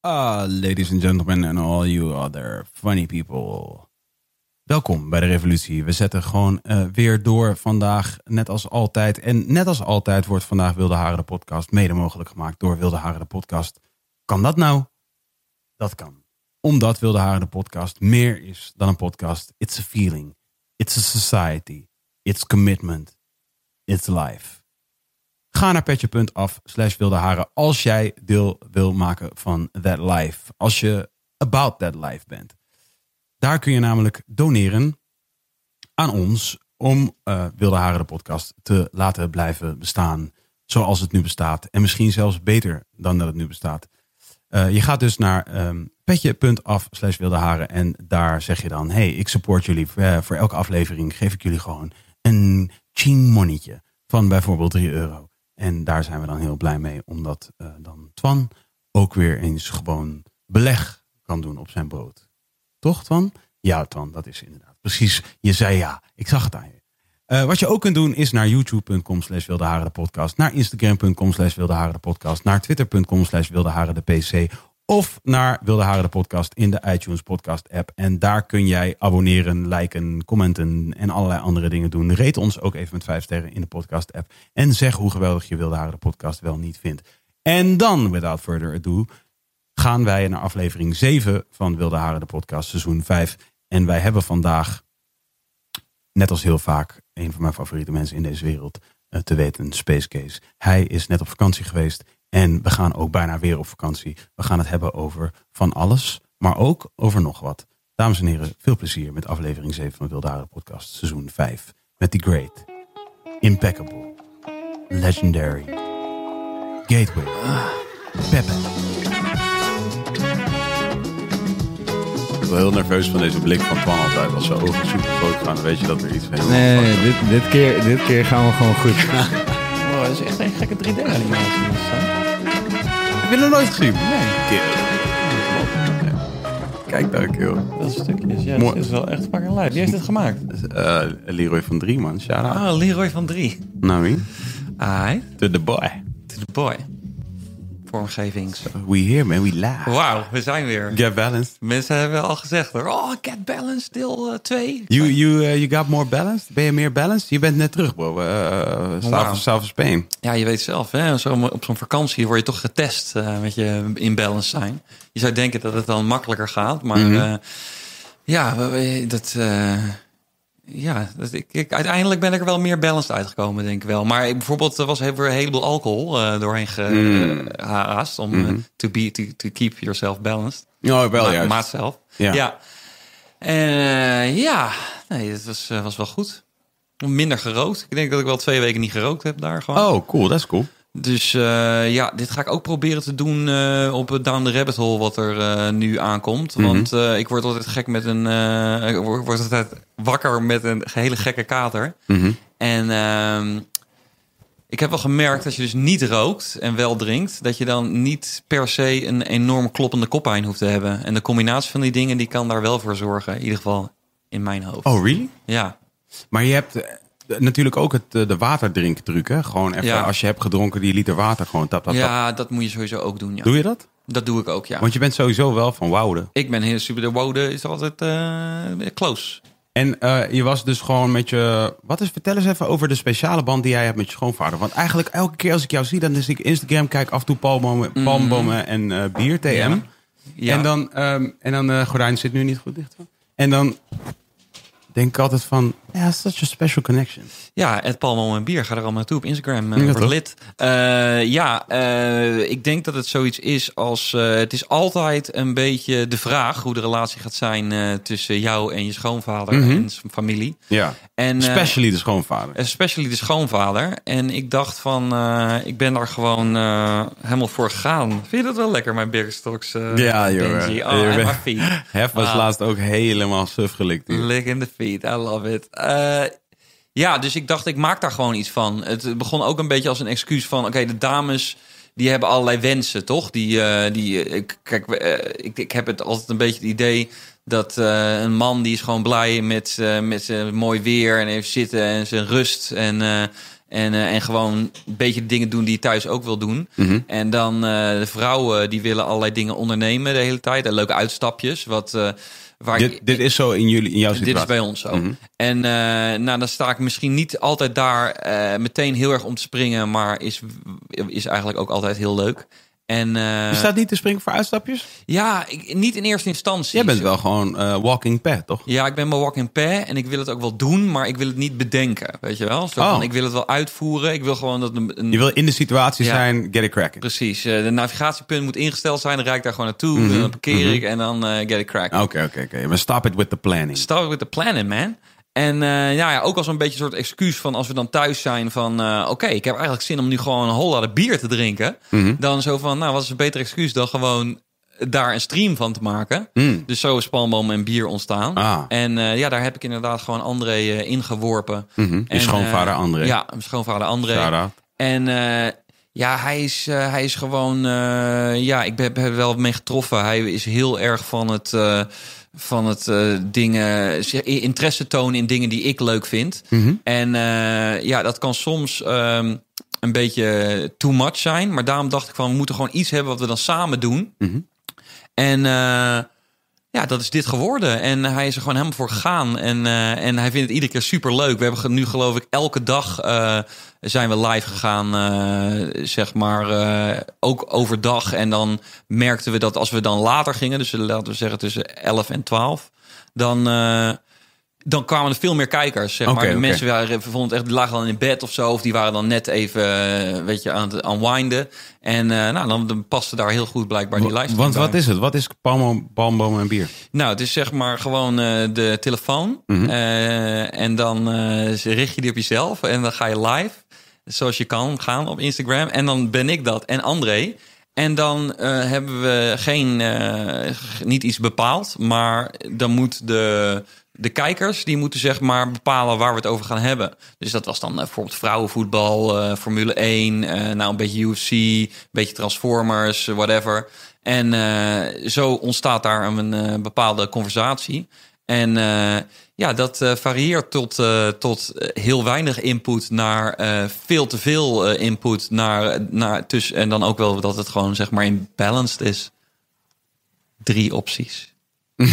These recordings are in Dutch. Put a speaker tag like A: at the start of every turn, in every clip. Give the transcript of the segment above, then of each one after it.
A: Ah, ladies and gentlemen and all you other funny people. Welkom bij de Revolutie. We zetten gewoon eh, weer door vandaag, net als altijd. En net als altijd wordt vandaag Wilde Haren de podcast mede mogelijk gemaakt door Wilde Haren de podcast. Kan dat nou? Dat kan. Omdat Wilde Haren de podcast meer is dan een podcast. It's a feeling. It's a society. It's commitment. It's life. Ga naar petje.af slash wilde haren als jij deel wil maken van That Life. Als je about that life bent. Daar kun je namelijk doneren aan ons om eh, Wilde Haren de podcast te laten blijven bestaan zoals het nu bestaat. En misschien zelfs beter dan dat het nu bestaat. Eh, je gaat dus naar ehm, petje.af slash wilde haren en daar zeg je dan... hey, ik support jullie. Eh, voor elke aflevering geef ik jullie gewoon een chingmonnetje van bijvoorbeeld 3 euro. En daar zijn we dan heel blij mee, omdat eh, dan Twan ook weer eens gewoon beleg kan doen op zijn brood. Toch, Twan? Ja, Twan, dat is inderdaad. Precies, je zei ja. Ik zag het aan je. Eh, wat je ook kunt doen is naar youtube.com slash Wilde podcast, naar instagram.com slash Wilde podcast, naar twitter.com slash Wilde pc of naar Wilde Haren de podcast in de iTunes podcast app. En daar kun jij abonneren, liken, commenten en allerlei andere dingen doen. Rate ons ook even met vijf sterren in de podcast app en zeg hoe geweldig je Wilde Haren de podcast wel niet vindt. En dan, without further ado, gaan wij naar aflevering 7 van Wilde Haren de podcast, seizoen 5. En wij hebben vandaag net als heel vaak een van mijn favoriete mensen in deze wereld eh, te weten, Space Case. Hij is net op vakantie geweest en we gaan ook bijna weer op vakantie. We gaan het hebben over van alles, maar ook over nog wat. Dames en heren, veel plezier met aflevering 7 van Wilde Haren Podcast, seizoen 5. Met The Great, Impeccable, Legendary, Gateway, Pepe.
B: Ik ben wel heel nerveus van deze blik van Twan altijd. Als zijn ogen super groot gaan, dan weet je dat er iets helemaal...
C: Nee, nee, dit, dit, keer, dit keer gaan we gewoon goed.
D: Oh, dat is echt een gekke 3D-animatie. is dat?
B: Heb je nog nooit gezien? Nee. Kijk daar, joh.
D: Dat stukje is, ja,
B: Mooi.
D: dat is wel echt fucking lijp. Wie heeft dit gemaakt?
B: Eh, Leroy van Drieman, shout out.
D: Ah, Leroy van 3.
B: Nou wie?
D: Hi,
B: To the boy.
D: to the boy. Vormgevings.
B: We here, man, we live.
D: Wauw, we zijn weer.
B: Get balanced.
D: Mensen hebben al gezegd hoor. Oh, Cat Balance, deel eh, 2.
B: You, you, eh, you got more balanced? Ben je meer balanced? Je bent net terug, bro. Eh, eh, South
D: Wow.
B: South of Spain.
D: ja, je weet zelf, hè? Zo, op zo'n vakantie word je toch getest eh, met je in balance zijn. Je zou denken dat het dan makkelijker gaat, maar
B: Mhm.
D: eh, ja, we- we- dat. eh, ja, dat, ik, ik, uiteindelijk ben ik er wel meer balanced uitgekomen, denk ik wel. Maar ik- bijvoorbeeld, er was hebben we een heleboel alcohol eh, doorheen
B: Mhm.
D: gehaast om eh, to, be, to, to keep yourself balanced.
B: Oh, Mhm. wel
D: Ma-
B: juist.
D: Maat zelf.
B: Ja.
D: ja. En eh, ja, nee, het was, eh, was wel goed. Minder gerookt. Ik denk dat ik wel twee weken niet gerookt heb daar gewoon.
B: Oh, cool, dat is cool.
D: Dus eh, ja, dit ga ik ook proberen te doen eh, op het Down the Rabbit Hole wat er eh, nu aankomt.
B: Mhm.
D: Want eh, ik word altijd gek met een... eh, ik word word altijd wakker met een hele gekke kater.
B: Mhm.
D: En ehm, ik heb wel gemerkt dat je dus niet rookt en wel drinkt... dat je dan niet per se een enorm kloppende koppijn hoeft te hebben. En de combinatie van die dingen die kan daar wel voor zorgen. In ieder geval in mijn hoofd.
B: Oh, really?
D: Ja,
B: Maar je hebt eh, de- natuurlijk ook het, eh, de waterdrinktruc, hè? Gewoon even
D: Ja.
B: als je hebt gedronken die liter water, gewoon tap, tap, tap.
D: ja dat moet je sowieso ook doen. Ja.
B: Doe je dat?
D: Dat doe ik ook, ja.
B: Want je bent sowieso wel van wouden.
D: Ik ben heel super. De Wode is altijd eh, close.
B: En eh, je was dus gewoon met je... Wat is, vertel eens even over de speciale band die jij hebt met je schoonvader. Want eigenlijk elke keer als ik jou zie, dan is ik Instagram, kijk af en toe palmbomen, palmbomen en eh, bier, TM.
D: Ja.
B: En dan, ehm en dan eh, gordijn zit nu niet goed dicht. En dan denk ik altijd van,
A: Ja, such a special connection.
D: Ja, het Palmo en Bier. Ga er allemaal naartoe op Instagram. eh
A: Ja,
D: word
A: toch?
D: lid. Eh, ja, eh, ik denk dat het zoiets is als... eh, het is altijd een beetje de vraag hoe de relatie gaat zijn... eh, tussen jou en je schoonvader en zijn familie.
A: Mhm. Ja.
D: En, eh,
A: Especially de schoonvader.
D: Especially de schoonvader. En ik dacht van, eh, ik ben daar gewoon eh, helemaal voor gegaan. Vind je dat wel lekker, mijn Birkenstocks? eh
A: Ja, joh.
D: Benji?
A: Je
D: Oh, en
A: bent-
D: mijn feet.
A: Hef was
D: Ah. Mm.
A: laatst ook helemaal suf gelikt. hier.
D: Lick in the feet, I love it. Eh, ja, dus ik dacht, ik maak daar gewoon iets van. Het begon ook een beetje als een excuus van... oké, de dames, die hebben allerlei wensen, toch? Die, eh, die, eh, ik- kijk, we, eh, ik, ik heb het altijd een beetje het idee... dat eh, een man die is gewoon blij met, eh, met zijn mooi weer... en even zitten en zijn rust en... eh, en, eh, en gewoon een beetje de dingen doen die je thuis ook wil doen.
A: Mhm.
D: En dan eh, de vrouwen die willen allerlei dingen ondernemen de hele tijd. En leuke uitstapjes. Wat, eh, waar ik-
A: Dit, dit is zo in, jullie, in jouw
D: dit is
A: situatie. Mhm.
D: bij ons zo. En eh, nou, dan sta ik misschien niet altijd daar eh, meteen heel erg om te springen, maar is, is eigenlijk ook altijd heel leuk. En eh,
A: Je staat niet te springen voor uitstapjes?
D: ja, ik, niet in eerste instantie.
A: Jij bent wel gewoon eh, walking pad, toch?
D: Ja, ik ben mijn walk in pair en ik wil het ook wel doen, maar ik wil het niet bedenken. Weet je wel? Een soort
A: Oh.
D: van, ik wil het wel uitvoeren. Ik wil gewoon dat een, een
A: Je wil in de situatie
D: Ja.
A: zijn, get it cracking.
D: precies. eh, de navigatiepunt moet ingesteld zijn. Dan rijd ik daar gewoon naartoe.
A: Mhm.
D: Dan parkeer ik en dan eh, get it crack.
A: Oké, oké, oké. Maar stop it with the planning.
D: Start with the planet, man. En eh, ja, ja, ook als een beetje een soort excuus van als we dan thuis zijn van... eh, oké, ik heb eigenlijk zin om nu gewoon een whole lot bier te drinken.
A: Mhm.
D: Dan zo van, nou, wat is een beter excuus dan gewoon daar een stream van te maken. Dus zo is Palmboom en bier ontstaan.
A: Mhm. Ah.
D: En eh, ja, daar heb ik inderdaad gewoon André eh, ingeworpen.
A: Mhm. Je
D: En,
A: schoonvader
D: eh,
A: André.
D: Ja, mijn schoonvader André.
A: Shout-out.
D: En eh, ja, hij is, eh, hij is gewoon. eh, ja, ik ben, ben er wel mee getroffen. Hij is heel erg van het. eh, van het eh, dingen, zich- i- interesse tonen in dingen die ik leuk vind. En eh, ja, dat kan soms ehm, een beetje too much zijn. Maar daarom dacht ik van, we moeten gewoon iets hebben wat we dan samen doen. En eh, ja, dat is dit geworden. En hij is er gewoon helemaal voor gegaan. En, eh, en hij vindt het iedere keer super leuk. We hebben ge- nu geloof ik elke dag eh, zijn we live gegaan, eh, zeg maar, eh, ook overdag. En dan merkten we dat als we dan later gingen, dus laten we zeggen tussen 11 en 12, dan... eh, dan kwamen er veel meer kijkers. Zeg maar.
A: Oké,
D: de
A: oké.
D: mensen waren, vonden het echt, die lagen dan in bed of zo. Of die waren dan net even eh, weet je, aan het unwinden. En eh, nou, dan, dan paste daar heel goed blijkbaar die livestream
A: Want
D: bij.
A: wat is het? Wat is palmo, palmboom en bier?
D: Nou, het is zeg maar gewoon eh, de telefoon. Eh, en dan eh, richt je die op jezelf. En dan ga je live, zoals je kan, gaan op Instagram. En dan ben ik dat en André. En dan eh, hebben we geen, eh, g- niet iets bepaald. Maar dan moet de, de kijkers, die moeten zeg maar bepalen waar we het over gaan hebben. Dus dat was dan eh, bijvoorbeeld vrouwenvoetbal, eh, Formule 1, eh, nou een beetje UFC, een beetje Transformers, eh, whatever. En eh, zo ontstaat daar een eh, bepaalde conversatie. En eh, ja, dat eh, varieert tot, eh, tot eh, heel weinig input naar eh, veel te veel eh, input. Naar, naar tussen, en dan ook wel dat het gewoon zeg maar in balanced is. Drie opties.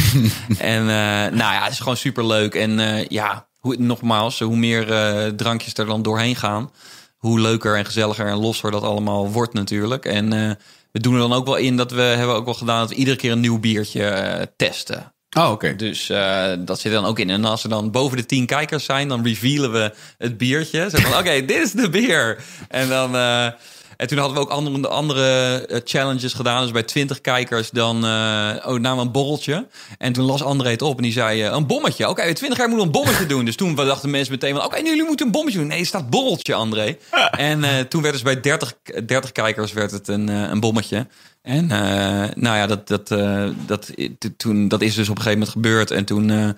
D: En eh, nou ja, het is gewoon super leuk. En eh, ja, hoe, nogmaals, hoe meer eh, drankjes er dan doorheen gaan, hoe leuker en gezelliger en losser dat allemaal wordt natuurlijk. En eh, we doen er dan ook wel in dat we hebben ook wel gedaan dat we iedere keer een nieuw biertje eh, testen.
A: Oh, oké.
D: Dus eh, dat zit er dan ook in. En als er dan boven de tien kijkers zijn, dan revealen we het biertje. Zeg van, oké, dit is de beer. En dan... eh, en toen hadden we ook andere, andere eh, challenges gedaan. Dus bij twintig kijkers dan eh oh, namen we een borreltje. En toen las André het op en die zei eh, een bommetje. Oké, twintig 20 jaar moeten we een bommetje doen. Dus toen dachten mensen meteen van... Oké, nu jullie moeten een bommetje doen. Nee, er staat borreltje, André. En eh, toen werd dus bij 30, k- 30 kijkers werd het een, eh, een bommetje. En eh, nou ja, dat, dat, eh, dat, i- t- toen, dat is dus op een gegeven moment gebeurd. En toen, eh,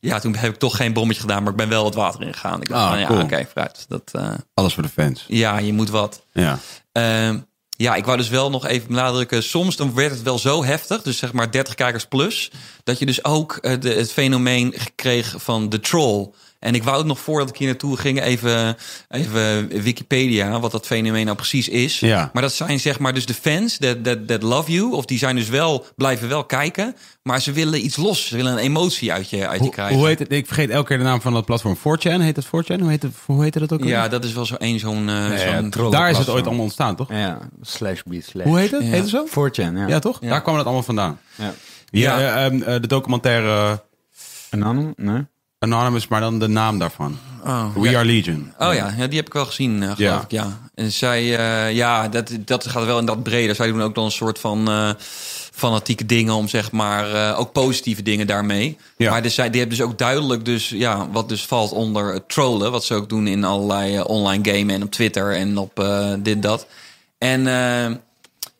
D: ja, toen heb ik toch geen bommetje gedaan, maar ik ben wel het water ingegaan. Ik dacht
A: Ah,
D: van, ja,
A: cool.
D: oké, vooruit. Dat, eh,
A: Alles voor de fans.
D: ja, je moet wat.
A: Ja.
D: Ehm, ja, ik wou dus wel nog even benadrukken. Soms dan werd het wel zo heftig, dus zeg maar 30 kijkers plus, dat je dus ook eh, de, het fenomeen kreeg van de troll. En ik wou het nog voordat ik hier naartoe ging even, even Wikipedia, wat dat fenomeen nou precies is.
A: Ja.
D: Maar dat zijn zeg maar dus de fans that, that, that love you, of die zijn dus wel, blijven wel kijken, maar ze willen iets los. Ze willen een emotie uit je, uit je
A: Hoe,
D: krijgen.
A: heet het? Ik vergeet elke keer de naam van dat platform. 4chan heet het 4chan? Hoe heette hoe heette dat ook? alweer?
D: ja, dat is wel zo één zo'n... eh, zo'n-
A: Daar is het
C: platform.
A: ooit allemaal ontstaan, toch?
C: Ja, slash B slash.
A: Hoe heet het? Heet het zo?
C: 4chan, ja.
A: Ja, toch? Daar kwam dat allemaal vandaan.
C: Ja.
A: Ja,
D: Ja.
A: eh, ehm, eh, de documentaire...
C: Een ander? Nee.
A: Anonymous, maar dan de naam daarvan. We
D: ja.
A: Are Legion.
D: Oh ja, ja, die heb ik wel gezien, eh, geloof
A: Ja.
D: ik, ja. En zij, eh, ja, dat, dat gaat wel in dat breder. Zij doen ook dan een soort van eh, fanatieke dingen om, zeg maar, eh, ook positieve dingen daarmee.
A: Ja.
D: Maar dus, zij, die hebben dus ook duidelijk, dus, ja, wat dus valt onder het trollen. Wat ze ook doen in allerlei eh, online gamen en op Twitter en op eh, dit, dat. En eh,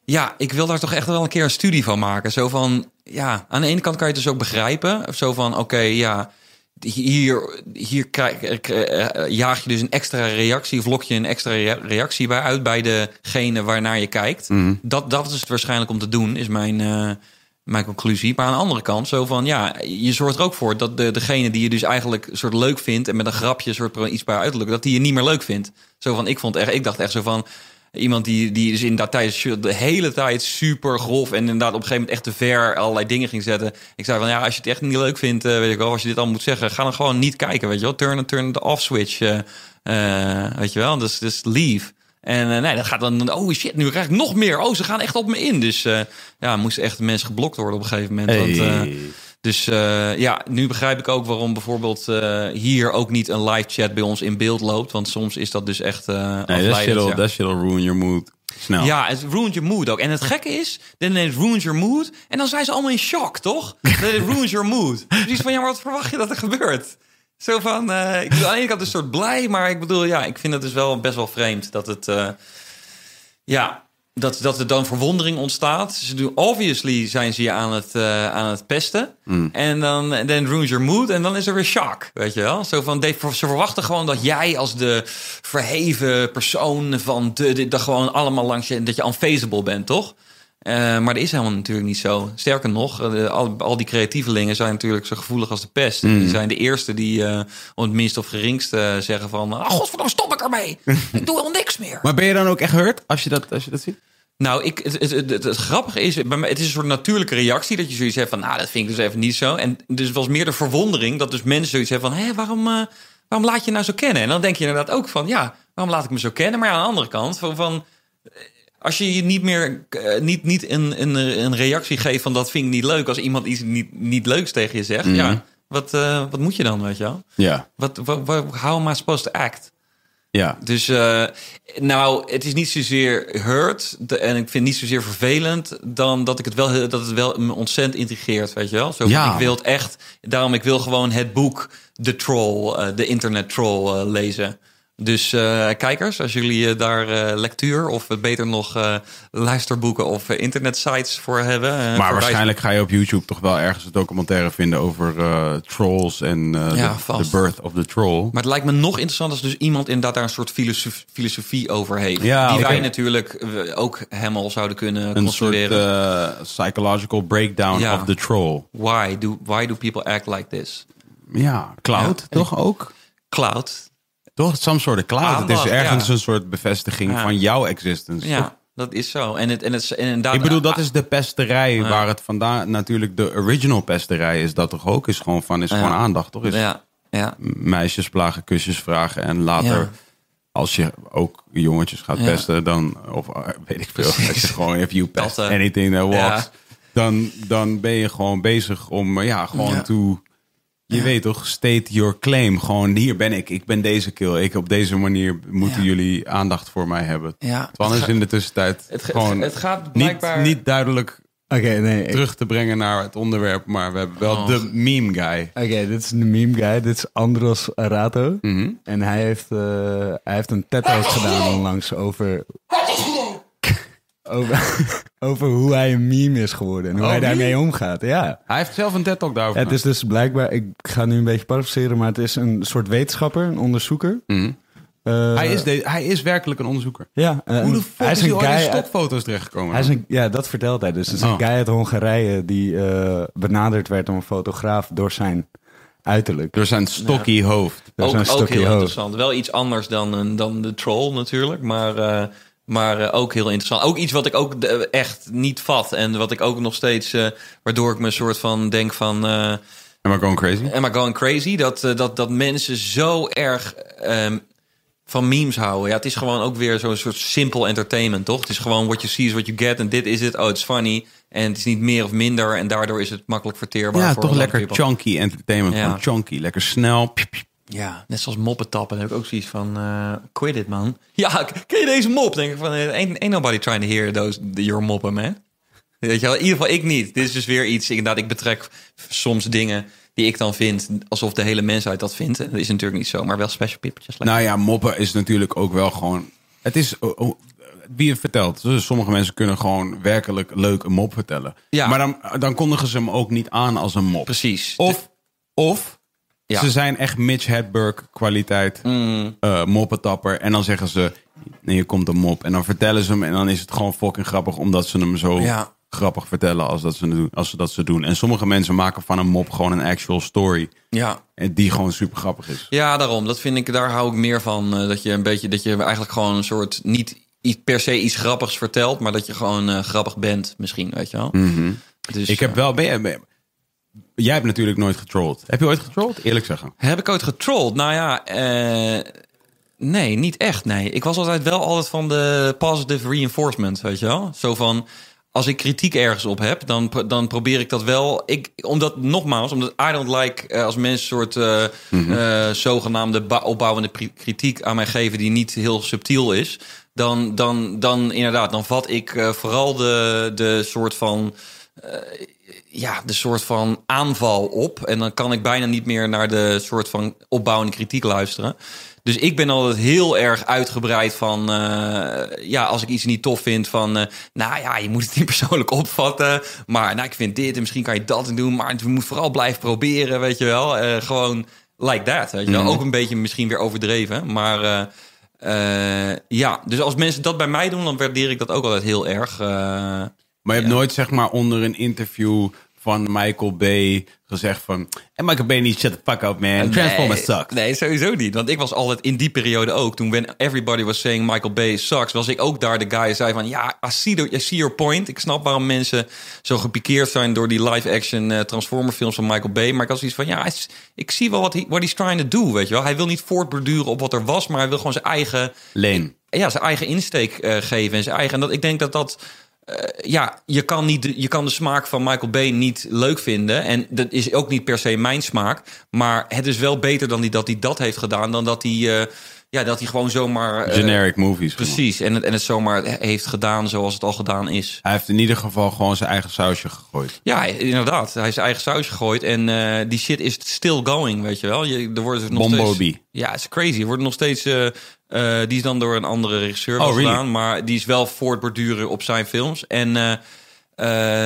D: ja, ik wil daar toch echt wel een keer een studie van maken. Zo van, ja, aan de ene kant kan je het dus ook begrijpen. Of zo van, oké, ja, hier, hier krijg, eh, eh, jaag je dus een extra reactie... of lok je een extra rea- reactie bij uit bij degene waarnaar je kijkt. Dat, dat is het waarschijnlijk om te doen, is mijn, eh, mijn conclusie. Maar aan de andere kant, zo van, ja, je zorgt er ook voor... dat de, degene die je dus eigenlijk soort leuk vindt... en met een grapje soort pro- iets bij uitlukt... dat die je niet meer leuk vindt. Zo van, ik, vond echt, ik dacht echt zo van... Iemand die, die dus in dat tijd de hele tijd super grof en inderdaad op een gegeven moment echt te ver allerlei dingen ging zetten. Ik zei van ja, als je het echt niet leuk vindt, eh, weet ik wel, als je dit al moet zeggen, ga dan gewoon niet kijken, weet je wel. Turn, turn de off switch, eh, eh, weet je wel. Dus, dus leave. En eh, nee, dat gaat dan, oh shit, nu krijg ik nog meer. Oh, ze gaan echt op me in. Dus eh ja, moesten echt mensen geblokt worden op een gegeven moment. Want, eh, dus eh, ja, nu begrijp ik ook waarom bijvoorbeeld eh, hier ook niet een live chat bij ons in beeld loopt. Want soms is dat dus echt eh
A: Nee, dat
D: afleidend,
A: shit'll,
D: ja.
A: that shit'll ruin your mood. Snel.
D: Ja, het ruins your mood ook. En het gekke is, dan is ruins your mood. En dan zijn ze allemaal in shock, toch? Dat het ruins your mood. Precies van, ja, maar wat verwacht je dat er gebeurt? Zo van, eh, ik bedoel, aan de ene kant een soort blij, maar ik bedoel, ja, ik vind het dus wel best wel vreemd dat het, eh, ja, dat, dat er dan verwondering ontstaat. Ze doen, obviously zijn ze je aan het, eh, aan het pesten. En dan, dan ruins your mood en dan is er weer shock, weet je wel. Zo van, they- ze verwachten gewoon dat jij als de verheven persoon van de, de, dat gewoon allemaal langs je, dat je unfeasible bent, toch? Eh, maar dat is helemaal natuurlijk niet zo. Sterker nog, eh, de- al, al die creatievelingen zijn natuurlijk zo gevoelig als de pest. Die zijn de eerste die, eh, om het minst of geringst, eh, zeggen van... Oh, godverdomme, stop ik ermee! ik doe helemaal niks meer!
A: Maar ben je dan ook echt hurt als je dat, als je dat ziet?
D: Nou, ik, het, het, het, het- het grappige is, bij mij, het is een soort natuurlijke reactie dat je zoiets hebt van, nou, dat vind ik dus even niet zo. En dus het was meer de verwondering dat dus mensen zoiets hebben van, hé, waarom, eh, waarom laat je nou zo kennen? En dan denk je inderdaad ook van, ja, waarom laat ik me zo kennen? Maar ja, aan de andere kant, van, van, eh, als je je niet meer, eh, niet, niet een, een, een reactie geeft van, dat vind ik niet leuk, als iemand iets niet, niet leuks tegen je zegt, ja, wat, eh, wat moet je dan, weet je wel?
A: Ja.
D: Wat, wat, wat, how am I supposed to act?
A: Ja.
D: Dus eh, nou, het is niet zozeer hurt de- en ik vind het niet zozeer vervelend dan dat ik het wel heel- dat het wel me ontzettend intrigeert, weet je wel? Zo, van,
A: Ja.
D: Ik wil het echt. Daarom ik wil gewoon het boek de troll, eh, de internet troll eh, lezen. Dus eh, kijkers, als jullie eh, daar eh, lectuur of eh, beter nog eh, luisterboeken of eh, internetsites voor hebben, eh,
A: Maar
D: verwijs-
A: waarschijnlijk ga je op YouTube toch wel ergens een documentaire vinden over eh, trolls en eh,
D: Ja,
A: the,
D: vast.
A: the birth of the troll.
D: Maar het lijkt me nog interessant als dus iemand inderdaad daar een soort filosof- filosofie over heeft.
A: Ja,
D: die
A: oké.
D: wij natuurlijk eh, ook helemaal zouden kunnen
A: een soort
D: controleren.
A: eh, psychological breakdown
D: Ja.
A: of the troll.
D: Why do, why do people act like this?
A: Ja, cloud
D: Ja.
A: toch ook?
D: Cloud.
A: Toch, some sort of cloud.
D: Aandacht,
A: het is ergens
D: ja.
A: een soort bevestiging
D: Ja.
A: van jouw existence. toch?
D: Ja, dat is zo. En, het, en, het, en inderdaad,
A: Ik bedoel, dat is de pesterij waar het vandaan... Natuurlijk, de original pesterij is dat toch ook? Is gewoon van, is gewoon aandacht, toch? dus- Is
D: Ja, ja.
A: meisjes plagen, kusjes vragen. En later,
D: Ja.
A: als je ook jongetjes gaat
D: Ja.
A: pesten, dan, of eh, weet ik veel,
D: Precies.
A: als je gewoon if you pest
D: Katten.
A: anything that walks,
D: eh, Ja.
A: dan, dan ben je gewoon bezig om, eh, ja, gewoon
D: Ja.
A: toe. Je weet toch, state your claim. Gewoon, hier ben ik. Ik ben deze kill. Ik, op deze manier moeten
D: Ja.
A: jullie aandacht voor mij hebben.
D: Ja.
A: Want anders
D: Het ga-
A: in de tussentijd
D: het ge-
A: gewoon
D: het gaat
A: niet,
D: blijkbaar-
A: niet duidelijk
C: Oké, nee. ik- Oké,
A: terug te brengen naar het onderwerp. Maar we hebben wel
D: Oh.
A: de meme guy.
C: dit is de meme guy. Dit is Andros Arato.
A: Mhm.
C: En hij heeft, eh, hij heeft een TED-talk gedaan onlangs over... over, over hoe hij een meme is geworden. En hoe
A: Oh,
C: hij daarmee
A: really?
C: omgaat. Ja.
A: Hij heeft zelf een TED-talk daarover
C: Ja, het
A: gemaakt.
C: is dus blijkbaar, ik ga nu een beetje parafraseren, maar het is een soort wetenschapper, een onderzoeker.
A: Mm.
C: Eh,
A: Hij is, de, hij is werkelijk een onderzoeker.
C: ja, eh,
A: Hoe de
C: een-
A: fuck is, hij ooit in stokfoto's terechtgekomen?
C: hij is een, ja, dat vertelt hij dus. Het is een
A: Oh.
C: guy uit Hongarije die eh, benaderd werd om een fotograaf door zijn uiterlijk.
A: Door zijn stokky hoofd.
C: Door zijn
D: ook, ook
C: stokje
D: heel
C: hoofd.
D: interessant. Wel iets anders dan, een- dan de troll natuurlijk, maar, eh, maar eh, ook heel interessant. Ook iets wat ik ook de- echt niet vat en wat ik ook nog steeds, eh, waardoor ik me een soort van denk van... eh,
A: Am I going crazy?
D: Am I going crazy? Dat, eh, dat, dat mensen zo erg ehm, van memes houden. Ja, het is gewoon ook weer zo'n soort simpel entertainment, toch? Het is gewoon what you see is what you get. En dit is het. Oh, it's funny. En het is niet meer of minder. En daardoor is het makkelijk verteerbaar.
A: Ja,
D: voor
A: toch
D: other
A: lekker
D: people.
A: chunky entertainment.
D: Ja.
A: Gewoon chunky, lekker snel. Piep, piep.
D: Ja, net zoals moppen tappen. Dan heb ik ook zoiets van, eh quit it, man. Ja, k- ken je deze mop? denk ik van, eh, ain't, ain't nobody trying to hear those, your moppen, man. Weet je wel, in ieder geval ik niet. Dit is dus weer iets, inderdaad, ik betrek soms dingen die ik dan vind, alsof de hele mensheid dat vindt. En dat is natuurlijk niet zo, maar wel special pippertjes.
A: Nou ja, moppen is natuurlijk ook wel gewoon. Het is oh, oh, wie het vertelt. Dus sommige mensen kunnen gewoon werkelijk leuk een mop vertellen.
D: Ja.
A: Maar dan, dan kondigen ze hem ook niet aan als een mop.
D: Precies.
A: Of, of
D: Ja. Mm.
A: ze zijn echt Mitch Hedberg kwaliteit eh, moppetapper. En dan zeggen ze, nee, je komt een mop. En dan vertellen ze hem en dan is het gewoon fucking grappig. Omdat ze hem zo
D: Ja.
A: grappig vertellen als, dat ze, doen, als ze dat ze doen. En sommige mensen maken van een mop gewoon een actual story.
D: Dus- Ja.
A: En die gewoon super grappig is.
D: Ja, daarom. Dat vind ik, daar hou ik meer van. eh, dat je een beetje, dat je eigenlijk gewoon een soort niet i- per se iets grappigs vertelt, maar dat je gewoon eh, grappig bent, misschien, weet je wel. Dus,
A: Mhm. Ik heb wel. Ben jij, ben- jij hebt natuurlijk nooit getrolled. Heb je ooit getrolled? Eerlijk zeggen.
D: Heb ik ooit getrolled? Nou ja, eh, nee, niet echt. Nee, ik was altijd wel altijd van de positive reinforcement, weet je wel? Zo van als ik kritiek ergens op heb, dan, pro- dan probeer ik dat wel. Ik, omdat nogmaals, omdat I don't like eh, als mensen soort eh, eh, zogenaamde ba- opbouwende pri- kritiek aan mij geven die niet heel subtiel is. Dan, dan, dan inderdaad, dan vat ik eh, vooral de, de soort van ja, de soort van aanval op. En dan kan ik bijna niet meer naar de soort van opbouwende kritiek luisteren. Dus ik ben altijd heel erg uitgebreid van, eh, ja, als ik iets niet tof vind, van, eh, nou ja, je moet het niet persoonlijk opvatten. Maar nou, ik vind dit en misschien kan je dat doen. Maar je moet vooral blijven proberen, weet je wel. Eh, gewoon like that, weet je wel. Ook een beetje misschien weer overdreven, maar... eh, eh, ja, dus als mensen dat bij mij doen, dan waardeer ik dat ook altijd heel erg. eh,
A: Maar je hebt nooit zeg maar onder een interview van Michael Bay gezegd van. En Michael Bay niet shut the fuck up man. Transformers
D: nee,
A: sucks.
D: Nee, sowieso niet. Want ik was altijd in die periode ook. Toen when everybody was saying Michael Bay sucks, was ik ook daar de guy die zei van ja, I see, the- I see your point. Ik snap waarom mensen zo gepikeerd zijn door die live action eh, Transformer films van Michael Bay. Maar ik had zoiets van ja, hij is- ik zie wel wat hij what he's trying to do, weet je wel. Hij wil niet voortborduren op wat er was, maar hij wil gewoon zijn eigen
A: Leen.
D: ja, zijn eigen insteek eh, geven. En zijn eigen. En dat, ik denk dat dat. eh, ja, je kan, niet, de- je kan de smaak van Michael Bay niet leuk vinden. En dat is ook niet per se mijn smaak. Maar het is wel beter dan die, dat hij dat heeft gedaan. Dan dat hij. eh, ja, dat hij gewoon zomaar. eh,
A: Generic movies. gewoon.
D: precies. En het, en het zomaar heeft gedaan zoals het al gedaan is.
A: Hij heeft in ieder geval gewoon zijn eigen sausje gegooid.
D: Ja, inderdaad. Hij is zijn eigen saus gegooid. En eh, die shit is still going, weet je wel. Je, er wordt nog
A: Bombo
D: steeds...
A: B.
D: Ja, het is crazy. Er wordt nog steeds... eh, eh, die is dan door een andere regisseur wel
A: really?
D: gedaan. Maar die is wel voortborduren op zijn films. En eh,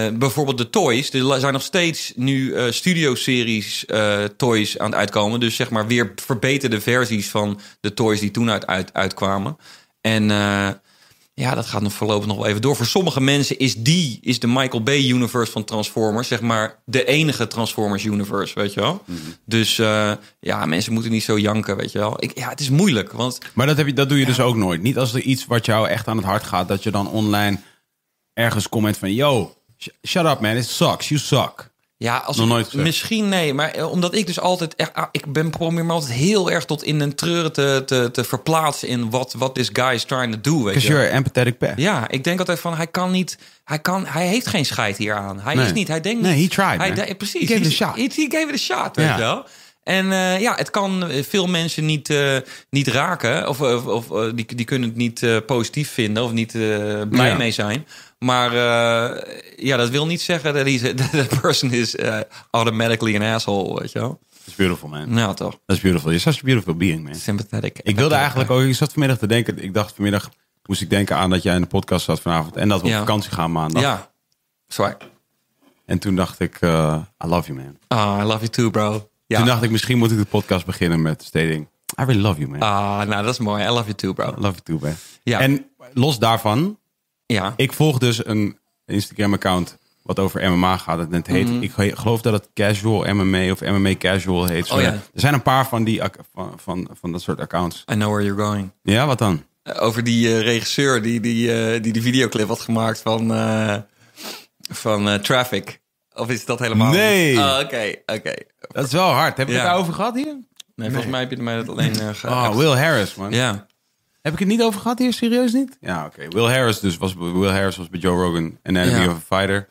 D: eh, bijvoorbeeld de Toys. Er la- zijn nog steeds nu eh studio-series eh, Toys aan het uitkomen. Dus zeg maar weer verbeterde versies van de Toys die toen uit, uit, uitkwamen. En... eh, ja, dat gaat nog voorlopig nog wel even door. Voor sommige mensen is die, is de Michael Bay universe van Transformers, zeg maar, de enige Transformers universe, weet je wel. Dus eh, ja, mensen moeten niet zo janken, weet je wel. Ik, ja, het is moeilijk, want
A: Maar dat, heb je, dat doe je dus ook nooit. Niet als er iets wat jou echt aan het hart gaat, dat je dan online ergens comment van: yo, sh- shut up man, it sucks, you suck.
D: ja, als
A: Nog
D: ik-
A: nooit gezegd.
D: misschien nee, maar eh, omdat ik dus altijd, echt, ah, ik ben probeer me altijd heel erg tot in een treuren te, te, te verplaatsen in wat wat this guy is trying to do, weet je.
A: Because
D: wel.
A: you're an empathetic pet.
D: Ja, ik denk altijd van hij kan niet, hij kan, hij heeft geen scheid hier aan. Hij
A: Nee.
D: is niet, hij denkt
A: Nee,
D: niet.
A: he tried,
D: Hij
A: man.
D: de- precies.
A: He gave it a
D: He-
A: shot.
D: He, he gave it a shot, weet
A: Ja.
D: je wel. En eh, ja, het kan eh, veel mensen niet, eh, niet raken. Of, of, of, eh, die, die kunnen het niet eh, positief vinden of niet eh, blij
A: Ja.
D: mee zijn. Maar eh, ja, dat wil niet zeggen dat hij de person is eh, automatically an asshole, weet je wel.
A: That's beautiful man.
D: Nou toch,
A: That's beautiful. You're such a beautiful being man.
D: sympathetic.
A: Ik wilde eigenlijk ook, ik zat vanmiddag te denken, ik dacht vanmiddag moest ik denken aan dat jij in de podcast zat vanavond en dat we
D: Ja.
A: op vakantie gaan maandag.
D: Ja, zwaar.
A: En toen dacht ik, eh, I love you man.
D: Ah, I love you too, bro. Ja.
A: Toen dacht ik, misschien moet ik de podcast beginnen met stating, I really love you man.
D: Ah, nou dat is mooi. I love you too, bro.
A: I love you too man.
D: Ja.
A: En los daarvan,
D: Ja.
A: ik volg dus een Instagram account wat over MMA gaat. En het
D: Mhm.
A: heet, ik he- geloof dat het Casual MMA of MMA Casual heet.
D: Oh, ja.
A: Er zijn een paar van die ac- van, van, van dat soort accounts.
D: I know where you're going.
A: Ja, wat dan?
D: Eh, Over die eh, regisseur die die, eh, die die videoclip had gemaakt van, eh, van eh, Traffic. Of is dat helemaal
A: Nee.
D: niet? Ah, Oké, oké.
A: Dat is wel hard. Heb je
D: Ja.
A: het daarover gehad hier?
D: Nee, volgens mij heb je er mij dat alleen... eh, ge-
A: Oh, Will Harris man.
D: Ja.
E: Heb ik het niet over gehad hier? Serieus niet?
A: Ja, oké. Will Harris dus was, Will Harris was bij Joe Rogan en Enemy
D: Ja.
A: of a Fighter.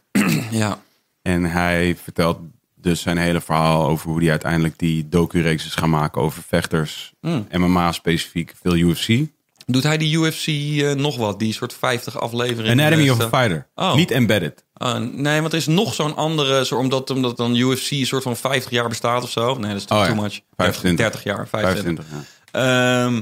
D: Ja.
A: En hij vertelt dus zijn hele verhaal over hoe hij uiteindelijk die docu-reeks is gaan maken over vechters.
E: Hmm.
A: MMA specifiek, veel UFC.
D: Doet hij die UFC eh, nog wat? Die soort 50 afleveringen?
A: Anatomy
D: eh,
A: of a
D: stel-
A: Fighter.
D: Oh.
A: Niet embedded.
D: Ah, nee, want er is nog zo'n andere, zo, omdat, omdat dan UFC een soort van 50 jaar bestaat of zo. Nee, dat is
A: Oh ja.
D: too much.
A: 25.
D: 30 jaar, 25.
A: 25, ja.
D: Ehm,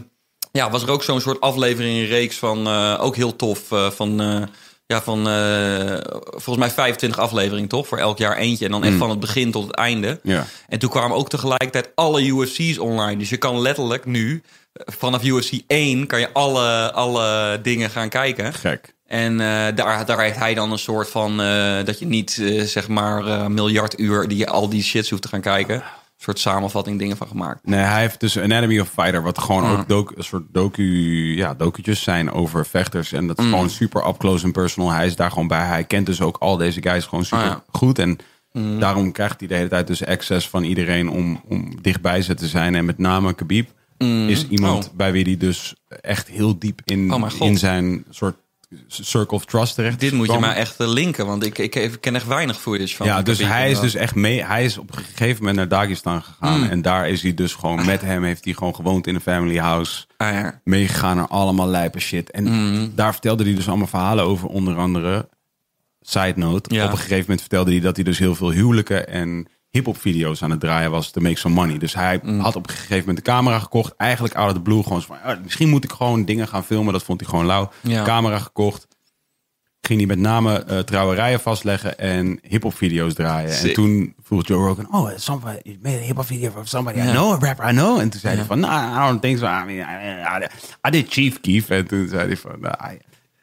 D: ja, was er ook zo'n soort aflevering reeks van, eh, ook heel tof, eh, van, eh, ja, van eh, volgens mij 25 afleveringen toch? Voor elk jaar eentje en dan echt van het begin tot het einde.
A: Mm. Ja.
D: En toen kwamen ook tegelijkertijd alle UFC's online. Dus je kan letterlijk nu, eh, vanaf UFC 1, kan je alle, alle dingen gaan kijken.
A: Gek.
D: En eh, daar, daar heeft hij dan een soort van eh, dat je niet eh, zeg maar eh, miljard uur die je al die shits hoeft te gaan kijken. Een soort samenvatting dingen van gemaakt.
A: Nee, hij heeft dus Anatomy of Fighter, wat gewoon
D: Ah.
A: ook docu, een soort docu, ja, docutjes zijn over vechters. En
D: Mm.
A: dat is gewoon super up close and personal. Hij is daar gewoon bij. Hij kent dus ook al deze guys gewoon super
D: Ah, ja. Mm.
A: goed. En daarom krijgt hij de hele tijd dus access van iedereen om, om dichtbij ze te zijn. En met name Khabib is iemand bij wie hij dus echt heel diep in,
D: Mm. Oh, mijn God.
A: in zijn soort circle of trust terecht
D: Dit
A: is
D: moet je
A: gekomen.
D: maar echt eh, linken, want ik, ik, ik ken echt weinig footage van.
A: Ja, dus
D: Khabib
A: hij is
D: inderdaad.
A: dus echt mee. Hij is op een gegeven moment naar Dagestan gegaan.
D: Hmm.
A: En daar is hij dus gewoon met hem. Heeft hij gewoon gewoond in een family house.
D: Ah, ja. Hmm.
A: Meegegaan naar allemaal lijpe shit. En daar vertelde hij dus allemaal verhalen over. Onder andere, side note.
D: Ja.
A: Op een gegeven moment vertelde hij dat hij dus heel veel huwelijken en hip-hop video's aan het draaien was. To make some money. Dus hij
D: Hmm.
A: had op een gegeven moment de camera gekocht. Eigenlijk out of the blue. Gewoon zo van, "Ah, misschien moet ik gewoon dingen gaan filmen. Dat vond hij gewoon lauw.
D: Ja.
A: Camera gekocht ging hij met name eh, trouwerijen vastleggen en hip-hop video's draaien. En
D: Sick.
A: toen vroeg Joe Rogan: Oh, somebody you made a hip-hop video for somebody I know, a rapper I know. En toen zei hij: van, nah, I don't think so. I mean, I, I, I did Chief Keef. En toen zei hij: van, nah, I-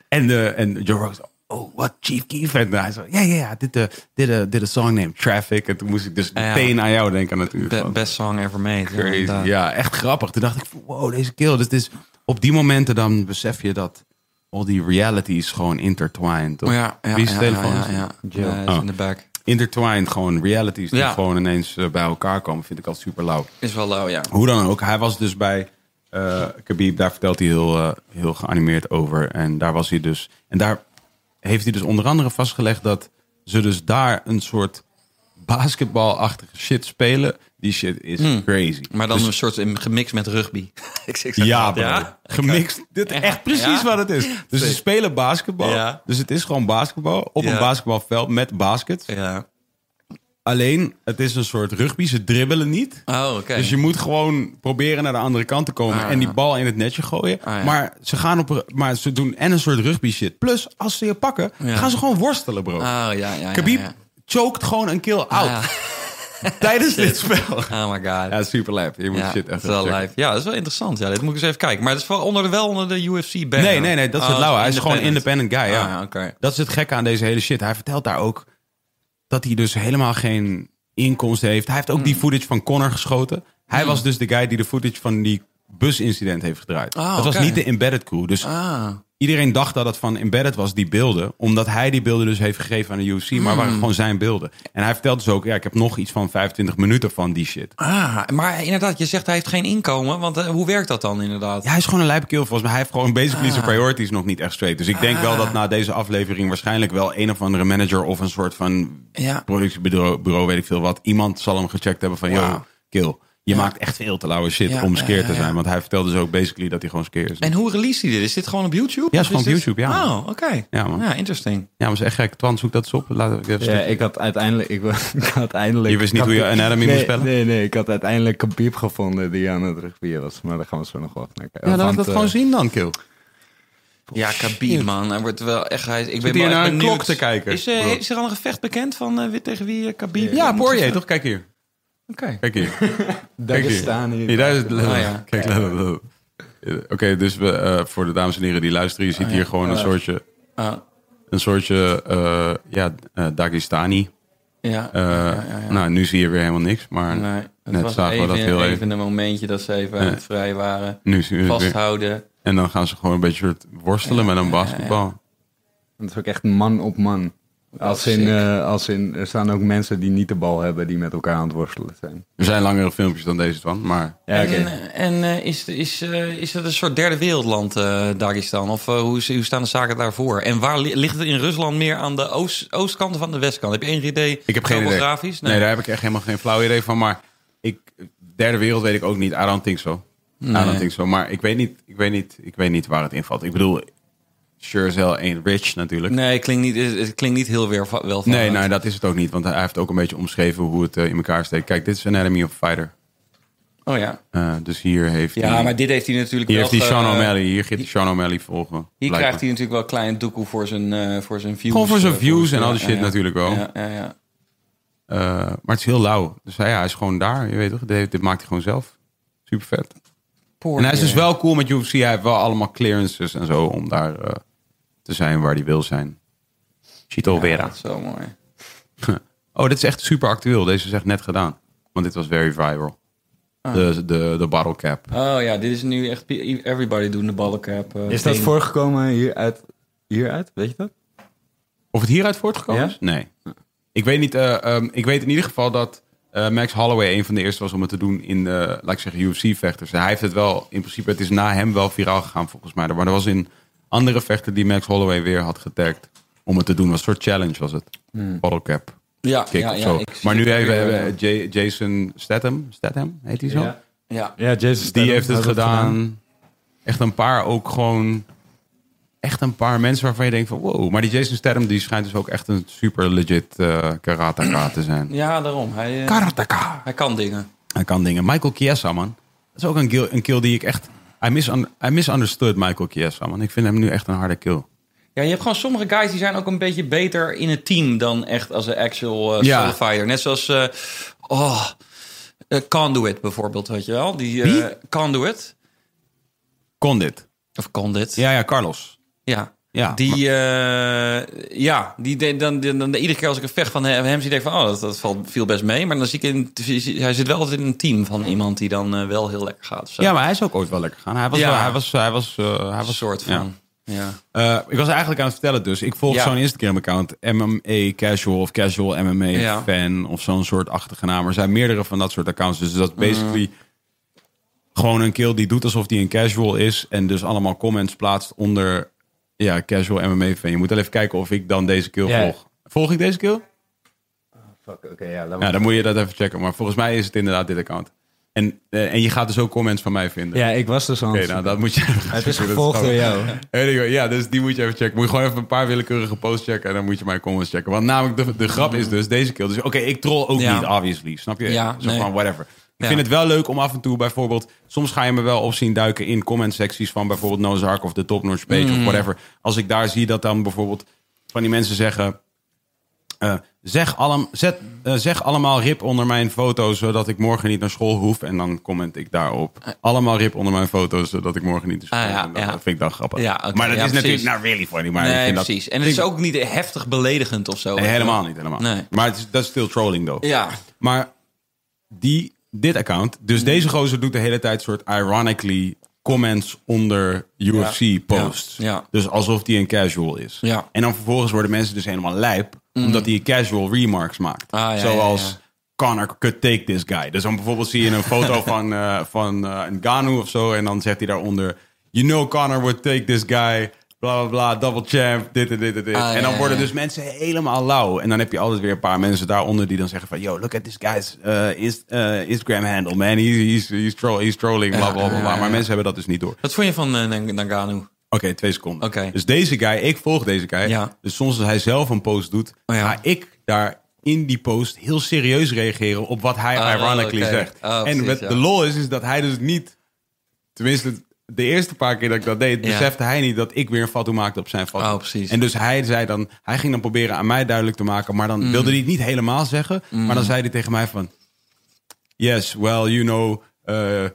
A: en, eh, en Joe Rogan zei, Oh, what Chief Keef? En hij zei: Ja, ja, ja, dit eh, dit eh, dit een song named Traffic. En toen moest ik dus
D: Ja, ja.
A: meteen aan jou denken, natuurlijk.
D: Be-
A: van,
D: best song ever made. ja,
A: Crazy.
D: inderdaad.
A: Ja, echt grappig. Toen dacht ik, van, wow, deze kill. Dus het is, op die momenten dan besef je dat al die reality is gewoon intertwined. Of,
D: Oh, ja, ja,
A: wie is de
D: ja,
A: telefoon?
D: Ja, ja,
A: Jill.
D: Ja, is
A: Oh.
D: in de back.
A: Intertwined, gewoon realities die
D: Ja.
A: gewoon ineens eh, bij elkaar komen. Vind ik al super lauw.
D: Is wel lauw, ja.
A: Hoe dan ook, hij was dus bij eh Khabib. Daar vertelt hij heel, eh, heel geanimeerd over. En daar was hij dus. En daar heeft hij dus onder andere vastgelegd dat ze dus daar een soort basketbalachtige shit spelen. Die shit is crazy.
D: Hmm. Maar dan
A: Dus-
D: een soort in- gemixt met rugby. ik, zeg- ik zeg
A: ja,
D: dat,
A: bro. Gemixt. Dit is echt precies
D: Ja.
A: wat het is. Dus ze spelen basketbal.
D: Ja.
A: Dus het is gewoon basketbal op
D: Ja.
A: een basketbalveld met baskets.
D: Ja. Oh,
A: Alleen, het is een soort rugby. Ze dribbelen niet.
D: Oh, oké.
A: Dus je moet gewoon proberen naar de andere kant te komen
D: Ah,
A: en die
D: ja.
A: bal in het netje gooien.
D: Ah, ja.
A: Maar ze gaan op, maar ze doen en een soort rugby shit. Plus, als ze je pakken,
D: Ja.
A: gaan ze gewoon worstelen, bro.
D: Oh, ja, ja, ja.
A: Khabib
D: ja.
A: choked gewoon een kill out
D: Ah,
A: tijdens dit spel.
D: ja. Oh my god.
A: Ja, super lijp. Je moet
D: Ja,
A: shit
D: dat
A: echt
D: is wel
A: checken.
D: live. Ja, dat is wel interessant. Ja, dit moet ik eens even kijken. Maar het is wel onder de, wel onder de UFC banner.
A: Nee, nee, nee, dat is
D: Oh,
A: het lauwe. Hij is gewoon independent guy, ja.
D: Ah, ja, oké.
A: Dat is het gekke aan deze hele shit. Hij vertelt daar ook dat hij dus helemaal geen inkomsten heeft. Hij heeft ook
D: Hmm.
A: die footage van Connor geschoten. Hij was dus de guy die de footage van die busincident heeft gedraaid.
D: Ah,
A: dat was
D: oké.
A: niet de embedded crew. Dus
D: Ah,
A: iedereen dacht dat het van embedded was, die beelden. Omdat hij die beelden dus heeft gegeven aan de UFC.
D: Hmm.
A: Maar waren gewoon zijn beelden. En hij vertelt dus ook, ja, ik heb nog iets van 25 minuten van die shit.
D: ah, maar inderdaad, je zegt hij heeft geen inkomen. Want eh, hoe werkt dat dan inderdaad?
A: Ja, hij is gewoon een lijpkill volgens mij. Hij heeft gewoon basically
D: Ah.
A: zijn priorities nog niet echt straight. Dus ik denk wel dat na deze aflevering waarschijnlijk wel een of andere manager of een soort van
D: Ja.
A: productiebureau, bureau, weet ik veel wat. Iemand zal hem gecheckt hebben van, yo,
D: Wauw.
A: kill. Je maakt echt veel te lauwe shit
D: Ja,
A: om
D: ja,
A: skeer
D: ja,
A: te
D: ja.
A: zijn. Want hij vertelde dus ook basically dat hij gewoon skeer is.
D: En hoe release hij dit? Is dit gewoon op YouTube?
A: Ja, is
D: Of
A: gewoon
D: dit-
A: op YouTube, ja.
D: Oh, oké.
A: Ja, man.
D: Ja, interesting.
A: Ja, maar is echt gek. Twan, zoek dat eens op. Laat ik even
C: Ja, ik had uiteindelijk... Ik, wa- ik had eindelijk
A: Je wist niet hoe je anatomy moest
C: nee,
A: spellen?
C: Nee, nee. Ik had uiteindelijk Khabib gevonden die aan het rugbier was. Maar daar gaan we zo nog wel naar kijken.
A: ja, laat
C: Want,
A: dat
C: eh,
A: gewoon zien dan, kill.
D: Ja, Khabib, man. Hij wordt wel echt... Hij, is- ik ben
A: hier
D: wel echt
A: naar een
D: benieuwd.
A: klok te kijken,
D: Is, eh,
A: bro.
D: is er al een gevecht bekend van eh, wie tegen wie eh, Khabib?
A: Ja,
D: moet
A: Poirier,
D: vechten?
A: toch? Kijk hier.
D: Oké.
A: Kijk hier.
C: eh, Daar
A: Kijk hier.
C: staan hier.
A: Nee, daar is het letterlijk.
D: Ah, ja.
A: Kijk, letterlijk. Oké, dus we, eh, voor de dames en heren die luisteren,
D: Oh,
A: je ziet hier gewoon een soortje,
D: Ah,
A: een soortje eh, ja, eh, Dagestani.
D: ja.
A: Eh, Nou, nu zie je weer helemaal niks, maar
D: Nee, het
A: net
D: was
A: zagen
D: even,
A: we dat heel
D: even.
A: even.
D: een momentje dat ze even aan het vrij waren.
A: Nu zien we het weer.
D: Vasthouden.
A: En dan gaan ze gewoon een beetje worstelen met een basketbal.
C: Dat is ook echt man op man.
A: Oh,
C: Als in, eh, als in, er staan ook mensen die niet de bal hebben, die met elkaar aan het worstelen zijn.
A: Er zijn langere filmpjes dan deze van, maar...
C: Ja, oké.
D: En, en eh, is, is, eh, is dat een soort derde wereldland, eh, Dagestan? Of eh, hoe, is- hoe staan de zaken daarvoor? En waar li- ligt het in Rusland meer aan de oost, oostkant of aan de westkant? Heb je enig idee?
A: Ik heb geen idee. Nee.
D: Topografisch? Nee.
A: daar heb ik echt helemaal geen flauw idee van. Maar ik, derde wereld weet ik ook niet. I don't think so. I don't think so. Maar ik weet niet, ik weet niet, ik weet niet waar het invalt. Ik bedoel, sure as hell ain't rich natuurlijk. Nee,
D: Nee, het klinkt niet, het het klinkt niet heel weer wel van.
A: nee, nou, dat is het ook niet. Want hij heeft ook een beetje omschreven hoe het eh, in elkaar steekt. Kijk, dit is Anatomy of a Fighter.
D: Oh ja.
A: Eh, dus hier heeft
D: Ja,
A: hij...
D: maar dit heeft hij natuurlijk
A: Hier
D: wel...
A: heeft hij
D: ge-
A: Sean O'Malley. Hier gaat hij Sean O'Malley volgen.
D: Hier
A: blijkbaar.
D: krijgt hij natuurlijk wel een klein doekoe voor zijn, eh, voor zijn views.
A: Gewoon voor zijn
D: eh,
A: views en
D: ja,
A: al die
D: ja,
A: shit
D: ja.
A: natuurlijk wel.
D: Ja, ja, ja.
A: Eh, maar het is heel lauw. Dus hij, ja, hij is gewoon daar. Je weet toch, dit, dit maakt hij gewoon zelf. Super vet. En hij is dus wel cool met UFC. Hij heeft wel allemaal clearances en zo om daar eh, te zijn waar hij wil zijn. Chito
D: Ja,
A: Vera.
D: dat is zo mooi.
A: Oh, dit is echt super actueel. Deze is echt net gedaan. Want dit was very viral. De, de, de bottle cap.
D: Oh ja, dit is nu echt... Everybody doing the ballencap. eh,
C: Is dat
D: ding.
C: voorgekomen hieruit? hieruit? Weet je dat?
A: Of het hieruit voortgekomen
C: Ja?
A: is? Nee. Ik weet niet. eh, ehm, ik weet in ieder geval dat eh, Max Holloway een van de eerste was om het te doen in de, laat ik zeggen, UFC-vechters. Hij heeft het wel, in principe, het is na hem wel viraal gegaan volgens mij. Maar er was een andere vechter die Max Holloway weer had getagd om het te doen. Was een soort challenge was het. Bottle cap.
D: Hmm. Ja,
A: Kick
D: ja,
A: of
D: ja,
A: zo.
D: ik zie
A: Maar nu
D: het
A: hebben
D: weer, eh,
A: we
D: ja.
A: J- Jason Statham. Statham heet hij zo?
D: Ja.
C: Ja, Jason
A: Die heeft het gedaan. Echt een paar ook gewoon... Echt een paar mensen waarvan je denkt van wow. Maar die Jason Statham die schijnt dus ook echt een super legit eh karateka te zijn.
D: ja, daarom. Hij, eh,
A: Karateka.
D: hij kan dingen.
A: Hij kan dingen. Michael Chiesa, man. Dat is ook een kill, een kill die ik echt... I, misun, I misunderstood Michael Chiesa, man. Ik vind hem nu echt een harde kill.
D: Ja, je hebt gewoon sommige guys die zijn ook een beetje beter in het team dan echt als een actual eh
A: Ja.
D: solo fighter. Net zoals eh oh, eh, Conduit bijvoorbeeld, weet je wel? Die eh, Conduit
A: Kon dit.
D: of Condit.
A: Ja, ja, Carlos.
D: Ja.
A: Ja,
D: die, eh, ja, die de- dan, dan, dan- iedere keer als ik een vecht van hem, hem zie, denk ik van, oh, dat, dat valt, viel best mee. Maar dan zie ik, in, hij zit wel altijd in een team van iemand die dan eh, wel heel lekker gaat. of zo.
A: Ja, maar hij is ook ooit wel lekker gaan. Hij was,
D: Ja.
A: wel- hij was, hij was, eh, hij was
D: een soort
A: ja.
D: van. Ja.
A: Eh, ik was eigenlijk aan het vertellen dus. Ik volg
D: Ja.
A: zo'n Instagram-account. MMA E Casual of Casual MMA
D: Ja.
A: Fan of zo'n soort achtige naam. Er zijn meerdere van dat soort accounts. Dus dat is
D: Mhm.
A: basically gewoon een kill die doet alsof die een casual is. En dus allemaal comments plaatst onder ja, Casual MMA Fan. Je moet wel even kijken of ik dan deze kill
C: Ja.
A: volg. Volg ik deze kill?
C: Fuck, oké, ja, laat
A: Ja,
C: maar.
A: dan moet je dat even checken. Maar volgens mij is het inderdaad dit account. En, eh, en je gaat dus ook comments van mij vinden.
C: ja, ik was dus aan
A: Oké,
C: het
A: nou dat moet je even gaan
C: Het
A: zoeken.
C: is
A: Dat
C: gevolgd door
A: gewoon-
C: jou.
A: Anyway, ja, dus die moet je even checken. Moet je gewoon even een paar willekeurige posts checken en dan moet je mijn comments checken. Want namelijk, de, de grap is dus deze keer. Dus oké, ik troll ook
D: Ja.
A: niet, obviously. Snap je?
D: Ja,
A: Zo
D: nee.
A: van whatever. Ik
D: Ja.
A: vind het wel leuk om af en toe bijvoorbeeld... Soms ga je me wel op zien duiken in comment secties van bijvoorbeeld Nozark of de Top Notch page
D: Mm.
A: of whatever. Als ik daar zie dat dan bijvoorbeeld van die mensen zeggen... Eh, zeg, allem, zet, eh, zeg allemaal rip onder mijn foto, zodat ik morgen niet naar school hoef. En dan comment ik daarop. Allemaal rip onder mijn foto, zodat ik morgen niet naar school
D: Eh. Ah, ja,
A: hoef. En dat
D: ja.
A: vind ik dan grappig.
D: Ja, oké,
A: maar dat
D: ja,
A: is natuurlijk
D: precies.
A: nou really funny. Maar ik
D: Nee,
A: vind dat-
D: precies. En het is ook niet heftig beledigend of zo.
A: Nee, helemaal niet, helemaal.
D: Nee.
A: Maar het is- dat is still trolling, though.
D: Ja. Mm.
A: Maar die, dit account, dus deze gozer doet de hele tijd soort ironically comments onder UFC posts.
D: Ja. Ja.
A: Dus alsof die een casual is.
D: Ja. Mm.
A: En dan vervolgens worden mensen dus helemaal lijp, omdat hij casual remarks maakt.
D: Ah, ja,
A: Zoals
D: ja, ja.
A: Connor could take this guy. Dus dan bijvoorbeeld zie je een foto van, eh van eh, een Ganu of zo. En dan zegt hij daaronder: You know, Connor would take this guy. Bla bla bla, double champ, dit en dit en dit.
D: Ah,
A: en dan
D: ja,
A: worden
D: ja.
A: dus mensen helemaal lauw. En dan heb je altijd weer een paar mensen daaronder die dan zeggen van... Yo, look at this guy's eh, inst- eh, Instagram handle, man. He's, he's, he's, troll, he's trolling, bla bla bla. bla. Maar mensen hebben dat dus niet door.
D: Wat vond je van eh, Nang- Nagano?
A: Oké, twee seconden.
D: Oké.
A: Dus deze guy, ik volg deze guy.
D: Ja.
A: Dus soms als hij zelf een post doet,
D: Oh ja.
A: ga ik daar in die post heel serieus reageren op wat hij
D: Ah,
A: ironically
D: oké.
A: zegt.
D: Ah,
A: en
D: precies,
A: met
D: ja.
A: de lol is, is dat hij dus niet, tenminste de eerste paar keer dat ik dat deed,
D: Ja.
A: besefte hij niet dat ik weer een foto maakte op zijn foto.
D: Oh, precies.
A: En dus hij zei dan, hij ging dan proberen aan mij duidelijk te maken, maar
D: Mm.
A: dan wilde hij het niet helemaal zeggen, maar dan zei hij tegen mij van, Yes, well, you know, uh,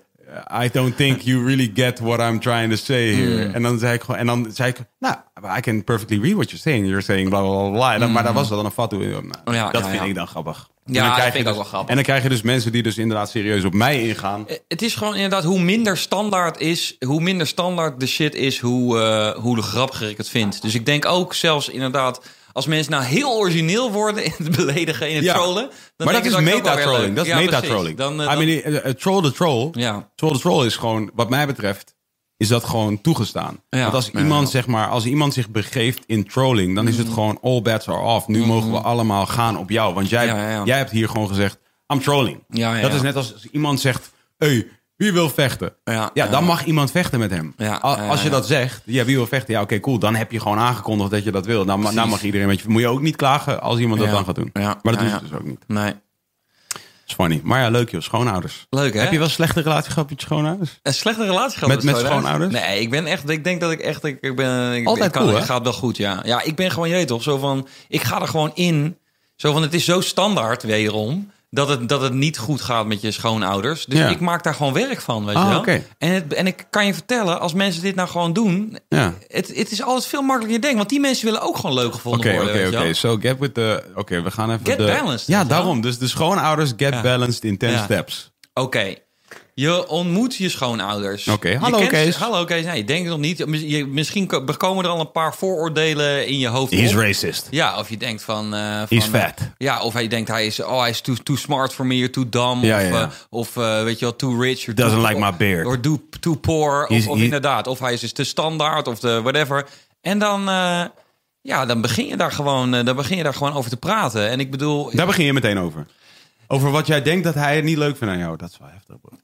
A: I don't think you really get what I'm trying to say here.
D: Mm.
A: En dan zei ik gewoon, en dan zei ik, nou, I can perfectly read what you're saying. You're saying bla bla bla, bla. En dan, Maar daar was dan een fatu. Nou,
D: ja,
A: dat
D: ja,
A: vind
D: ja.
A: ik dan grappig. En
D: Ja,
A: dan
D: dat
A: krijg
D: vind
A: je dus-
D: ik ook wel grappig.
A: En dan krijg je dus mensen die dus inderdaad serieus op mij ingaan.
D: Eh, Het is gewoon inderdaad, hoe minder standaard is, hoe minder standaard de shit is, hoe, eh hoe de grappiger ik het vind. Dus ik denk ook zelfs inderdaad, Als mensen nou heel origineel worden in het beledigen, in het
A: Ja.
D: trollen... Dan
A: maar dat
D: denk
A: is
D: ik ook wel weer
A: meta-trolling.
D: leuk.
A: Dat is
D: Ja, precies.
A: meta-trolling.
D: Dan, eh,
A: I
D: dan-
A: mean, eh, eh, troll the troll.
D: Ja.
A: Troll the troll is gewoon, wat mij betreft, is dat gewoon toegestaan.
D: Ja.
A: Want als
D: Ja. Mm.
A: iemand, zeg maar, als iemand zich begeeft in trolling, dan is het gewoon all bets are off. Nu mogen we allemaal gaan op jou. Want jij,
D: Mm-hmm. Ja, ja, ja.
A: jij hebt hier gewoon gezegd, I'm trolling.
D: Ja, ja,
A: dat
D: ja.
A: is net als als iemand zegt, hey, wie wil vechten?
D: Ja, ja.
A: dan mag iemand vechten met hem.
D: Ja,
A: Al-
D: ja,
A: als je
D: ja.
A: dat zegt, ja, wie wil vechten? Ja, oké, cool. Dan heb je gewoon aangekondigd dat je dat wil. Nou, ma- nou mag iedereen met je. Moet je ook niet klagen als iemand dat
D: Ja.
A: dan gaat doen.
D: Ja,
A: Maar dat
D: ja,
A: doen ze
D: ja.
A: dus ook niet.
D: Nee.
A: Dat is funny. Maar ja, leuk joh, schoonouders.
D: Leuk, hè?
A: Heb je wel slechte relatie gehad met je schoonouders?
D: Een slechte relatie gehad
A: Met- met
D: schoonheid?
A: schoonouders?
D: Nee, ik ben echt. Ik denk dat ik echt. Ik, ik ben. Ik,
A: Altijd
D: ik kan,
A: cool,
D: ik
A: hè?
D: gaat wel goed, ja. Ja, ik ben gewoon je weet toch? Zo van. Ik ga er gewoon in. Zo van. Het is zo standaard wederom. Dat het, dat het niet goed gaat met je schoonouders. Dus
A: Ja.
D: ik maak daar gewoon werk van, weet
A: Ah,
D: je wel.
A: oké.
D: En, het, en ik kan je vertellen, als mensen dit nou gewoon doen...
A: Ja.
D: Het, het is altijd veel makkelijker dan je denkt. Want die mensen willen ook gewoon leuk gevonden
A: Oké,
D: worden,
A: oké,
D: weet je
A: oké.
D: wel.
A: So get with the... Oké, we gaan even
D: Get
A: de...
D: balanced,
A: Ja,
D: weet je wel?
A: daarom. Dus de schoonouders get
D: Ja.
A: balanced in 10
D: Ja.
A: steps.
D: Oké. Je ontmoet je schoonouders.
A: Oké,
D: Je
A: hallo
D: kent ze-
A: Kees.
D: Hallo Kees. Nee, ik denk nog niet. Mis- je- Misschien ko- komen er al een paar vooroordelen in je hoofd
A: He's
D: op.
A: racist.
D: Ja, of je denkt van... eh, van
A: He's fat.
D: eh, ja, of hij denkt hij is... Oh, hij is too, too smart for me, or too dumb.
A: Ja,
D: of
A: ja, ja.
D: eh, of eh, weet je wel, too rich. Or
A: Doesn't
D: too,
A: like my beard.
D: Or do, too poor.
A: He's-
D: Of, of
A: he-
D: inderdaad, of hij is dus te standaard of de whatever. En dan... eh, ja, dan begin, je daar gewoon, eh, dan begin je daar gewoon over te praten. En ik bedoel...
A: Daar begin je meteen over. Over wat jij denkt dat hij niet leuk vindt aan jou. Dat is wel heftig, bro.
D: Eh,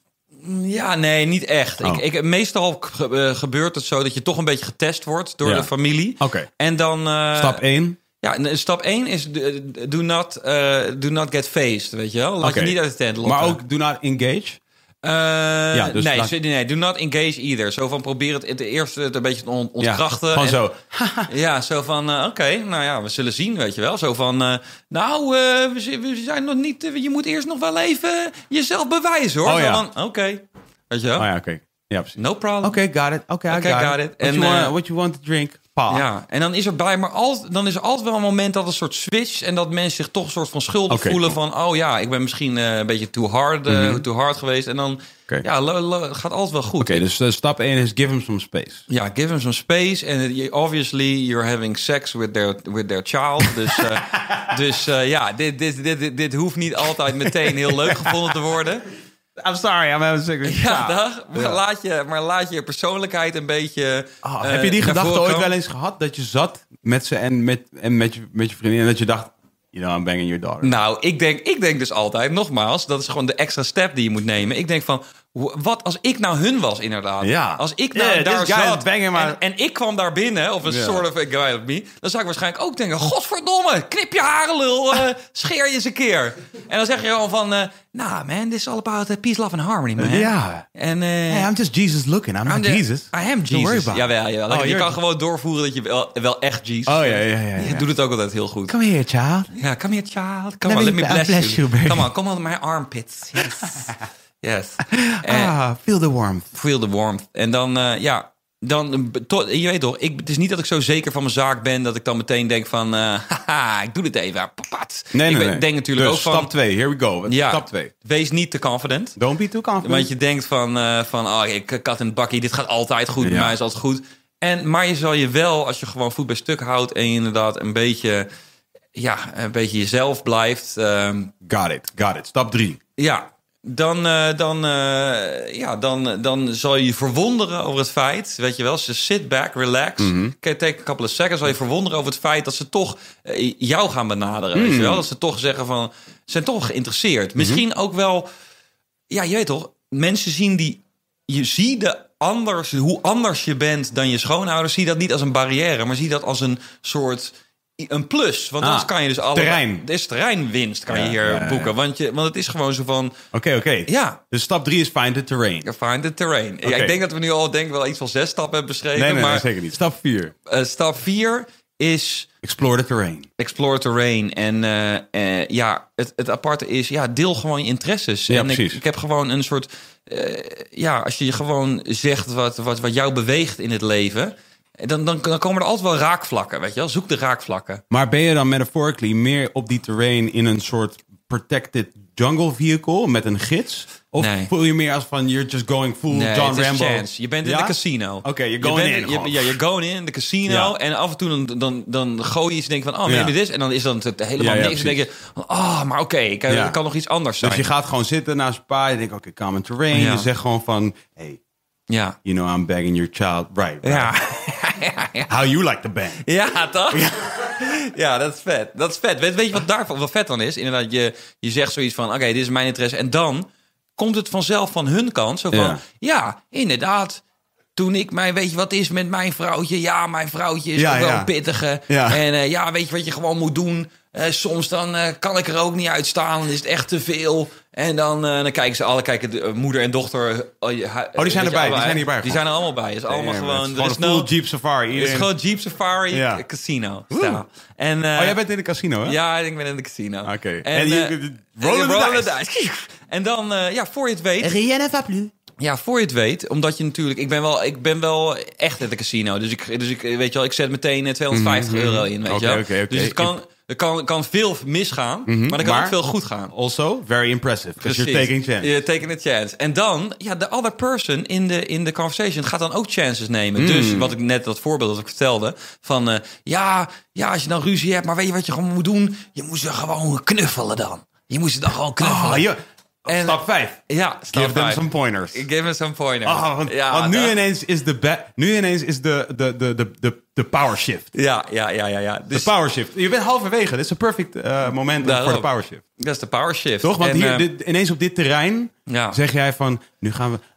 D: Ja, nee, niet echt.
A: Oh.
D: Ik, ik, meestal ge- eh, gebeurt het zo dat je toch een beetje getest wordt door
A: Ja.
D: de familie.
A: Oké.
D: En dan... eh,
A: Stap 1.
D: Ja, en, eh, stap 1 is eh, do not, eh, do not get faced, weet je wel. Laat
A: Oké.
D: je niet uit de tent lokken.
A: Maar ook do not engage.
D: Eh,
A: dus
D: nee,
A: laat-
D: ze- nee, do not engage either. Zo van probeer het, het eerst het een beetje te ont- ontkrachten.
A: Ja, gewoon
D: en-
A: zo. Oh
D: ja, zo van, eh, oké, nou ja, we zullen zien, weet je wel. Zo van, eh, nou, eh, we, zi- we zijn nog niet... eh, je moet eerst nog wel even jezelf bewijzen, hoor.
A: Oh
D: Zo
A: ja.
D: van, Oké, weet je wel.
A: Oh ja, oké. Ja, precies.
D: No problem.
A: Oké, got it. Oké, I
D: Oké,
A: got,
D: got
A: it.
D: it.
A: What,
D: En,
A: you want,
D: eh,
A: what you want to drink? Pa.
D: Ja, en dan is er bij, maar al, dan is er altijd wel een moment dat een soort switch en dat mensen zich toch een soort van schuldig
A: Oké,
D: voelen
A: cool.
D: van, oh ja, ik ben misschien eh, een beetje too hard, eh, too hard geweest. En dan,
A: Oké.
D: ja, lo- lo- het gaat altijd wel goed.
A: Oké, dus eh, stap 1 is give him some space.
D: Ja, give them some space. En je- obviously you're having sex with their, with their child. Dus, eh, dus eh, ja, dit, dit, dit, dit, dit hoeft niet altijd meteen heel leuk gevonden te worden.
A: I'm sorry, I'm having sex with you.
D: Ja, dag. Maar, Laat je, maar laat je persoonlijkheid een beetje...
A: Ah,
D: eh,
A: heb je die
D: naar
A: gedachte
D: voren
A: ooit
D: komen.
A: wel eens gehad dat je zat met ze en met, en met, je, met je vriendin en dat je dacht, you know, I'm banging your daughter.
D: Nou, ik denk, ik denk dus altijd, nogmaals, dat is gewoon de extra step die je moet nemen. Ik denk van, w- wat als ik nou hun was inderdaad?
A: Ja.
D: Als ik nou
A: Yeah, this
D: daar
A: guy is
D: zat
A: banging, maar-
D: en, en ik kwam daar binnen, of een
A: Ja.
D: sort of a guy like me, dan zou ik waarschijnlijk ook denken, godverdomme, knip je haren lul, eh, scheer je eens een keer. En dan zeg je gewoon van, eh nah man, this is all about eh, peace, love and harmony man.
A: Ja.
D: En, eh,
A: Hey, I'm just Jesus looking. I'm, not
D: de-
A: Jesus.
D: I am
A: Don't worry
D: Jesus.
A: about it.
D: Jawel, jawel.
A: Oh,
D: je
A: you're-
D: kan gewoon doorvoeren dat je wel, wel echt Jesus
A: Oh, ja,
D: bent.
A: ja, ja, ja, ja.
D: Je doet het ook altijd heel goed.
A: Come here, child.
D: Ja, come here, child. Come
A: Let me-
D: on, let me
A: I
D: bless,
A: bless
D: you.
A: you, baby.
D: Come on, come on, my armpits. Yes. yes. En
A: Ah, feel the warmth.
D: Feel the warmth. En dan, eh, ja, dan, eh, be- tot- je weet toch, ik, het is niet dat ik zo zeker van mijn zaak ben dat ik dan meteen denk van, eh, haha, ik doe dit even. Papat.
A: Nee,
D: ik
A: nee,
D: ben-
A: nee.
D: denk natuurlijk
A: Dus
D: ook van,
A: stap 2, here we go.
D: ja,
A: Stap 2.
D: wees niet te confident.
A: Don't be too confident.
D: Want je denkt van, eh, van oh, ik kat in het bakkie, dit gaat altijd goed, bij
A: Ja.
D: mij is altijd goed. En, maar je zal je wel, als je gewoon voet bij stuk houdt en je inderdaad een beetje, ja, een beetje jezelf blijft... ehm,
A: Got it, got it. Stap 3.
D: ja, dan, eh, dan, eh, ja, dan, dan zal je je verwonderen over het feit, weet je wel, ze sit back, relax, take take a couple of seconds, zal je verwonderen over het feit dat ze toch eh, jou gaan benaderen, weet je wel, dat ze toch zeggen van, ze zijn toch geïnteresseerd. Misschien ook wel, ja, je weet toch, mensen zien die, je ziet de anders, hoe anders je bent dan je schoonouders, zie dat niet als een barrière, maar zie dat als een soort een plus, want
A: Ah,
D: anders kan je dus alle
A: terrein.
D: Er is terreinwinst kan je
A: Ja,
D: hier
A: ja, ja.
D: boeken. Want, je, want het is gewoon zo van,
A: Oké, oké.
D: ja,
A: Dus stap 3 is find the terrain.
D: you find the terrain. Ja,
A: Oké.
D: ik denk dat we nu al denk ik wel iets van zes stappen hebben beschreven.
A: Nee, nee,
D: maar
A: nee, zeker niet. Stap 4,
D: eh, stap vier is
A: explore the terrain.
D: explore terrain. En eh, eh, ja, het, het aparte is, ja, deel gewoon je interesses.
A: Ja,
D: en ik,
A: precies.
D: ik heb gewoon een soort, eh, ja, als je gewoon zegt wat, wat, wat jou beweegt in het leven... eh, Dan, dan, dan komen er altijd wel raakvlakken, weet je wel? Zoek de raakvlakken.
A: Maar ben je dan metaphorically meer op die terrain in een soort protected jungle vehicle met een gids? Of
D: Nee.
A: voel je meer als van you're just going full
D: Nee,
A: John
D: het is
A: Rambo?
D: chance. Je bent in
A: Ja?
D: de casino.
A: Oké, you're
D: je
A: going
D: bent
A: in
D: je-
A: gewoon. Dus
D: ja, you're going in de casino.
A: Ja.
D: En af en toe dan, dan, dan gooi je iets en denk van, oh,
A: Ja.
D: maybe this. En dan is dat het helemaal
A: Ja, ja,
D: niks. En dan denk je, van, oh, maar oké, ik-
A: Ja.
D: het kan nog iets anders zijn.
A: Dus je gaat gewoon zitten naast een paar. Je denkt, oké, common terrain.
D: Ja.
A: Je zegt gewoon van, hey,
D: Ja.
A: you know I'm banging your child. Right. right.
D: Ja.
A: How you like to bang.
D: Ja, toch? Ja. dat is vet. Dat is vet. Weet, weet je wat daarvan wat vet dan is? Inderdaad, je, je zegt zoiets van, oké, dit is mijn interesse. En dan komt het vanzelf van hun kant. Zo van, ja,
A: Ja.
D: inderdaad. Toen ik mij, weet je wat is met mijn vrouwtje? Ja, mijn vrouwtje is
A: Ja,
D: toch wel
A: ja.
D: een pittige.
A: Ja.
D: En eh, ja, weet je wat je gewoon moet doen? Eh, soms dan eh, kan ik er ook niet uitstaan. Dan is het echt te veel. En dan, eh, dan kijken ze alle, kijken de, eh, moeder en dochter. Oh, die
A: erbij, die zijn hierbij
D: Die
A: gewoon.
D: zijn er allemaal bij. Het is allemaal
A: Ja, maar
D: gewoon...
A: het is
D: er
A: gewoon
D: is
A: een full
D: no-
A: Jeep Safari.
D: het is
A: Iedereen-
D: gewoon Jeep Safari
A: Ja.
D: Casino.
A: Oeh.
D: stijl. En, eh,
A: Oh, jij bent in de casino, hè?
D: Ja, ik denk ik ben in de casino.
A: Oké.
D: En,
A: En je-
D: eh,
A: rollen de
D: rollen
A: dice.
D: dice. En dan, eh, ja, voor je het weet...
F: Rien ne va plus.
D: Ja, voor je het weet, omdat je natuurlijk... Ik ben wel, ik ben wel echt in de casino. Dus ik, dus ik, eh, weet je wel, ik zet meteen eh, 250 euro in, weet
A: Mhm, Oké,
D: je wel.
A: oké, oké.
D: Dus het kan, er kan, kan veel misgaan, maar er kan
A: maar-
D: ook veel goed gaan.
A: Also, very impressive. Because you're
D: Precies.
A: taking chance.
D: You're taking a chance. En dan, ja, de other person in de in de conversation gaat dan ook chances nemen.
A: Hmm.
D: Dus wat ik net dat voorbeeld dat ik vertelde van eh, ja, ja, als je dan ruzie hebt, maar weet je wat je gewoon moet doen? Je moet ze gewoon knuffelen dan. Je moet ze dan gewoon knuffelen.
A: Ah, joh.
D: En-
A: Stap 5.
D: Ja, snap
A: Give them
D: ik.
A: some pointers.
D: Ik Give them some pointers.
A: Ah, want,
D: ja,
A: want nu,
D: dat-
A: ineens is de ba- nu ineens is de, de, de, de, de, de power shift.
D: Ja, ja, ja, ja, ja.
A: De
D: Dus
A: power shift. Je bent halverwege. Dit is een perfect eh, moment
D: Daarom.
A: voor de power shift.
D: dat is de power shift.
A: Toch? Want
D: En,
A: hier,
D: eh,
A: dit- ineens op dit terrein
D: ja.
A: zeg jij van... Nu gaan we... Vind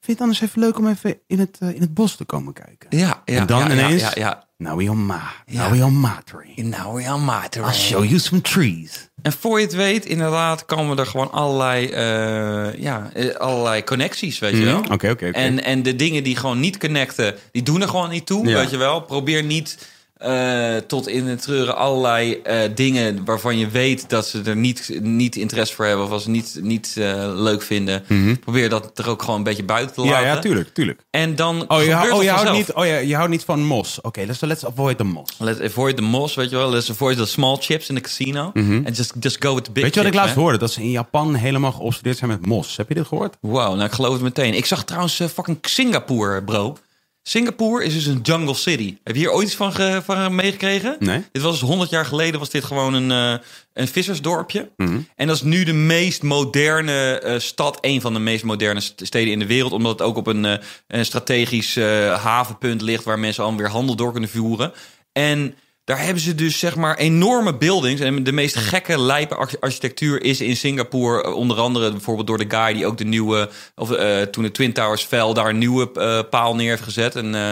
A: je het anders even leuk om even in het, eh, in het bos te komen kijken?
D: ja, ja,
A: en dan
D: ja, ja,
A: ineens...
D: Ja, ja.
A: Now we on ma.
D: Ja.
A: Now we on ma terrain.
D: Nou, we are my
A: I'll
D: terrain.
A: show you some trees.
D: En voor je het weet, inderdaad, komen er gewoon allerlei, eh, ja, eh, allerlei connecties, weet je wel.
A: Mhm, oké, oké, oké.
D: En, en de dingen die gewoon niet connecten, die doen er gewoon niet toe,
A: Ja.
D: weet je wel. Probeer niet eh, tot in de treuren allerlei eh, dingen waarvan je weet dat ze er niet, niet interesse voor hebben of als ze niet, niet eh, leuk vinden. Probeer dat er ook gewoon een beetje buiten te
A: Mhm. Ja,
D: laten.
A: ja, tuurlijk, tuurlijk.
D: En dan
A: Oh, je,
D: gebeurt
A: hou-
D: het
A: oh, je, houdt
D: vanzelf.
A: niet, oh ja, je houdt niet van mos. Oké, let's, let's avoid the mos.
D: Let's avoid the moss, weet je wel. Let's avoid the small chips in the casino. And just, just go with the big
A: Mhm. Weet je wat ik
D: chips,
A: laatst
D: hè?
A: hoorde? Dat ze in Japan helemaal geobsedeerd zijn met mos. Heb je dit gehoord?
D: Wow, nou ik geloof het meteen. Ik zag trouwens eh, fucking Singapore, bro. Singapore is dus een jungle city. Heb je hier ooit iets van, ge- van meegekregen?
A: Nee.
D: Dit was dus 100 jaar geleden was dit gewoon een, eh, een vissersdorpje. En dat is nu de meest moderne eh, stad. Een van de meest moderne st- steden in de wereld. Omdat het ook op een, eh, een strategisch eh, havenpunt ligt... waar mensen alweer handel door kunnen voeren. En daar hebben ze dus zeg maar enorme buildings. En de meest gekke lijpe arch- architectuur is in Singapore. eh, Onder andere bijvoorbeeld door de guy die ook de nieuwe... of eh, toen de Twin Towers fel daar een nieuwe eh, paal neer heeft gezet. En... eh,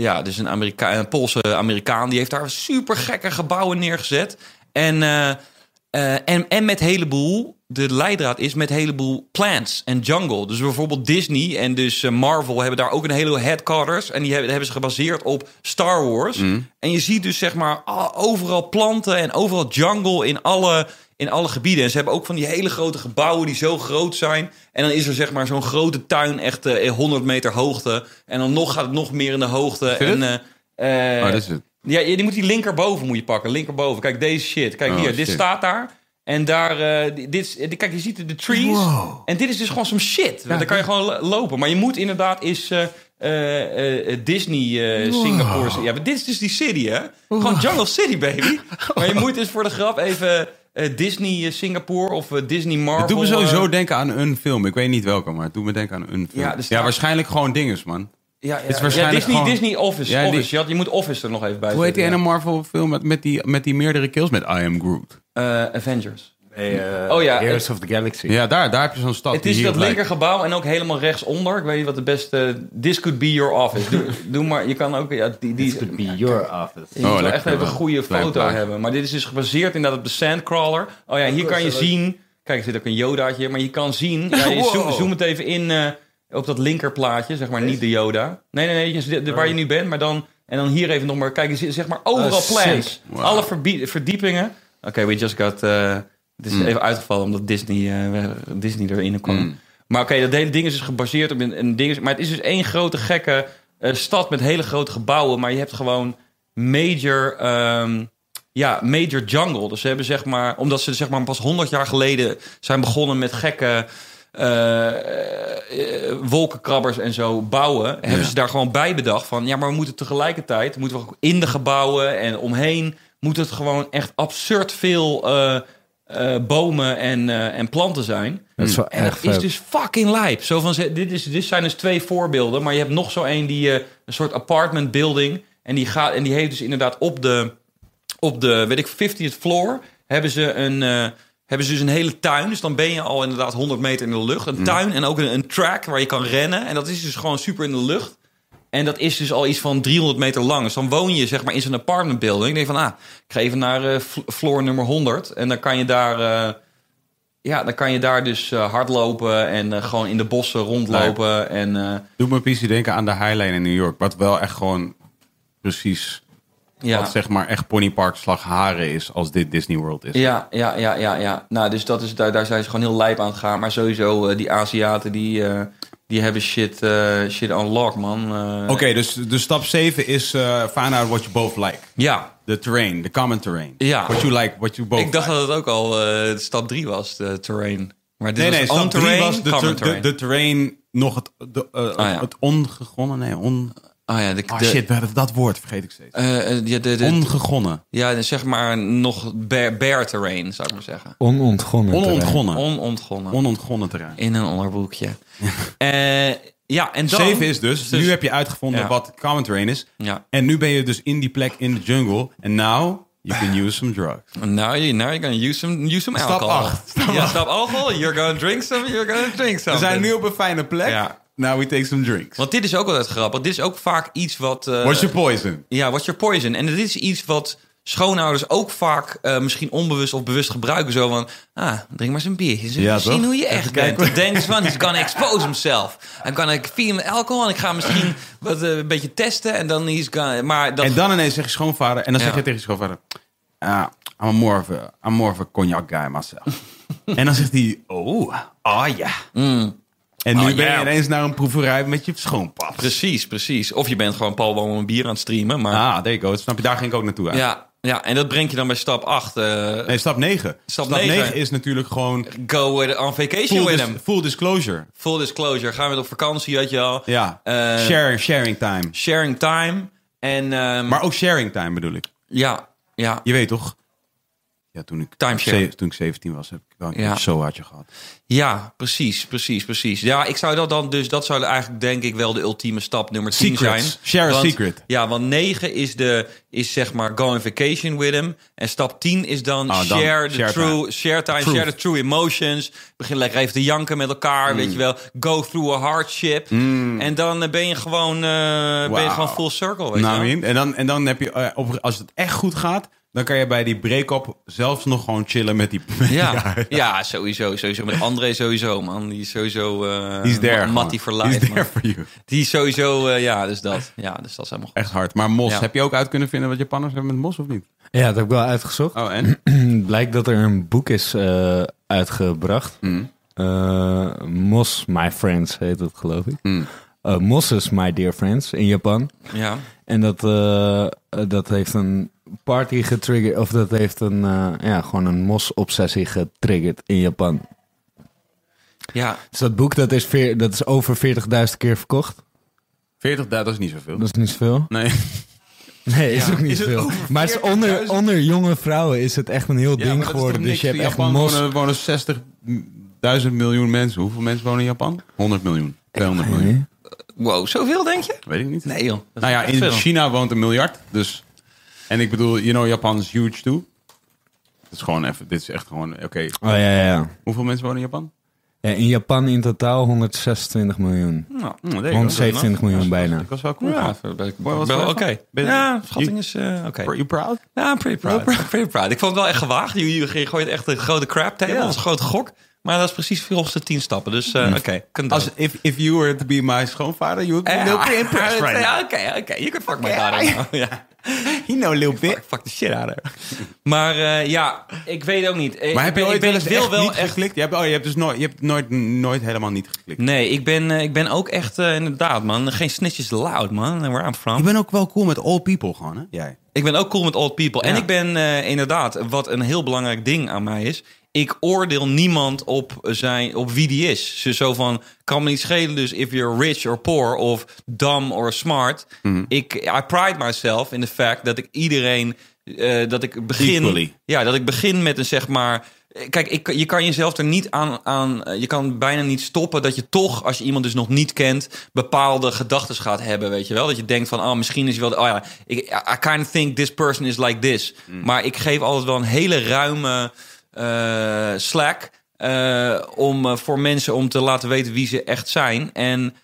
D: ja, dus een, Amerika een Poolse Amerikaan. Die heeft daar super gekke gebouwen neergezet. En, eh, eh, en, en met heleboel, de leidraad is met heleboel plants en jungle. Dus bijvoorbeeld Disney en dus eh, Marvel hebben daar ook een heleboel headquarters. En die hebben, hebben ze gebaseerd op Star Wars.
A: Mm.
D: En je ziet dus zeg maar ah, overal planten en overal jungle in alle, in alle gebieden. En ze hebben ook van die hele grote gebouwen die zo groot zijn. En dan is er zeg maar zo'n grote tuin echt eh, 100 meter hoogte. En dan nog gaat het nog meer in de hoogte. En, eh, eh,
A: Oh, dat is het.
D: ja, je- die moet die linkerboven moet je pakken. Linkerboven. Kijk, deze shit. Kijk
A: Oh,
D: hier, dit
A: shit.
D: staat daar. En daar, eh, di- dit, is- eh, kijk, je ziet de trees. En dit is dus gewoon some shit. dan kan je gewoon lo- lopen. Maar je moet inderdaad is eh, eh, eh, Disney, eh Singapore. Ja, maar dit is dus die city, hè? Gewoon Jungle City, baby. Maar je moet dus voor de grap even eh, Disney eh, Singapore of eh, Disney Marvel.
A: Het doet me
D: eh,
A: sowieso denken aan een film. Ik weet niet welke, maar het doet me denken aan een film.
D: Ja,
A: Ja,
D: er staat-
A: waarschijnlijk gewoon dinges, man.
D: ja, ja, ja,
A: waarschijnlijk
D: Disney,
A: gewoon-
D: Disney Office.
A: Ja, die-
D: Office. Je, had, je moet Office er nog even bij
A: Hoe heet die
D: zetten,
A: ene Marvel film met, met, die, met die meerdere kills? Met I Am Groot.
D: ja. Eh, Avengers. Oh
C: oh
D: ja,
C: ja.
D: Heroes
C: Heroes of the Galaxy.
A: Ja, daar, daar heb je zo'n stad.
D: Het
A: die
D: is
A: hier
D: dat
A: op lijkt.
D: linkergebouw en ook helemaal rechtsonder. Ik weet niet wat de beste. This could be your office. Doe, doe maar. Je kan ook. Ja, die, die,
C: Could be your office.
D: je moet wel
A: lekker,
D: echt even een
A: eh,
D: goede
A: klein
D: foto
A: plaatje.
D: hebben. Maar dit is dus gebaseerd inderdaad op de Sandcrawler. Oh ja, hier kan je zien. Kijk, er zit ook een Yodaatje. Maar je kan zien. Ja, je zoom, zoom het even in eh, op dat linkerplaatje. Zeg maar niet de Yoda. Nee, nee, nee. je- de- de- waar je nu bent. Maar dan. En dan hier even nog maar. Kijk, je ziet zeg maar overal
C: Ah, sick.
D: plans. Alle verbie- verdiepingen. Oké, we just got. eh, Het is even uitgevallen omdat Disney, eh, Disney erin kwam. Maar oké, dat hele ding is dus gebaseerd op een, een ding. is- Maar het is dus één grote gekke eh, stad met hele grote gebouwen. Maar je hebt gewoon major ehm, Ja, Major Jungle. Dus ze hebben zeg maar, omdat ze zeg maar pas 100 jaar geleden zijn begonnen met gekke eh, eh, wolkenkrabbers en zo bouwen, hebben ze daar gewoon bij bedacht van ja, maar we moeten tegelijkertijd, moeten we ook in de gebouwen en omheen, moet het gewoon echt absurd veel eh, eh, bomen en, eh, en planten zijn.
C: Dat is wel
D: En dat
C: echt
D: is
C: vet.
D: dus fucking lijp. Zo van, ze- dit, is, dit zijn dus twee voorbeelden. Maar je hebt nog zo één die eh, een soort apartment building. En die, gaat, en die heeft dus inderdaad op de, op de weet ik, 50th floor... hebben ze, een, eh, hebben ze dus een hele tuin. Dus dan ben je al inderdaad 100 meter in de lucht. Een tuin en ook een, een track waar je kan rennen. En dat is dus gewoon super in de lucht. En dat is dus al iets van 300 meter lang. Dus dan woon je zeg maar in zo'n apartment building. Ik denk van, ah, ik ga even naar eh, fl- floor nummer 100. En dan kan je daar... eh, ja, dan kan je daar dus eh, hardlopen en eh, gewoon in de bossen rondlopen. En eh,
A: Doe me een beetje denken aan de Highline in New York. Wat wel echt gewoon precies...
D: ja.
A: Wat zeg maar echt ponypark slagharen is als dit Disney World is.
D: Ja, ja, ja, ja, ja. Nou, dus dat is, daar, daar zijn ze gewoon heel lijp aan het gaan. Maar sowieso, eh, die Aziaten, die, eh, die hebben shit, eh shit on lock, man. Eh,
A: Oké, dus, dus stap 7 is eh, find out what you both like.
D: Ja,
A: The terrain, the common terrain.
D: Ja.
A: What you like, what you both
D: ik dacht
A: like.
D: dat het ook al eh, stap 3 was, de terrain. Maar dit
A: Nee, nee,
D: was
A: stap
D: on
A: 3
D: terrain,
A: was de,
D: dus common
A: ter-
D: terrain.
A: De, de terrain nog het, de, eh,
D: ja.
A: het ongegonnen. Nee, on,
D: oh ja, de,
A: Ah
D: de-
A: shit, we hebben dat woord vergeet ik steeds.
D: eh, eh, ja, de, de-
A: Ongegonnen.
D: ja, zeg maar nog bare, bare terrain, zou ik maar zeggen.
C: Onontgonnen.
D: Ah.
A: Onontgonnen.
D: Onontgonnen.
A: Onontgonnen terrein.
D: in een onderbroekje. Eh, ja, en dan...
A: 7 is dus, nu heb je uitgevonden
D: Ja.
A: wat common terrain is.
D: Ja.
A: En nu ben je dus in die plek in de jungle. En now you can use some drugs.
D: Now you, now you're gonna nou, use some, use some
A: Stap
D: alcohol.
A: acht. Stap
D: ja,
A: acht.
D: stap alcohol. You're gonna drink some, you're gonna drink some.
A: We zijn nu op een fijne plek.
D: Ja.
A: Now we take some drinks.
D: Want dit is ook altijd grappig. Dit is ook vaak iets wat... eh,
A: What's your poison?
D: Ja, what's your poison? En dit is iets wat schoonouders ook vaak eh, misschien onbewust of bewust gebruiken. Zo van, ah, drink maar eens een biertje. Zullen we
A: Ja,
D: eens zien
A: toch?
D: hoe je echt bent. Dan denken ze van, he's gonna expose himself. En kan ik via mijn alcohol en ik ga misschien wat, eh, een beetje testen. En dan is gonna... Maar dat
A: En dan ineens zeg je schoonvader. En dan zeg
D: Ja.
A: je tegen je schoonvader. ah, I'm, more of a, I'm more of a cognac guy myself. en dan zegt hij, oh, ah ja. En nu
D: Ah,
A: ben
D: ja.
A: je ineens naar een proeverij met je schoonpap.
D: Precies, precies. Of je bent gewoon Paul Boom een bier aan het streamen. Maar
A: Ah, there you go. Snap je, daar ging ik ook naartoe uit.
D: ja, ja, en dat brengt je dan bij stap 8. eh,
A: Nee, stap 9.
D: Stap negen.
A: 9 is natuurlijk gewoon
D: go with, on vacation
A: full,
D: with
A: dis-
D: him.
A: full disclosure.
D: Full disclosure. Gaan we op vakantie, weet je al.
A: Ja,
D: Eh,
A: Share- sharing time.
D: Sharing time. En ehm,
A: Maar ook sharing time bedoel ik.
D: ja, ja,
A: Je weet toch? Ja, toen ik,
D: Timeshare.
A: ze- toen ik 17 was, heb ik wel een
D: Ja.
A: ja. zo hardje gehad.
D: ja, precies, precies, precies. Ja, ik zou dat dan dus, dat zou eigenlijk denk ik wel de ultieme stap nummer 10
A: Secrets.
D: zijn.
A: Share a
D: Want-
A: secret.
D: Ja, want 9 is de, is zeg maar go on vacation with him. En stap 10 is dan
A: Ah, dan
D: share the
A: share
D: true,
A: time.
D: share time,
A: Truth.
D: share the true emotions. Begin lekker even te janken met
A: Mm.
D: elkaar, weet je wel. Go through a hardship. En dan eh, ben je gewoon, eh, ben je
A: Wauw.
D: gewoon full circle, weet je
A: Nou,
D: wel.
A: Mien, en, dan, en dan heb je, eh, op, als het echt goed gaat, dan kan je bij die break-up zelfs nog gewoon chillen met die...
D: Ja, ja, sowieso, sowieso. Met André sowieso, man. Die is sowieso... eh
A: Die is
D: Ma-
A: there.
D: Mattie for
A: Die
D: life,
A: is there
D: man.
A: for you.
D: Die is sowieso, eh, ja, dus dat. Ja, dus dat is helemaal goed.
A: Echt hard. Maar mos,
D: Ja.
A: heb je ook uit kunnen vinden wat Japanners hebben met mos of niet?
C: Ja, dat heb ik wel uitgezocht.
A: Oh, en?
C: Blijkt dat er een boek is eh, uitgebracht.
A: Mm.
C: Eh, Moss My Friends heet het, geloof ik.
A: Mm.
C: Eh, Mosses My Dear Friends in Japan.
D: Ja,
C: En dat, eh, eh, dat heeft een party getriggerd. Of dat heeft een, eh, ja, gewoon een mos-obsessie getriggerd in Japan.
D: ja.
C: Dus dat boek dat is, veer- dat is over 40.000 keer verkocht.
A: 40, dat is niet zoveel.
C: Dat is niet zoveel.
A: Nee.
C: Nee, is ook niet
A: het
C: veel.
A: over
C: Maar is onder,
A: 40.000?
C: onder jonge vrouwen is het echt een heel ding geworden. Dus je hebt
A: in
C: echt
A: Japan
C: mos.
A: wonen, wonen 60.000 miljoen mensen. Hoeveel mensen wonen in Japan? 100 miljoen. 200 miljoen.
D: Wow, zoveel denk je?
A: Weet ik niet.
D: Nee, joh. Dat
A: Nou
D: is
A: ja,
D: echt
A: in
D: veel.
A: China woont een miljard. Dus. En ik bedoel, you know, Japan is huge too. Het is gewoon even, dit is echt gewoon, oké.
C: Oh ja, ja.
A: Hoeveel mensen wonen in
D: Hmm,
A: Japan?
C: Ja, in Japan in totaal 126 miljoen.
D: Nou,
A: Hm, dat weet ik wel.
C: 127 miljoen bijna.
A: Ik was wel cool.
D: ja,
A: Ja.
D: ben ik-
A: Boy, wat
D: ben wel
A: voor-
D: oké.
A: Ben-
D: Ja, schatting
A: You-
D: is eh, oké.
A: Are you proud?
D: Ja, I'm pretty proud. Pretty proud. Ik vond het wel echt gewaagd. Je, je gooit echt een grote crap table. Dat is een grote gok. Maar dat is precies volgens de tien stappen. Dus eh, oké, kan dat.
A: Mm. Als, if, if you were to be my schoonvader, you would be a little bit impressed right now.
D: Ja, Oké, oké. You can fuck my daughter now. Ja.
A: You know, little bit.
D: Fuck, fuck the shit out of her. Maar eh, ja, ik weet ook niet. Ik-
A: Maar heb
D: ik
A: je
D: ben-
A: ooit
D: ik ben-
A: wel eens
D: ik wil
A: echt
D: wel
A: niet geklikt? Je hebt, oh, je hebt dus nooit, je hebt nooit, nooit helemaal niet geklikt.
D: Nee, ik ben, eh, ik ben ook echt, eh, inderdaad, man. Geen snitches allowed, man. Where I'm from.
A: Ik ben ook wel cool met all people gewoon, hè? Jij.
D: Ik ben ook cool met old people. En
G: Ja.
D: ik ben eh, inderdaad, wat een heel belangrijk ding aan mij is. Ik oordeel niemand op, zijn, op wie die is. Dus zo van, kan me niet schelen dus if you're rich or poor of dumb or smart. Ik, I pride myself in the fact dat ik iedereen, eh, dat ik begin...
A: Equally.
D: Ja, dat ik begin met een zeg maar... Kijk, ik, je kan jezelf er niet aan, aan... eh, Je kan bijna niet stoppen dat je toch, als je iemand dus nog niet kent... bepaalde gedachten gaat hebben, weet je wel? Dat je denkt van, oh, misschien is hij wel... de- Oh ja, ik, I kind of think this person is like this. Maar ik geef altijd wel een hele ruime eh, slack... eh, om eh, voor mensen om te laten weten wie ze echt zijn. En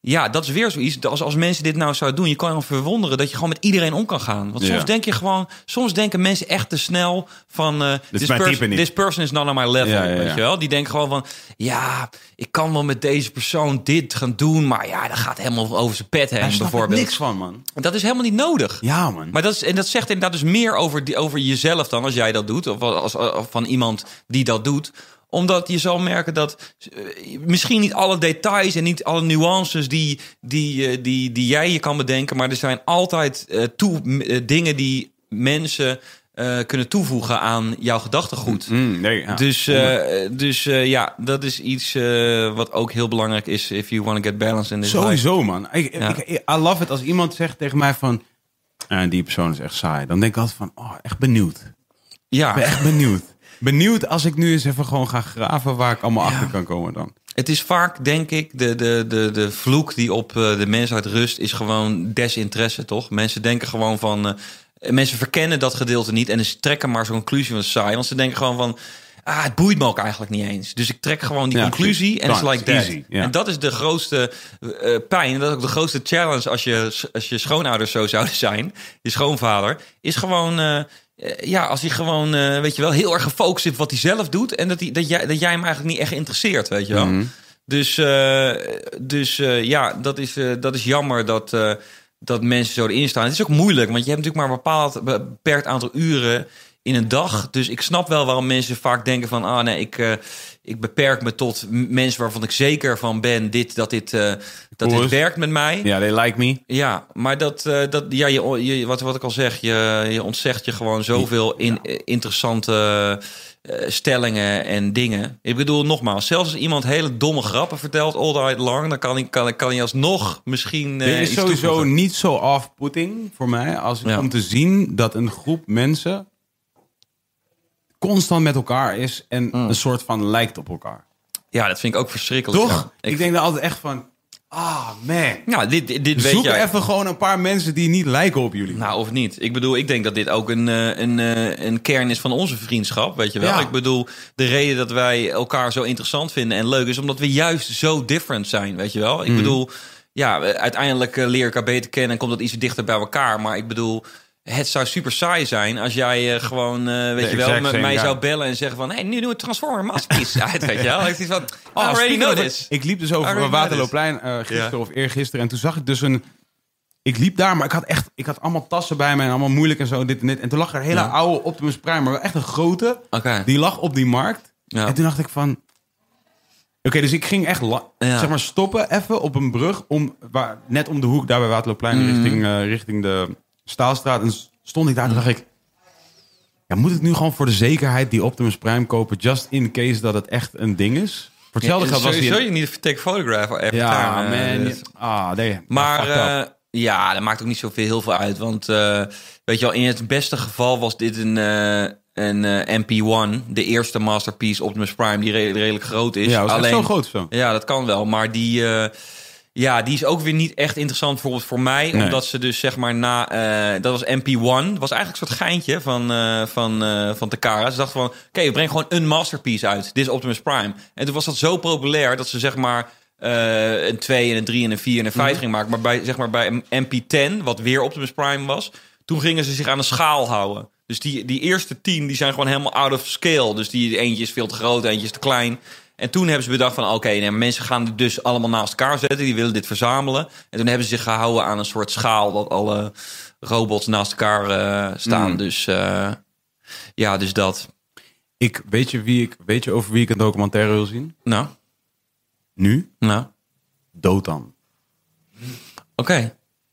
D: ja, dat is weer zoiets. Als, als mensen dit nou zouden doen, je kan je dan verwonderen dat je gewoon met iedereen om kan gaan. Want soms
A: Ja.
D: denk je gewoon, soms denken mensen echt te snel van. eh, this,
A: mijn
D: pers-
A: type niet.
D: this person is not on my level.
A: Ja, ja, ja.
D: Weet je wel? Die denken gewoon van, ja, ik kan wel met deze persoon dit gaan doen, maar ja, dat gaat helemaal over zijn pet heen,
A: Daar snap ik
D: bijvoorbeeld.
A: niks van, man.
D: Dat is helemaal niet nodig.
A: Ja, man.
D: Maar dat, is, en dat zegt inderdaad dus meer over, die, over jezelf dan als jij dat doet. Of als, of van iemand die dat doet. Omdat je zal merken dat eh, misschien niet alle details en niet alle nuances die, die, eh, die, die jij je kan bedenken. Maar er zijn altijd eh, toe, eh, dingen die mensen eh, kunnen toevoegen aan jouw gedachtegoed.
A: Mm, nee, ja.
D: Dus, eh, dus eh, ja, dat is iets eh, wat ook heel belangrijk is. If you want to get balance in this life.
A: Sowieso, man. Ik,
D: Ja.
A: ik, ik- I love it als iemand zegt tegen mij van... eh, die persoon is echt saai. Dan denk ik altijd van, oh, echt benieuwd. Ik ben
D: Ja,
A: echt benieuwd. Benieuwd als ik nu eens even gewoon ga graven waar ik allemaal achter kan komen dan.
D: Het is vaak, denk ik, de, de, de, de vloek die op eh, de mensheid rust, is gewoon desinteresse, toch? Mensen denken gewoon van. eh, mensen verkennen dat gedeelte niet en ze trekken maar zo'n conclusie van saai. Want ze denken gewoon van. Ah, het boeit me ook eigenlijk niet eens. Dus ik trek gewoon die
A: Ja,
D: conclusie en
A: precies.
D: it's like
A: Done.
D: that.
A: Easy, ja.
D: En dat is de grootste eh, pijn. En dat is ook de grootste challenge als je, als je schoonouders zo zouden zijn. Je schoonvader. Is gewoon... eh, eh, ja, als hij gewoon, eh, weet je wel, heel erg gefocust is op wat hij zelf doet. En dat, hij, dat, jij, dat jij hem eigenlijk niet echt interesseert, weet je wel. Dus, eh, dus eh, ja, dat is, eh, dat is jammer dat, eh, dat mensen zo erin staan. Het is ook moeilijk, want je hebt natuurlijk maar een bepaald beperkt aantal uren in een dag. Dus ik snap wel waarom mensen vaak denken van... ah nee, ik, eh, ik beperk me tot m- mensen waarvan ik zeker van ben... Dit, dat dit, eh, dat
A: Cool
D: dit
A: is.
D: werkt met mij. Ja,
A: Ja, they like me.
D: maar dat, eh, dat, ja, je, je, wat, wat ik al zeg, je, je ontzegt je gewoon zoveel in, eh, interessante eh, stellingen en dingen. Ik bedoel, nogmaals, zelfs als iemand hele domme grappen vertelt... all night long, dan kan hij kan, kan hij alsnog misschien eh,
A: Dit is
D: iets
A: sowieso
D: toevoegen.
A: niet zo off-putting voor mij als
D: Ja.
A: om te zien dat een groep mensen constant met elkaar is en
D: Mm.
A: een soort van lijkt op elkaar.
D: Ja, dat vind ik ook verschrikkelijk.
A: Toch?
D: ja.
A: ik,
D: Ik-
A: denk dan altijd echt van, ah man,
D: ja, dit, dit, dit weet
A: zoek
D: jij.
A: even gewoon een paar mensen die niet lijken op jullie.
D: Nou, of niet. Ik bedoel, ik denk dat dit ook een, eh, een, eh, een kern is van onze vriendschap, weet je wel.
A: Ja.
D: Ik bedoel, de reden dat wij elkaar zo interessant vinden en leuk is... omdat we juist zo different zijn, weet je wel.
A: Hmm.
D: Ik bedoel, ja, eh, uiteindelijk eh, leer ik elkaar beter kennen... en komt dat iets dichter bij elkaar. Maar ik bedoel, het zou super saai zijn als jij eh, gewoon, eh, weet je wel...
A: exact
D: met
A: same
D: mij
A: guy.
D: zou bellen en zeggen van... hé, hey, nu doen we Transformer Masterpiece uit, weet je wel. Ik zie van, oh, I
A: Ah,
D: already
A: speaking
D: know
A: of-
D: this.
A: Ik liep dus over
D: Already
A: mijn
D: know
A: Waterloopplein eh, gisteren
D: Ja.
A: of eergisteren. En toen zag ik dus een... Ik liep daar, maar ik had echt... Ik had allemaal tassen bij me en allemaal moeilijk en zo, dit en dit. En toen lag er een hele
D: Ja.
A: oude Optimus Prime, maar wel echt een grote.
D: Oké.
A: Die lag op die markt.
D: Ja.
A: En toen dacht ik van... Oké, dus ik ging echt la-
D: Ja.
A: zeg maar stoppen even op een brug. Om, waar, net om de hoek, daar bij Waterloopplein,
D: Mhm.
A: richting, eh, richting de Staalstraat. En stond ik daar en toen dacht ik... Ja, moet ik nu gewoon voor de zekerheid die Optimus Prime kopen... just in case dat het echt een ding is? Voor hetzelfde geld was die...
D: Sowieso je niet take photograph every
A: Ja,
D: time, eh,
A: man.
D: dus.
A: Ah, nee.
D: Maar
A: Fucked up.
D: eh, ja, dat maakt ook niet zoveel heel veel uit. Want eh, weet je wel, in het beste geval was dit een, eh, een eh, MP1. De eerste masterpiece Optimus Prime, die re- redelijk groot is.
A: ja, was alleen, zo groot zo.
D: Ja, dat kan wel. Maar die, eh, ja, die is ook weer niet echt interessant bijvoorbeeld voor mij.
A: Nee.
D: Omdat ze dus zeg maar na... eh, dat was MP1. Dat was eigenlijk een soort geintje van, eh van, eh van Takara. Ze dachten van, oké, we brengen gewoon een masterpiece uit. Dit is Optimus Prime. En toen was dat zo populair dat ze zeg maar... eh, een 2 en een 3 en een 4 en een 5 ging maken. Maar bij, zeg maar bij MP10, wat weer Optimus Prime was... toen gingen ze zich aan een schaal houden. Dus die, die eerste 10 die zijn gewoon helemaal out of scale. Dus die eentje is veel te groot, eentje is te klein. En toen hebben ze bedacht van oké, nee, maar mensen gaan dit dus allemaal naast elkaar zetten. Die willen dit verzamelen. En toen hebben ze zich gehouden aan een soort schaal dat alle robots naast elkaar eh, staan. Dus eh, ja, dus dat.
A: Ik, weet, je wie ik, weet je over wie ik een documentaire wil zien?
D: Nou,
A: Nu?
D: nou, oké.
A: Dotan.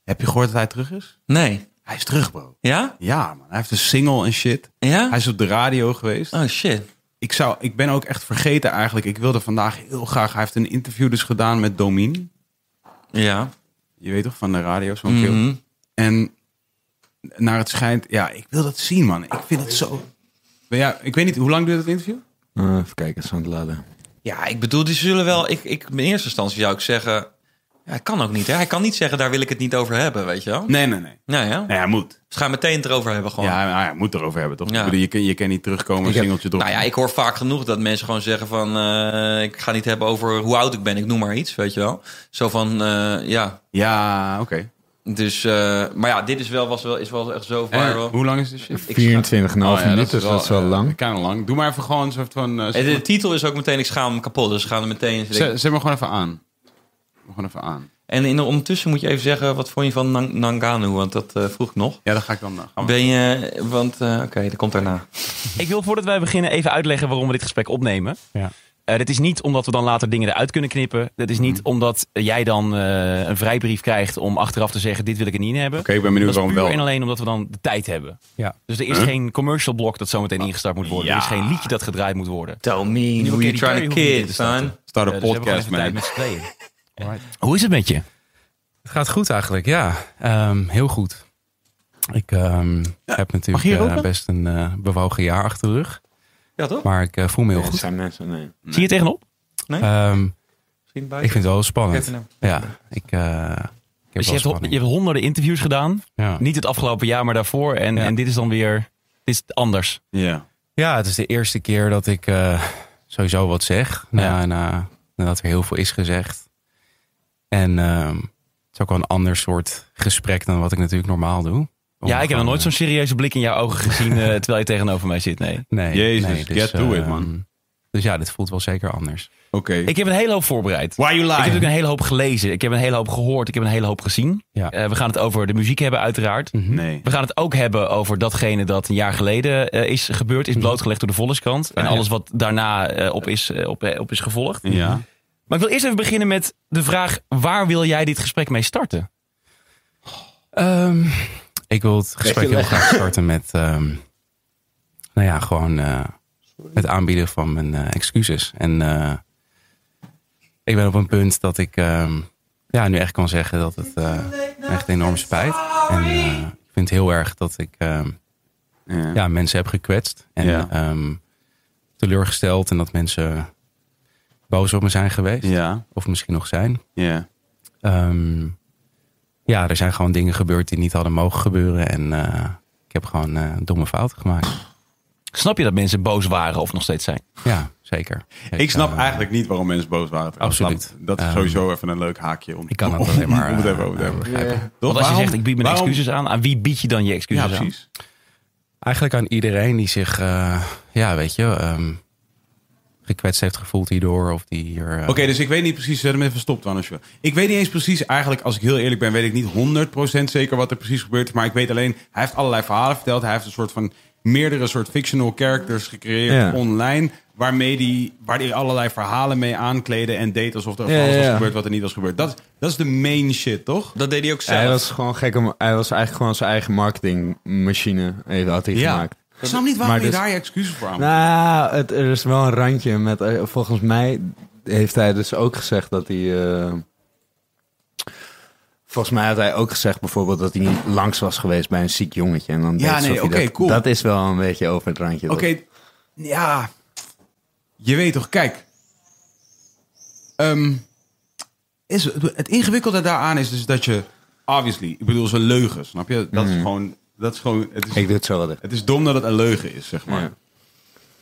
A: Heb je gehoord dat hij terug is?
D: Nee.
A: Hij is terug, bro.
D: Ja?
A: Ja, man. Hij heeft een single en shit.
D: Ja?
A: Hij is op de radio geweest.
D: Oh shit.
A: Ik, zou, ik ben ook echt vergeten eigenlijk. Ik wilde vandaag heel graag... Hij heeft een interview dus gedaan met Domien.
D: Ja.
A: Je weet toch, van de radio, zo'n
D: Mhm.
A: film. En naar het schijnt... Ja, ik wil dat zien, man. Ik vind het zo... Maar ja, ik weet niet, hoe lang duurt het interview?
C: Eh, even kijken, aan het laden.
D: Ja, ik bedoel, die zullen wel. Ik, ik, in eerste instantie zou ik zeggen. Ja, hij kan ook niet. Hè? Hij kan niet zeggen, daar wil ik het niet over hebben, weet je wel?
A: Nee, nee, nee.
D: Nou ja.
A: Nee, hij moet.
D: Dus ga meteen het erover hebben gewoon.
A: Ja, hij, hij moet erover hebben, toch?
D: Oh. Ja.
A: Ik bedoel, je, kan, je kan niet terugkomen, een
C: heb-
A: singeltje erop.
D: Nou ja, ik hoor vaak genoeg dat mensen gewoon zeggen van... eh, ik ga niet hebben over hoe oud ik ben, ik noem maar iets, weet je wel. Zo van, eh, ja.
A: Ja, oké.
D: Dus, eh, maar ja, dit is wel, was wel, is wel echt zo
A: Eh,
D: viral.
A: hoe lang is de shit? Oh
C: 24,5 minuten, dus dat is wel lang.
A: eh, Kan lang. Doe maar even gewoon een soort van... eh,
D: En Dus de titel is ook meteen, ik schaam me kapot. Dus we gaan er meteen...
A: zet, zet me gewoon even aan. Gewoon even aan.
D: En in de ondertussen moet je even zeggen, wat vond je van Nang- Nanganu? Want dat eh, vroeg ik nog.
A: Ja, dan ga ik dan... gaan we-
D: Ben je, want, eh, oké, dat komt daarna.
H: Ik wil voordat wij beginnen even uitleggen waarom we dit gesprek opnemen.
I: Ja.
H: Eh, dit is niet omdat we dan later dingen eruit kunnen knippen. Dat is
A: Mhm.
H: niet omdat jij dan eh, een vrijbrief krijgt om achteraf te zeggen: dit wil ik er niet in hebben.
A: Oké, ik ben benieuwd
H: dat is
A: waarom
H: puur en
A: wel.
H: alleen omdat we dan de tijd hebben.
I: Ja.
H: Dus er is geen commercial blok dat zometeen
A: Ah,
H: ingestart moet worden. Er is geen liedje dat gedraaid moet worden.
D: Tell me who
H: Katy
D: you trying
H: Perry
D: to
H: hoeft niet in
D: kid,
H: te
D: son.
H: starten.
A: Start
H: Eh,
A: een
H: dus we hebben gewoon
A: podcast,
H: even
A: man.
H: tijd met z'n tweeën.
I: Alright.
H: Hoe is het met je?
I: Het gaat goed eigenlijk, ja. Ehm, heel goed. Ik ehm, heb natuurlijk
A: hier
I: eh,
A: roken?
I: best een eh, bewogen jaar achter de rug.
D: Ja, toch?
I: Maar ik eh, voel me heel goed.
C: zijn mensen, nee.
H: Zie je tegenop?
I: Ehm,
D: Misschien
I: ik vind het wel
D: Even
I: spannend.
D: nou.
I: Ja, ik, eh, ik heb
H: Dus je
I: wel
H: hebt, ho-
I: spanning.
H: je hebt honderden interviews gedaan.
I: Ja.
H: Niet het afgelopen jaar, maar daarvoor. En,
I: Ja.
H: en dit is dan weer dit is anders.
A: Ja.
I: Ja, het is de eerste keer dat ik eh, sowieso wat zeg.
H: Ja.
I: Na, na, nadat er heel veel is gezegd. En ehm, het is ook wel een ander soort gesprek dan wat ik natuurlijk normaal doe.
A: Oh
I: Om
H: ja, ik heb nog
I: gewoon,
H: nooit zo'n serieuze blik in jouw ogen gezien eh, terwijl je tegenover mij zit. Nee.
I: eh, Nee,
A: Jezus,
I: nee,
A: get to it, man.
I: ehm, Dus ja, dit voelt wel zeker anders.
A: Oké.
H: Ik heb een hele hoop voorbereid.
A: Why you
H: Ik heb
A: lying?
H: natuurlijk een hele hoop gelezen. Ik heb een hele hoop gehoord. Ik heb een hele hoop gezien.
I: Ja.
H: Eh, we gaan het over de muziek hebben, uiteraard.
A: Nee.
H: We gaan het ook hebben over datgene dat een jaar geleden eh, is gebeurd.
A: Mhm.
H: Is blootgelegd door de Volkskrant.
A: Ah,
H: En alles wat daarna eh, op, is, eh, op, eh, op is gevolgd.
A: Ja.
H: Maar ik wil eerst even beginnen met de vraag: waar wil jij dit gesprek mee starten?
I: Ehm, ik wil het gesprek heel graag starten met... ehm, nou ja, gewoon eh, het aanbieden van mijn eh, excuses. En eh, ik ben op een punt dat ik ehm, ja, nu echt kan zeggen dat het eh, me echt enorm spijt. En eh, ik vind heel erg dat ik ehm,
A: Ja.
I: ja, mensen heb gekwetst. En
A: Ja.
I: ehm, teleurgesteld en dat mensen boos op me zijn geweest.
A: Ja.
I: Of misschien nog zijn.
A: Ja.
I: Ehm, ja, er zijn gewoon dingen gebeurd die niet hadden mogen gebeuren. En eh, ik heb gewoon eh, domme fouten gemaakt.
H: Snap je dat mensen boos waren of nog steeds zijn?
I: Ja, zeker.
A: Ik snap
I: eh,
A: eigenlijk niet waarom mensen boos waren.
I: Absoluut.
A: Dat is
I: Ehm,
A: sowieso even een leuk haakje om
I: Ik kan het
A: om-
I: alleen maar,
A: om het
I: eh,
A: even over te
I: eh,
A: hebben.
I: begrijpen.
A: Toch?
H: Want als je
A: Waarom-
H: zegt: ik bied mijn
A: waarom-
H: excuses aan, aan wie bied je dan je excuses
A: Ja,
H: aan?
A: precies.
I: Eigenlijk aan iedereen die zich, eh, ja, weet je, ehm, gekwetst heeft gevoeld hierdoor. Of die hier. eh,
A: Oké, dus ik weet niet precies. Zet hem even stopt dan als je wil. Ik weet niet eens precies. Eigenlijk, als ik heel eerlijk ben, weet ik niet 100% zeker wat er precies gebeurt. Maar ik weet alleen, hij heeft allerlei verhalen verteld. Hij heeft een soort van meerdere soort fictional characters gecreëerd
C: Ja.
A: online. Waarmee die, waar die allerlei verhalen mee aankleden en deed alsof er van
C: Ja,
A: alles
C: ja,
A: was
C: ja.
A: gebeurd wat er niet was gebeurd. Dat, dat is de main shit, toch?
D: Dat deed hij ook zelf.
C: Hij was gewoon gek om. Hij was eigenlijk gewoon zijn eigen marketingmachine. Even had hij gemaakt.
A: Ik snap niet waarom
C: Maar
A: je
C: dus-
A: daar je excuses voor aan moet.
C: Nou, het, er is wel een randje met. eh, Volgens mij heeft hij dus ook gezegd dat hij. eh, volgens mij had hij ook gezegd bijvoorbeeld dat hij niet langs was geweest bij een ziek jongetje. En dan
A: Ja,
C: deed alsof
A: nee,
C: hij
A: oké,
C: dat,
A: cool.
C: dat is wel een beetje over het randje.
A: Oké, ja. Je weet toch, kijk. Ehm, is, het ingewikkelde daaraan is dus dat je, obviously, ik bedoel, ze leugen, snap je? Dat is gewoon, dat is gewoon, het
C: dat-
A: is,
C: Mhm. Ik doe het zo wel. even.
A: het is dom dat het een leugen is, zeg maar.
C: Ja.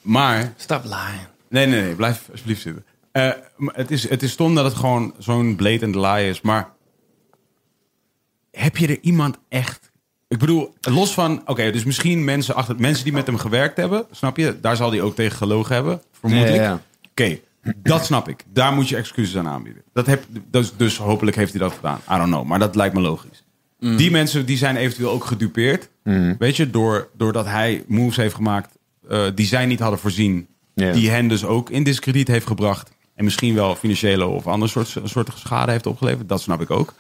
A: Maar,
D: Stop lying.
A: nee, nee, nee, blijf alsjeblieft zitten. Eh, maar het, is, het is stom dat het gewoon zo'n blatant lie is, maar heb je er iemand echt... Ik bedoel, los van, oké, dus misschien mensen, achter, mensen die met hem gewerkt hebben, snap je? Daar zal hij ook tegen gelogen hebben, vermoedelijk.
C: Ja, ja, ja.
A: Oké, dat snap ik. Daar moet je excuses aan aanbieden. Dat heb, dus, dus hopelijk heeft hij dat gedaan. I don't know, maar dat lijkt me logisch. Die mensen die zijn eventueel ook gedupeerd.
C: Mm.
A: Weet je, door, doordat hij moves heeft gemaakt eh, die zij niet hadden voorzien.
C: Ja.
A: Die hen dus ook in discrediet heeft gebracht. En misschien wel financiële of andere soort, soort schade heeft opgeleverd. Dat snap ik ook.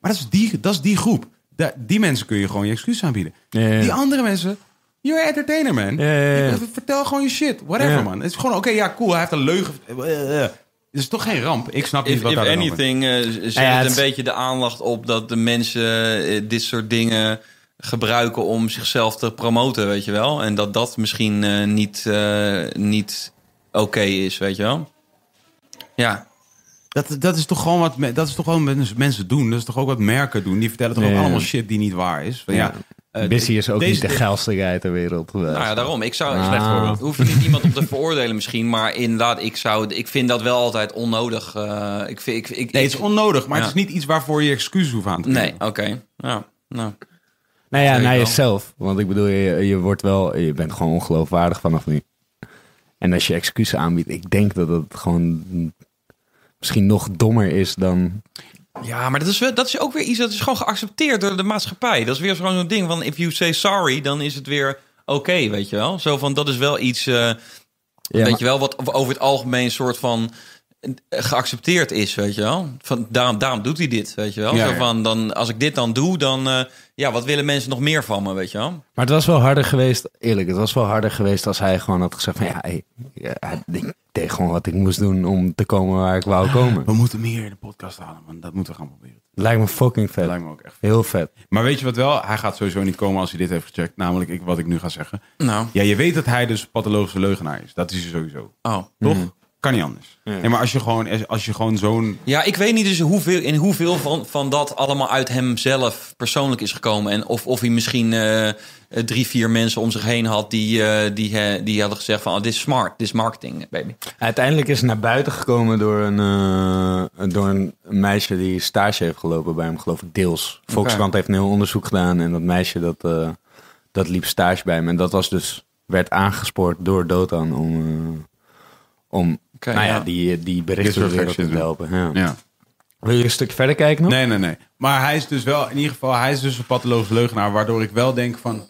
A: Maar dat is die, dat is die groep. Da- die mensen kun je gewoon je excuses aanbieden.
C: Ja, ja, ja.
A: Die andere mensen, you're an entertainer, man.
C: Ja, ja, ja.
A: Ik- Vertel gewoon je shit. Whatever,
C: Ja.
A: man. Het is gewoon, oké, ja, cool. Hij heeft een leugen. Eh, eh, eh. Het is toch geen ramp. Ik snap niet
D: If,
A: wat
D: if
A: daar dan
D: anything, eh, z- zet
C: ja,
D: het
C: het
D: een
C: is-
D: beetje de aandacht op dat de mensen eh, dit soort dingen gebruiken om zichzelf te promoten, weet je wel. En dat dat misschien eh, niet, eh, niet oké is, weet je wel. Ja,
A: Dat, dat is toch gewoon wat me- dat is toch gewoon wat mensen doen. Dat is toch ook wat merken doen. Die vertellen toch
C: Ja.
A: ook allemaal shit die niet waar is. Van, ja, eh,
C: Busy is ook
A: deze-
C: niet de geilste guy ter wereld.
D: nou ja, daarom. Ik zou,
C: Slecht voorbeeld.
D: hoef je niet iemand op te veroordelen misschien, maar inderdaad, ik zou, ik vind dat wel altijd onnodig. eh, ik vind, ik, ik,
A: Nee, het is onnodig, maar het
D: Ja.
A: is niet iets waarvoor je excuses hoeft aan te bieden.
D: nee, oké. Ja, nou.
C: Nou ja,
D: Zeker
C: naar
D: wel.
C: jezelf. Want ik bedoel, je, je wordt wel, je bent gewoon ongeloofwaardig vanaf nu. En als je excuses aanbiedt, ik denk dat het gewoon misschien nog dommer is dan.
D: Ja, maar dat is, wel- dat is ook weer iets dat is gewoon geaccepteerd door de maatschappij. Dat is weer gewoon zo'n ding van if you say sorry, dan is het weer oké, weet je wel. Zo van dat is wel iets, eh,
C: Ja,
D: weet
C: maar-
D: je wel, wat over het algemeen soort van eh, geaccepteerd is, weet je wel. Van, daarom, daarom doet hij dit, weet je wel.
A: Ja,
D: zo
A: ja.
D: van, dan, als ik dit dan doe, dan, eh, ja, wat willen mensen nog meer van me, weet je wel.
C: Maar het was wel harder geweest, eerlijk, het was wel harder geweest als hij gewoon had gezegd: van ja, hey, ja, ik deed gewoon wat ik moest doen om te komen waar ik wou komen.
A: We moeten hem hier in de podcast halen, man. Dat moeten we gaan proberen.
C: Lijkt me fucking
A: Dat
C: vet.
A: lijkt me ook echt.
C: Heel vet.
A: Maar weet je wat wel? Hij gaat sowieso niet komen als hij dit heeft gecheckt. Namelijk ik, wat ik nu ga zeggen.
D: Nou,
A: Ja, je weet dat hij dus pathologische leugenaar is. Dat is hij sowieso.
D: oh.
A: Toch? Kan niet anders. Nee, maar als je gewoon, als je gewoon zo'n...
D: Ja, ik weet niet dus hoeveel, in hoeveel van, van dat allemaal uit hemzelf persoonlijk is gekomen. En of, of hij misschien eh, eh, drie, vier mensen om zich heen had die, eh, die, eh, die hadden gezegd van... oh, dit is smart, dit is marketing, baby.
C: Uiteindelijk is het naar buiten gekomen door een, eh, door een meisje die stage heeft gelopen bij hem, geloof ik, deels. Volkskrant heeft een heel onderzoek gedaan en dat meisje dat, eh, dat liep stage bij hem. En dat was dus, werd aangespoord door Dotan om, eh, om
D: Oké,
C: nou ja,
D: ja.
C: die, die
A: Dit
C: berichten
A: soort
C: de wereld
A: gekjes
C: in te
A: doen.
C: helpen. Ja.
A: Ja.
C: Wil je een stuk verder kijken nog?
A: Nee, nee, nee. Maar hij is dus wel, in ieder geval, hij is dus een pathologische leugenaar. Waardoor ik wel denk van...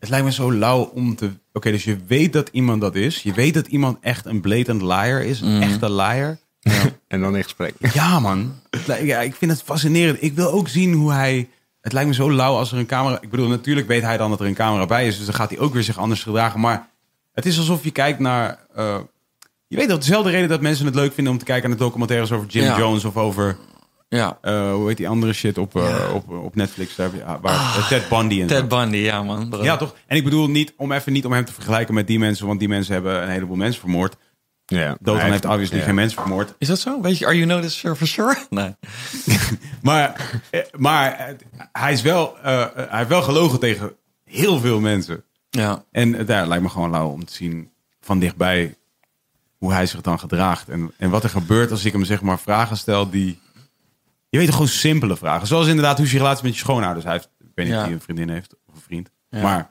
A: Het lijkt me zo lauw om te... Oké, dus je weet dat iemand dat is. Je weet dat iemand echt een blatant liar is. Een echte liar.
C: En dan in gesprek.
A: Ja, man. Het lij- Ja, ik vind het fascinerend. Ik wil ook zien hoe hij. Het lijkt me zo lauw als er een camera. Ik bedoel, natuurlijk weet hij dan dat er een camera bij is. Dus dan gaat hij ook weer zich anders gedragen. Maar het is alsof je kijkt naar. eh, je weet dat dezelfde reden dat mensen het leuk vinden om te kijken naar documentaires over Jim
D: Ja.
A: Jones of over.
D: Ja,
A: eh, hoe heet die andere shit op, eh, op, op Netflix? Daar, heb je- ah, waar, eh, Ted Bundy en zo.
D: Ted Bundy, ja man. Bro.
A: Ja, toch? En ik bedoel niet om even niet om hem te vergelijken met die mensen, want die mensen hebben een heleboel mensen vermoord.
C: Ja.
A: Dotan heeft obviously
C: ja.
A: geen mensen vermoord.
D: Is dat zo? Weet je, are you know this for sure? Nee.
A: Maar, eh, maar eh, hij, is wel, eh, eh, hij heeft wel gelogen tegen heel veel mensen.
D: Ja.
A: En eh, daar lijkt me gewoon lauw om te zien van dichtbij hoe hij zich dan gedraagt. En, en wat er gebeurt als ik hem zeg maar vragen stel die... Je weet toch, gewoon simpele vragen. Zoals inderdaad hoe is je relatie met je schoonouders. Hij heeft, ik weet niet
D: Ja.
A: of hij een vriendin heeft of een vriend. Maar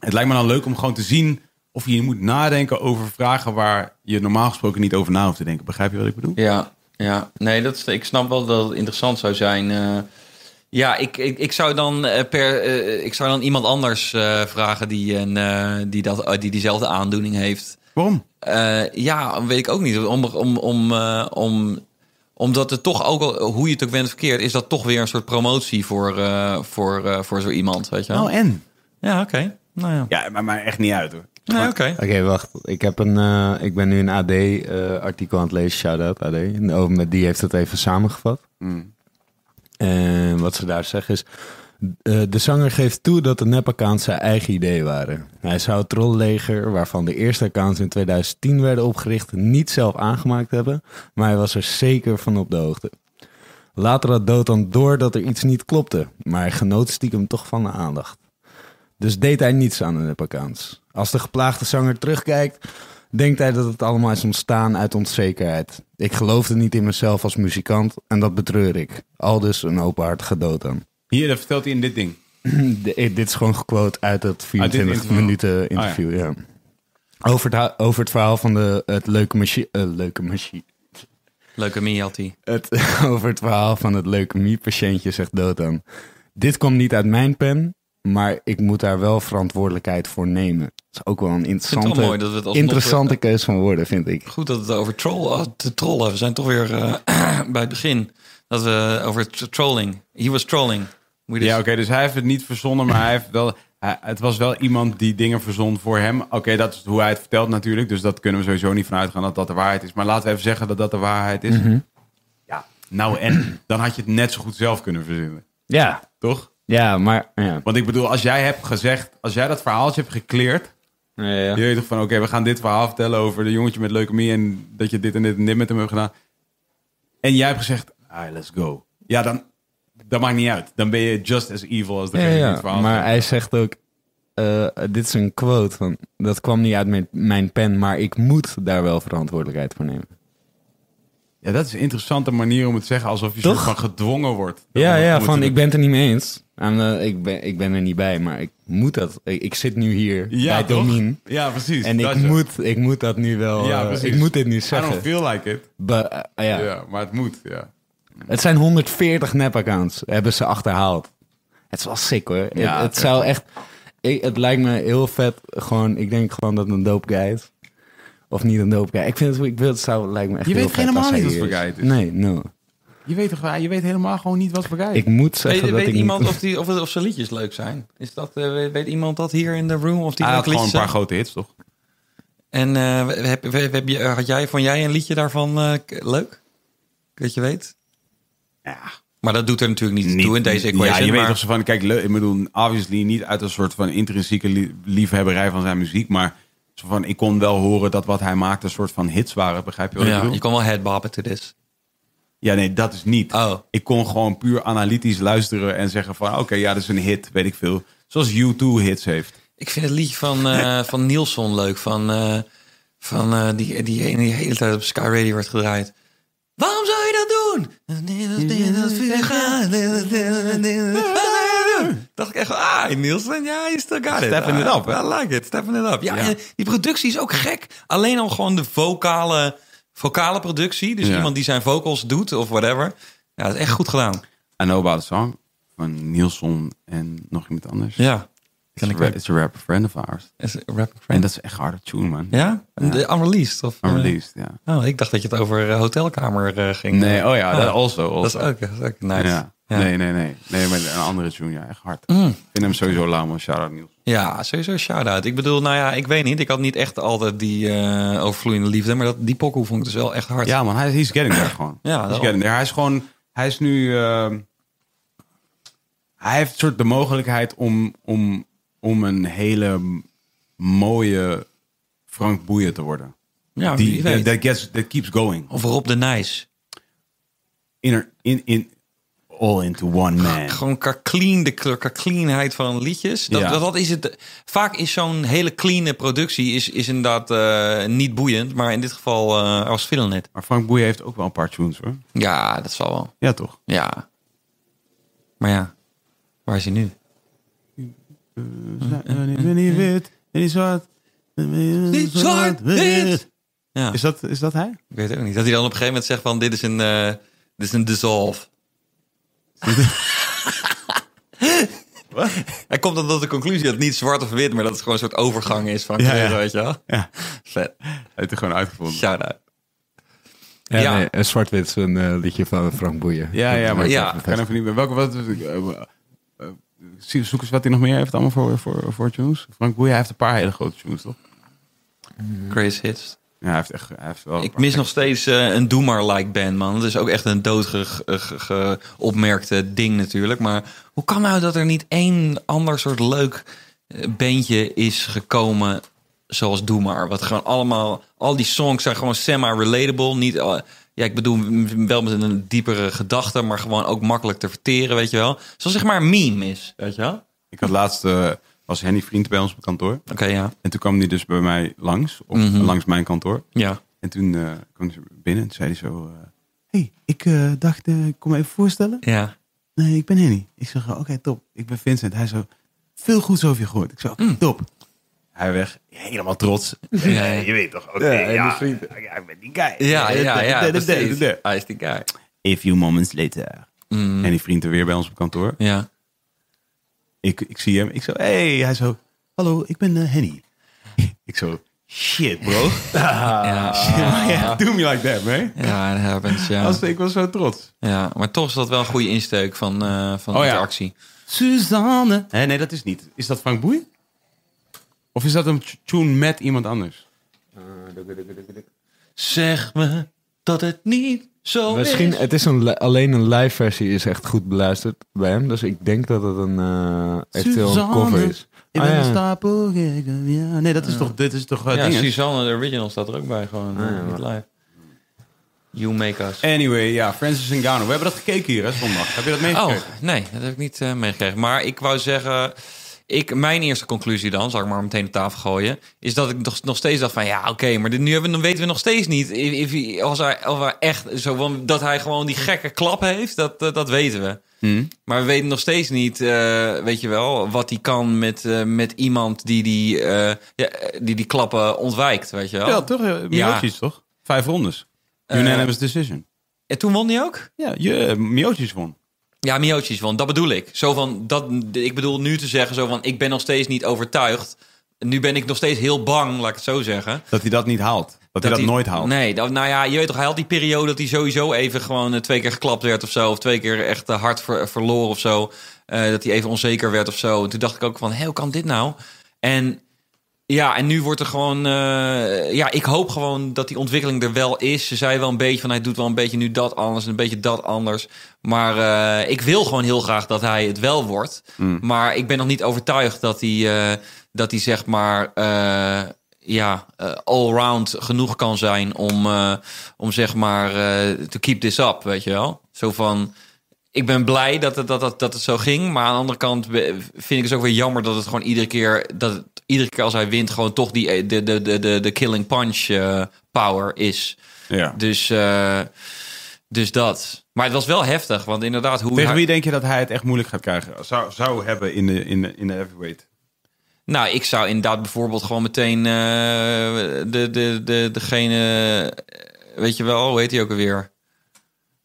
A: het lijkt me dan leuk om gewoon te zien of je moet nadenken over vragen waar je normaal gesproken niet over na hoeft te denken. Begrijp je wat ik bedoel?
D: Ja, ja. Nee, dat, is- ik snap wel dat het interessant zou zijn. eh. ja, ik, ik, ik, zou dan eh, per, eh, ik zou dan iemand anders eh, vragen die, een, eh, die, dat, eh, die diezelfde aandoening heeft.
A: Waarom?
D: Eh, ja, weet ik ook niet. Om, om, om, eh, om, omdat het toch ook, al, hoe je het ook bent verkeerd, is dat toch weer een soort promotie voor, eh, voor, eh, voor zo iemand, weet je wel?
A: Nou en?
D: Ja, oké. Nou ja.
A: Ja, maar, maar echt niet uit hoor.
D: Nee, oké.
C: Oké, wacht. Ik, heb een, eh, ik ben nu een AD-artikel aan het lezen. Shout-out AD. En over met die heeft het even samengevat. En wat ze daar zeggen is... eh, de zanger geeft toe dat de nepaccounts zijn eigen idee waren. Hij zou het trollleger, waarvan de eerste accounts in 2010 werden opgericht, niet zelf aangemaakt hebben. Maar hij was er zeker van op de hoogte. Later had Dotan door dat er iets niet klopte. Maar hij genoot stiekem toch van de aandacht. Dus deed hij niets aan de nepaccounts. Als de geplaagde zanger terugkijkt, denkt hij dat het allemaal is ontstaan uit onzekerheid. Ik geloofde niet in mezelf als muzikant en dat betreur ik. Al dus een openhartige dood aan.
A: Hier, dat vertelt hij in dit ding.
C: De- eh, dit is gewoon gequote uit het
A: Uit dit
C: 24
A: interview.
C: minuten interview. ja. over, het, ha- over het verhaal van de, het leuke machine. leuke machine.
D: Leuke Mie had hij.
C: Het, over het verhaal van het leukemie-patiëntje zegt Dotan. Dit komt niet uit mijn pen, maar ik moet daar wel verantwoordelijkheid voor nemen. Dat is ook wel een
D: vind het
C: interessante,
D: wel mooi dat we het alsnog-
C: interessante keus van woorden, vind ik.
D: Goed dat we het over troll, oh, te trollen. We zijn toch weer eh, bij het begin. Dat we over t- trolling. He was trolling. Moet je
A: Ja,
D: dit-
A: oké, dus hij heeft het niet verzonnen, maar hij heeft wel, hij- het was wel iemand die dingen verzon voor hem. Oké, dat is hoe hij het vertelt natuurlijk, dus dat kunnen we sowieso niet vanuit gaan dat dat de waarheid is. Maar laten we even zeggen dat dat de waarheid is.
C: Mhm.
A: Ja, nou en, dan had je het net zo goed zelf kunnen verzinnen,
C: Ja,
A: toch?
C: ja, maar... Ja.
A: Want ik bedoel, als jij hebt gezegd, als jij dat verhaaltje hebt gekleerd,
C: Ja, ja.
A: je weet toch van oké, we gaan dit verhaal vertellen over de jongetje met leukemie en dat je dit en dit en dit met hem hebt gedaan. En jij hebt gezegd, ah, let's go. Ja, dan, dat maakt niet uit. Dan ben je just as evil als
C: Ja,
A: degene die
C: ja,
A: het verhaal
C: maar
A: heeft.
C: hij zegt ook... eh, dit is een quote, van, dat kwam niet uit met mijn pen, maar ik moet daar wel verantwoordelijkheid voor nemen.
A: Ja, dat is een interessante manier om het te zeggen, alsof je
C: Toch?
A: soort van gedwongen wordt.
C: Ja,
A: Om-
C: ja,
A: om
C: van
A: het
C: ik
A: te
C: ben het er niet mee eens. En, eh, ik, ben, ik ben er niet bij, maar ik moet dat. Ik, ik zit nu hier
A: doen. Ja,
C: bij
A: toch?
C: Domien.
A: Ja, precies.
C: En
A: Dat
C: ik
A: is het.
C: moet, ik moet dat nu wel.
A: Ja,
C: eh,
A: precies.
C: ik moet dit nu
A: I don't
C: zeggen.
A: feel like it.
C: But, eh, ja.
A: Ja. maar het moet, ja.
C: Het zijn 140 nep-accounts, hebben ze achterhaald. Het is wel sick hoor.
A: Ja,
C: het, het
A: oké.
C: zou echt. Ik, het lijkt me heel vet. Gewoon, ik denk gewoon dat het een dope guy is. Of niet een dope guy. Ik vind het, ik wil, het zou, lijkt me echt
A: Je
C: heel
A: weet
C: vet
A: helemaal
C: als hij
A: niet
C: hier
A: wat voor guy het is.
C: Nee, no.
A: Je weet, toch, je weet helemaal gewoon niet wat voor guy.
C: Ik moet zeggen
D: Weet,
C: dat
D: weet
C: ik
D: iemand
C: niet...
D: of, die, of, het- of zijn liedjes leuk zijn? Is dat, eh, weet, weet iemand dat hier in de room? Of die
A: Hij had
D: leuk
A: gewoon een
D: liedjes
A: paar
D: zijn?
A: grote hits, toch?
D: En eh, we- heb, we- we- heb je, eh, had jij, vond jij een liedje daarvan eh, k- leuk? Dat je weet?
A: Ja.
D: Maar dat doet er natuurlijk niet, toe in deze equation.
A: Ja, je weet
D: maar-
A: toch zo van, kijk, le- ik bedoel, obviously niet uit een soort van intrinsieke li- liefhebberij van zijn muziek, maar zo van, ik kon wel horen dat wat hij maakte een soort van hits waren, begrijp je wat ik
D: ja,
A: bedoel?
D: je kan wel headbappen to this.
A: Ja, nee, dat is niet.
D: Oh.
A: Ik kon gewoon puur analytisch luisteren en zeggen van... oké, ja, dat is een hit, weet ik veel. Zoals U2 hits heeft.
D: Ik vind het liedje van, eh, van Nielsen leuk. Van, eh, van eh, die, die ene die de hele tijd op Sky Radio werd gedraaid. Waarom zou je dat doen? Waarom zou je dat doen? Dacht ik echt, ah, Nielsen, ja, je still got it. Ah,
A: Stepping it up, hè?
D: I like it, stepping it up. Ja, en die productie is ook gek. Alleen al gewoon de vocale, vocale productie. Dus
A: Ja.
D: iemand die zijn vocals doet of whatever. Ja, dat is echt goed gedaan.
A: I Know About a Song van Nielsen en nog iemand anders.
D: Ja.
A: It's a rap- it's a rapper friend of ours.
D: Is het rap
A: En dat is echt harde tune, man.
D: Ja?
A: Ja.
D: De Unreleased? Of, eh,
A: Unreleased, ja.
D: Oh, ik dacht dat je het over eh, hotelkamer eh, ging.
A: Nee, oh ja, dat also.
D: dat is
A: also.
D: ook, dat is ook nice.
A: Ja.
D: Ja, ja. Mm.
A: Nee, nee, nee. Nee, maar een andere tune, ja, echt hard. Ik vind hem sowieso lauw, man. Shout-out Niels.
D: sowieso shout-out. Ik bedoel, nou ja, ik weet niet. Ik had niet echt altijd die eh, overvloeiende liefde, maar dat, die pokoe vond ik dus wel echt hard.
A: Ja, man, hij is getting there gewoon.
D: Ja,
A: he's
D: daarom.
A: getting there. Hij is gewoon, hij is nu, ehm, hij heeft soort de mogelijkheid om, om, om een hele mooie Frank Boeien te worden.
D: Ja, Ah, wie
A: Die,
D: weet.
A: that, gets, that keeps going.
D: Of Rob de Nijs.
A: In, er- in, in, all into one man.
D: Gewoon qua clean, de kleur- qua cleanheid van liedjes. Dat,
A: Ja.
D: dat, dat is het. Vaak is zo'n hele clean productie is, is inderdaad eh, niet boeiend, maar in dit geval eh was veel net.
A: Maar Frank Boeien heeft ook wel een paar tunes, hoor.
D: Ja, dat zal wel.
A: Ja, toch?
D: Ja. Maar ja, waar is hij nu?
A: En ik ben niet wit, en niet zwart.
D: Niet zwart, wit. Ja.
A: Is dat, is dat hij?
D: Ik weet het ook niet. Dat hij dan op een gegeven moment zegt van dit is een, eh, dit is een dissolve. Hij komt dan tot de conclusie dat het niet zwart of wit, maar dat het gewoon een soort overgang is van
A: Ja,
D: kleuren,
A: ja.
D: weet je wel.
A: Ja.
D: Vet.
A: Hij heeft het gewoon uitgevonden.
D: Shout out.
C: Ja,
D: Ja.
C: nee, een zwart-wit is een eh, liedje van Frank Boeien.
A: Ja, ja, maar
D: Ja.
A: ik kan even niet meer. Welke, wat, eh, eh, eh, zie- zoek eens wat hij nog meer heeft allemaal voor, voor, voor tunes. Frank Boeien, hij heeft een paar hele grote tunes, toch?
D: Crazy hits.
A: Ja, hij heeft echt hij heeft wel een
D: Ik
A: paar
D: mis
A: gekke-
D: nog steeds eh, een Doe maar like band, man. Dat is ook echt een doodgeopmerkte ding natuurlijk. Maar hoe kan nou dat er niet één ander soort leuk eh, bandje is gekomen zoals Doe maar? Wat gewoon allemaal, al die songs zijn gewoon semi-relatable. Niet, eh, ja, ik bedoel m- wel met een diepere gedachte, maar gewoon ook makkelijk te verteren, weet je wel. Zoals zeg maar een meme is, weet je wel? Oké,
A: Ik had laatst, eh, was Henny Vriend bij ons op kantoor.
D: ja.
A: En toen kwam hij dus bij mij langs, of langs mijn kantoor.
D: Mhm. Ja.
A: En toen eh, kwam hij binnen en zei hij zo... eh, hey, ik eh, dacht, eh, ik kom me even voorstellen.
D: Ja.
A: Nee, ik ben Henny. Ik zeg, oké, top. Ik ben Vincent. Hij zo, veel goeds over je gehoord. Ik zo, oké, top. Mm. Hij weg, helemaal trots.
D: Ja, ja.
A: Je weet toch, oké, ja, ja, ik ben die guy.
D: Ja, ja, ja.
A: De, de, de, de,
D: precies.
A: de.
D: Hij is die guy.
A: A few moments later. En die vrienden weer bij ons op kantoor.
D: Ja.
A: Ik, ik zie hem. Ik zo, hey. Hij zo, hallo, ik ben eh, Henny. ik zo, shit bro.
D: ja.
A: Ja, do me like that, man.
D: Ja, it happens, ja.
A: Als, ik was zo trots.
D: ja. Maar toch is dat wel een goede insteek van, eh, van
A: Oh ja.
D: interactie.
A: Suzanne. Hè, nee, dat is niet. Is dat Frank Boeien? Of is dat een t- tune met iemand anders?
D: Zeg me dat het niet zo
C: Misschien,
D: is.
C: het is een, li- alleen een live versie is echt goed beluisterd bij hem. Dus ik denk dat het een eh echt heel een cover is.
A: Ik
C: Ah,
A: ben
C: ja.
A: een stapel gek, ja. Nee, dat is toch, dit is toch eh,
D: Ja,
A: dinges?
D: Suzanne, de original staat er ook bij. Gewoon eh, niet live. You make us.
A: Anyway, ja, Francis Ngannou. We hebben dat gekeken hier, hè, zondag. Heb je dat
D: Oh,
A: meegekregen?
D: nee, dat heb ik niet eh, meegekregen. Maar ik wou zeggen, ik, mijn eerste conclusie dan, zal ik maar meteen op tafel gooien, is dat ik nog, nog steeds dacht van, ja, oké, maar dit, nu hebben, we- dan weten we nog steeds niet. If, if- als hij, of hij echt zo, want dat hij gewoon die gekke klap heeft, dat, eh, dat, dat weten we.
A: Hmm.
D: Maar we weten nog steeds niet, eh, weet je wel, wat hij kan met, eh, met iemand die die, eh, ja, eh, die die klappen ontwijkt, weet je wel.
A: Ja, toch? eh, Miocic, toch? Vijf rondes. Unanimous decision.
D: En toen won hij ook?
A: Ja, je, eh, Miocic won.
D: Ja, Miocic won. Dat bedoel ik. Zo van, dat, ik bedoel nu te zeggen zo van... ik ben nog steeds niet overtuigd. Nu ben ik nog steeds heel bang, laat ik het zo zeggen.
A: Dat hij dat niet haalt. Dat, hij dat nooit haalt.
D: Nee, dat- nou ja, je weet toch... hij had die periode dat hij sowieso even gewoon eh, twee keer geklapt werd of zo... of twee keer echt eh, hard ver- verloor of zo. eh, dat hij even onzeker werd of zo. En toen dacht ik ook van, hé, hoe kan dit nou? En ja, en nu wordt er gewoon... eh, ja, ik hoop gewoon dat die ontwikkeling er wel is. Ze zei wel een beetje van... hij doet wel een beetje nu dat anders en een beetje dat anders. Maar eh, ik wil gewoon heel graag dat hij het wel wordt. Maar ik ben nog niet overtuigd dat hij... eh, dat hij zeg maar... eh, ja, eh, allround genoeg kan zijn om, eh, om zeg maar eh to keep this up, weet je wel. Zo van, ik ben blij dat het, dat, dat, dat het zo ging. Maar aan de andere kant be- vind ik het dus ook weer jammer dat het gewoon iedere keer... dat het, iedere keer als hij wint gewoon toch die, eh, de, de, de, de, de killing punch eh, power is.
A: Ja.
D: Dus, eh, dus dat. Maar het was wel heftig, want inderdaad... Hoe
A: Tegen
D: hij-
A: wie denk je dat hij het echt moeilijk gaat krijgen? Zou, zou hebben in de, in de, in de heavyweight.
D: Nou, ik zou inderdaad bijvoorbeeld gewoon meteen eh, de, de, de, degene, eh, weet je wel, hoe heet die ook alweer?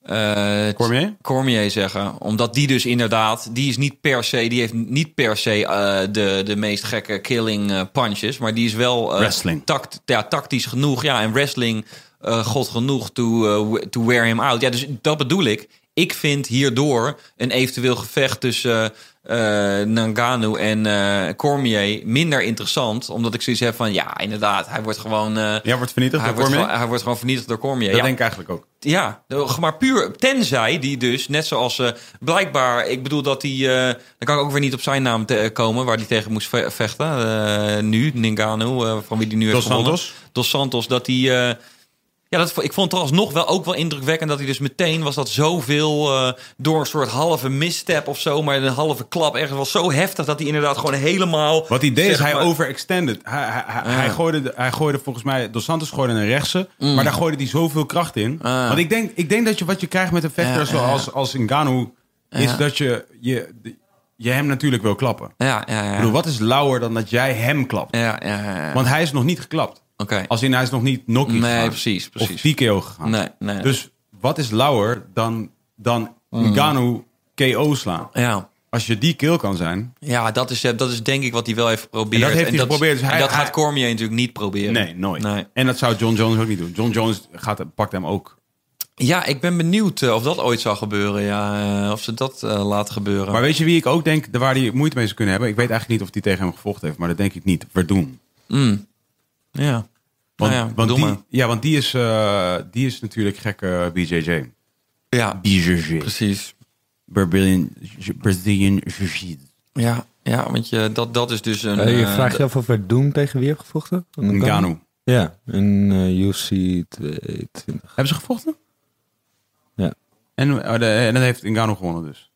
D: Eh,
A: Cormier?
D: Cormier zeggen. Omdat die dus inderdaad, die is niet per se, die heeft niet per se eh, de, de meest gekke killing eh, punches. Maar die is wel eh,
A: Wrestling.
D: tact, ja, tactisch genoeg. Ja, en wrestling, eh, god genoeg, to, eh, w- to wear him out. Ja, dus dat bedoel ik. Ik vind hierdoor een eventueel gevecht tussen eh eh, Ngannou en eh, Cormier minder interessant. Omdat ik zoiets heb van, ja, inderdaad, hij wordt gewoon... eh,
A: Ja, wordt vernietigd
D: hij
A: door
D: wordt,
A: Cormier?
D: gewoon, hij wordt gewoon vernietigd door Cormier.
A: Dat
D: Ja,
A: denk ik eigenlijk ook.
D: ja, maar puur tenzij die dus, net zoals eh, blijkbaar, ik bedoel dat die, eh, dan kan ik ook weer niet op zijn naam te- eh, komen waar die tegen moest ve- vechten. eh, nu, Ningano, van wie die nu heeft
A: Dos
D: gewonnen.
A: Santos?
D: Dos Santos, dat die, eh, ja, dat, vo- ik vond het trouwens nog wel ook wel indrukwekkend dat hij dus meteen was dat zoveel eh, door een soort halve misstep of zo, maar een halve klap ergens was zo heftig dat hij inderdaad gewoon helemaal.
A: Wat hij deed is,
D: zeg
A: hij
D: maar- Ah.
A: overextended. Hij, hij, hij, hij gooide, de- hij gooide volgens mij... Dos Santos gooide een rechtse.
D: Mm.
A: Maar daar gooide hij zoveel kracht in. Want ik denk, ik denk dat je wat je krijgt met een vechter
D: Ah. Ja,
A: zoals als Ngannou... is
D: Ja.
A: dat je, je, je hem natuurlijk wil klappen. Ik
D: Ja, ja, ja.
A: bedoel, wat is lauwer dan dat jij hem klapt?
D: Ja, ja, ja. ja.
A: Want hij is nog niet geklapt.
D: Oké.
A: Als in, hij is nog niet knockie
D: Nee,
A: gegaan.
D: precies, precies.
A: Of TKO gegaan.
D: Nee, nee. Mm.
A: Dus wat is lauwer dan, dan Ngannou KO slaan?
D: ja.
A: Als je die kill kan zijn.
D: Ja, dat is, eh, dat is denk ik wat hij wel heeft geprobeerd.
A: En dat heeft hij geprobeerd, dus
D: en
A: hij-
D: dat
A: hij-
D: gaat Cormier natuurlijk niet proberen.
A: Nee, nooit.
D: Nee.
A: En dat zou John Jones ook niet doen. John Jones gaat, pakt hem ook.
D: Ja, ik ben benieuwd eh, of dat ooit zal gebeuren. Ja, eh, of ze dat eh, laten gebeuren.
A: Maar weet je wie ik ook denk waar hij moeite mee zou kunnen hebben? Ik weet eigenlijk niet of hij tegen hem gevochten heeft, maar dat denk ik niet. Verdoen.
D: ja.
A: Want,
D: nou ja,
A: want,
D: doe maar.
A: die, ja, want die, is, eh, die is natuurlijk gekke eh, BJJ.
D: Ja,
A: BJJ.
D: precies.
A: Brazilian, Brazilian Jiu-Jitsu.
D: Ja, ja want je, dat, dat is dus een...
C: Eh, je
D: eh,
C: vraagt je af of Verdum tegen wie heeft gevochten?
A: Ngannou.
C: Ja, in eh, UC 22.
A: Hebben ze gevochten?
C: Ja.
A: En, oh, de- en dat heeft Ngannou gewonnen dus.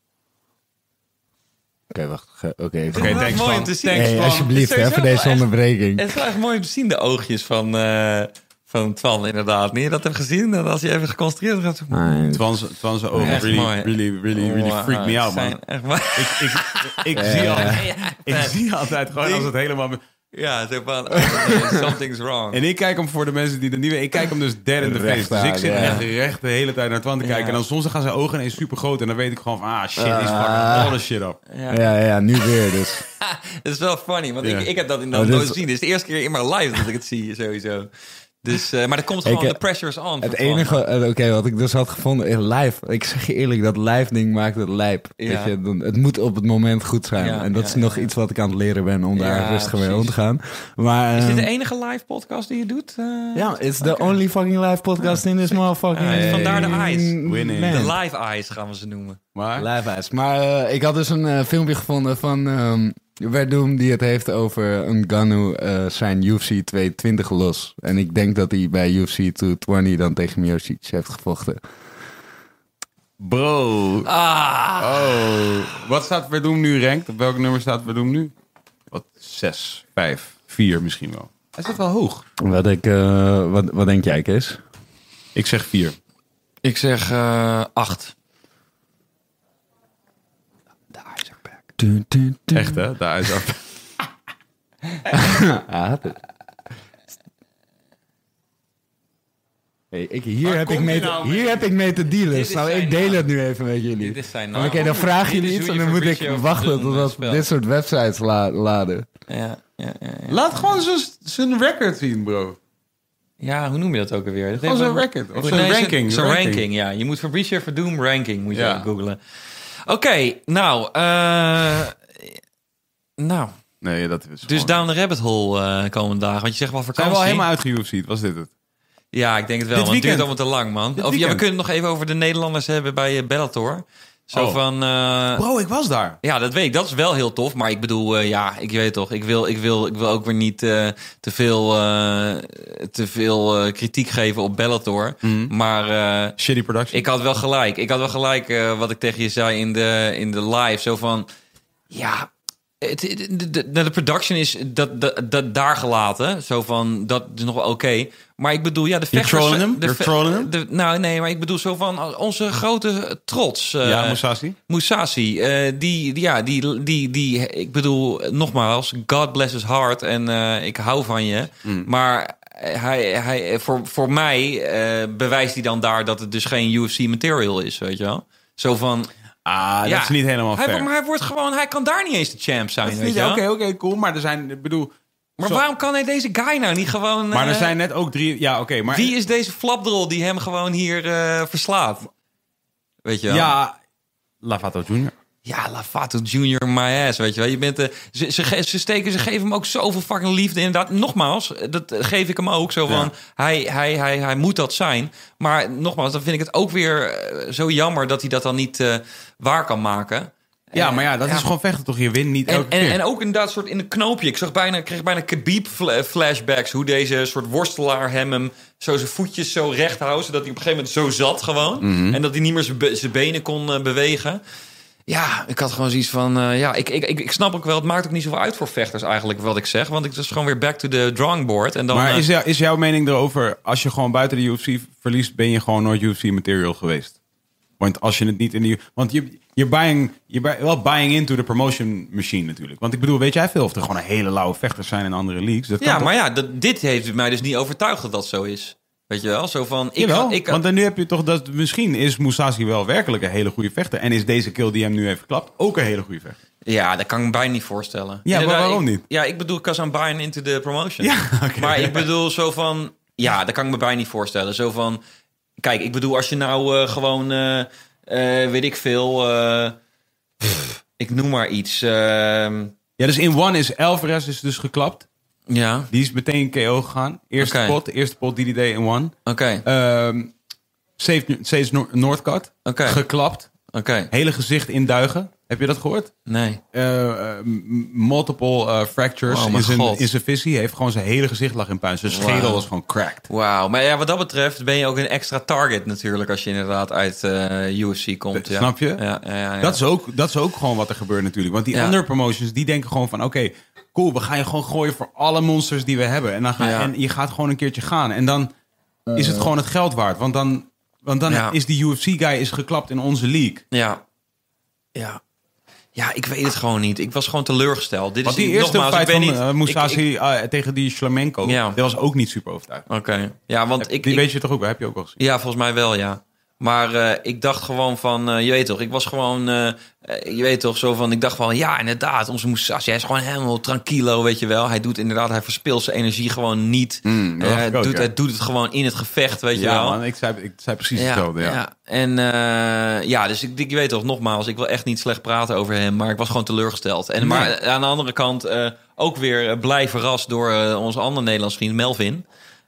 C: Oké, wacht. Ge- Oké, even.
A: Oké,
D: wel
A: thanks,
D: mooi
A: man.
D: om te zien.
C: Hey,
D: man.
C: alsjeblieft,
D: Het is
C: hè, voor
D: sowieso
C: deze
D: wel echt-
C: onderbreking.
D: Het is wel echt mooi om te zien, de oogjes van, eh, van Twan inderdaad. Nu je dat hebt gezien, en als je even geconcentreerd gaat...
C: Ah,
A: Twan ze- Twan zijn ogen
D: Echt
A: really,
D: mooi.
A: really, really, really
D: Wow,
A: freak me
D: het
A: out, man.
D: Oh, zijn echt mooi.
A: Ik, ik, ik, zie altijd, ik zie altijd gewoon als het helemaal...
D: Ja, zo van, oh, something's wrong.
A: En ik kijk hem voor de mensen die er niet weten. Ik kijk hem dus dead in de
C: Recht
A: face. Dus ik
C: aan,
A: zit echt
C: ja.
A: recht de hele tijd naar Twan te kijken. En dan soms dan gaan zijn ogen ineens super groot. En dan weet ik gewoon van, ah shit, die is fucking all the shit op.
C: Ja, ja, nu weer dus.
D: Dat is wel funny, want
A: Ja.
D: ik, ik heb dat inderdaad
C: Oh, dit
D: nooit
C: is-
D: gezien. Dit is de eerste keer in mijn life dat ik het zie, sowieso. Dus, eh, maar dat komt gewoon,
C: Ik, eh,
D: de pressure is on.
C: Het
D: voor Van.
C: enige, eh, oké, wat ik dus had gevonden is live. Ik zeg je eerlijk, dat live ding maakt het lijp.
D: Ja.
C: Weet je, dan, het moet op het moment goed zijn.
D: Ja,
C: en dat
D: ja,
C: is nog
D: ja.
C: iets wat ik aan het leren ben om daar
D: Ja,
C: rustig mee om
D: precies.
C: te gaan. Maar,
D: Is dit
C: ehm,
D: de enige live podcast die je doet? Eh,
C: ja, it's the only fucking live podcast in this motherfucking... Mm,
D: Ja, vandaar de eyes.
C: Winning.
D: De live eyes gaan we ze noemen.
A: Maar
C: Live eyes. Maar eh, ik had dus een eh, filmpje gevonden van ehm Werdoem die het heeft over Ngannou eh zijn UFC 220 los. En ik denk dat hij bij UFC 220 dan tegen Miocic heeft gevochten.
A: bro.
D: Ah.
A: Oh. Wat staat Verdum nu ranked? Op welk nummer staat Verdum nu? Wat? Zes, vijf, vier misschien wel. Hij staat wel hoog.
C: Wat, ik, eh, wat, wat denk jij, Kees?
A: Ik zeg vier.
D: Ik zeg eh, acht.
A: Echt hè? Daar is af.
C: Hey, ik, hier heb
D: komt
C: ik, mee
D: die
C: te,
D: nou
C: hier
D: mee?
C: heb ik mee te dealen.
D: Dit is
C: Nou, ik
D: zijn
C: deel
D: naam.
C: het nu even met jullie.
D: Dit is zijn
C: Maar
D: naam.
C: Oké, dan vraag
D: Dit
C: je
D: is
C: iets
D: hoe
C: en
D: je
C: dan moet ik
D: Fabrizio
C: wachten
D: Verdum, eh,
C: tot
D: spelt.
C: dit soort websites la- laden.
D: Ja, ja, ja, ja.
A: Laat gewoon zijn- zijn record zien, bro.
D: Ja, hoe noem je dat ook alweer? Dat
A: Gewoon
D: heeft
A: zo'n
D: wel-
A: record, of
D: Nee,
A: zo'n
D: Oh, zo'n-
A: ranking,
D: Zo'n
A: ranking.
D: ranking. ja. Je moet Fabricio Verdum ranking, moet je
A: Ja.
D: even googlen. Oké, nou. eh, nou,
A: Nee, dat is.
D: dus down the rabbit hole eh, komende dagen. Want je zegt wel
A: Zijn we
D: vakantie.
A: al helemaal uitgeUFC'd? Was dit het?
D: Ja, ik denk het wel.
A: Dit
D: want het duurt
A: weekend.
D: allemaal te lang, man.
A: Dit
D: Of ja, we
A: weekend.
D: kunnen het nog even over de Nederlanders hebben bij eh, Bellator. Zo
A: Oh.
D: van... eh,
A: Bro, ik was daar.
D: ja, dat weet ik. Dat is wel heel tof. Maar ik bedoel, eh, ja, ik weet toch. Ik wil, ik wil, ik wil ook weer niet eh, te veel, eh, te veel eh, kritiek geven op Bellator.
A: Mhm.
D: Maar eh,
A: Shitty production.
D: ik had wel gelijk. Ik had wel gelijk eh, wat ik tegen je zei in de, in de live. Zo van, ja, het, het- de, de, de production is dat, dat, dat daar gelaten. Zo van, dat is nog wel oké. Maar ik bedoel, ja, de
A: You're
D: vechters...
A: trolling hem?
D: de
A: You're
D: ve-
A: trolling hem?
D: de- nou, nee, maar ik bedoel zo van eh, onze grote trots. eh,
A: ja, Musashi.
D: Musashi, eh, die, die- ja, die, die, die, ik bedoel, eh, nogmaals, God bless his heart en eh, ik hou van je.
A: Mm.
D: Maar eh, hij, hij, eh, voor, voor mij eh, bewijst hij dan daar dat het dus geen UFC material is, weet je wel? Zo van,
A: Ah, dat is niet helemaal
D: hij,
A: fair.
D: Maar hij wordt gewoon, hij kan daar niet eens de champ zijn,
A: Dat is
D: weet
A: niet-
D: je
A: Oké,
D: wel?
A: oké, cool. Maar er zijn, ik bedoel...
D: Maar
A: zo-
D: waarom kan hij deze guy nou niet gewoon...
A: Maar er
D: eh,
A: zijn net ook drie... Ja, oké, maar...
D: Wie is deze flapdrol die hem gewoon hier eh, verslaat? Weet je wel?
A: Ja, Lavato Junior.
D: Ja, Lavato Junior, my ass, weet je wel. Je bent, de ze, ze, ge- ze steken, ze geven hem ook zoveel fucking liefde. Inderdaad, nogmaals, eh, dat geef ik hem ook zo van... Hij, hij, hij, hij moet dat zijn. Maar nogmaals, dan vind ik het ook weer eh, zo jammer... dat hij dat dan niet eh, waar kan maken.
A: Ja, maar ja, dat
D: Eh, Ja.
A: is gewoon vechten toch. Je wint niet
D: En,
A: elke
D: en,
A: keer.
D: en ook inderdaad soort in een knoopje. Ik zag bijna, ik kreeg bijna Khabib fla- flashbacks. Hoe deze soort worstelaar hem, hem zo zijn voetjes zo recht houdt. Zodat hij op een gegeven moment zo zat gewoon.
A: Mhm.
D: En dat hij niet meer zijn be- zijn benen kon eh, bewegen. Ja, ik had gewoon zoiets van... eh, ja, ik, ik, ik, ik snap ook wel, het maakt ook niet zoveel uit voor vechters eigenlijk wat ik zeg. Want ik is gewoon weer back to the drawing board. En dan,
A: maar
D: eh,
A: is, jou- is jouw mening erover... Als je gewoon buiten de UFC verliest... Ben je gewoon nooit UFC material geweest? Want als je het niet in de... Want je... You're buying, you're buy- wel buying into the promotion machine natuurlijk. Want ik bedoel, weet jij veel of er gewoon een hele lauwe vechters zijn in andere leagues? Dat kan
D: ja,
A: toch-
D: maar ja, dat, dit heeft mij dus niet overtuigd dat dat zo is. Weet je wel? Zo van... Ik,
A: Jawel,
D: ga- ik,
A: want dan nu heb je toch dat misschien is Musashi wel werkelijk een hele goede vechter en is deze kill die hem nu heeft geklapt ook een hele goede vechter.
D: Ja, dat kan ik me bijna niet voorstellen.
A: Ja, maar
D: Inderdaad,
A: waarom
D: ik-
A: niet?
D: Ja, ik bedoel, 'cause I'm buying into the promotion.
A: Ja, oké.
D: Maar ik bedoel zo van... Ja, dat kan ik me bijna niet voorstellen. Zo van... Kijk, ik bedoel, als je nou eh, gewoon... eh, eh, weet ik veel... eh, pff, ik noem maar iets. ehm,
A: Ja, dus in one is Alvarez is dus geklapt.
D: ja,
A: Die is meteen KO gegaan. Eerste
D: Oké.
A: pot, eerste pot die die deed in one.
D: oké.
A: Ehm Save- Sage Noor- Northcutt
D: Oké.
A: geklapt.
D: Oké,
A: Hele gezicht in duigen. Heb je dat gehoord?
D: nee.
A: Eh, eh, m- multiple eh, fractures
D: Oh, mijn
A: in zijn-
D: God.
A: in zijn visie. Hij Heeft gewoon zijn hele gezicht lag in puin. Zijn schedel was gewoon cracked.
D: Wauw. Maar ja, wat dat betreft ben je ook een extra target natuurlijk... als je inderdaad uit eh, UFC komt.
A: Dat-
D: Ja.
A: snap je?
D: Ja, ja, Ah, ja, ja.
A: Dat, is ook, dat is ook gewoon wat er gebeurt natuurlijk. Want die
D: Ja.
A: andere promotions, die denken gewoon van... oké, cool, we gaan je gewoon gooien voor alle monsters die we hebben. En, dan ga,
D: Ja.
A: en je gaat gewoon een keertje gaan. En dan is het gewoon het geld waard. Want dan, want dan
D: Ja.
A: is die UFC-guy is geklapt in onze league.
D: Ja. Ja. Ja, ik weet het gewoon niet. Ik was gewoon teleurgesteld. Dit
A: Want
D: is
A: die eerste
D: Dus nogmaals,
A: fight
D: ik
A: van
D: ben
A: niet,
D: niet,
A: Musashi
D: ik- ik-
A: eh, tegen die Flamenco...
D: Ja.
A: dat was ook niet super overtuigend.
D: Oké. Ja, want ik,
A: die
D: ik-
A: weet je toch ook wel, heb je ook al gezien.
D: ja, volgens mij wel, ja. Maar eh, ik dacht gewoon van, eh, je weet toch, ik was gewoon, eh, eh, je weet toch, zo van, ik dacht van, ja, inderdaad, onze Musashi, hij is gewoon helemaal tranquilo, weet je wel. Hij doet inderdaad, hij verspilt zijn energie gewoon niet.
B: Mm, dat
D: Eh,
B: dacht
D: hij
B: ik ook,
D: doet,
B: ja.
D: hij doet het gewoon in het gevecht, weet je
B: Ja,
D: wel.
B: man, ik zei, ik zei precies hetzelfde. Ja.
D: En eh, ja, dus ik, ik weet toch, nogmaals, ik wil echt niet slecht praten over hem, maar ik was gewoon teleurgesteld. En, Maar aan de andere kant eh, ook weer eh, blij verrast door eh, onze andere Nederlands vriend Melvin.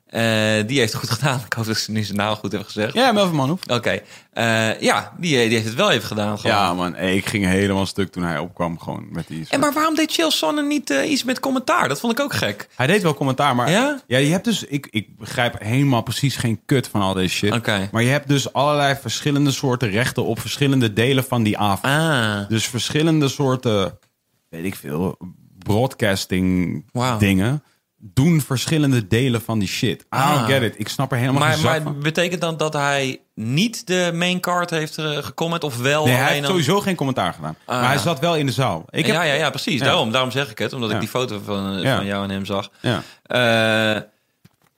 D: Eh, die heeft het goed gedaan. Ik hoop dat ik nu zijn naam goed heb gezegd.
A: Ja, Melvin Manhoef.
D: Oké. Eh, ja, die, die heeft het wel even gedaan. Gewoon.
B: Ja, man. hey, ik ging helemaal stuk toen hij opkwam. Gewoon met die.
D: En maar waarom deed Chill Sonnen niet eh, iets met commentaar? Dat vond ik ook gek.
A: Hij deed wel commentaar, maar
D: Ja?
A: ja? je hebt dus, ik, ik begrijp helemaal precies geen kut van al deze shit.
D: Oké.
A: Maar je hebt dus allerlei verschillende soorten rechten op verschillende delen van die avond.
D: Ah.
A: Dus verschillende soorten, weet ik veel, broadcasting
D: Wauw.
A: dingen doen verschillende delen van die shit. I
D: Ah.
A: don't get it. Ik snap er helemaal
D: Maar,
A: geen zak
D: maar
A: van.
D: betekent dan dat hij niet de main card heeft eh, gecomment? Of wel
A: Nee, hij
D: alleen
A: heeft
D: dan-
A: sowieso geen commentaar gedaan.
D: Ah.
A: Maar hij zat wel in de zaal. Ik heb,
D: ja, ja, ja, precies.
A: Ja.
D: Daarom, daarom zeg ik het. Omdat ik
A: Ja.
D: die foto van, eh,
A: Ja.
D: van jou en hem zag.
A: Ja.
D: Eh,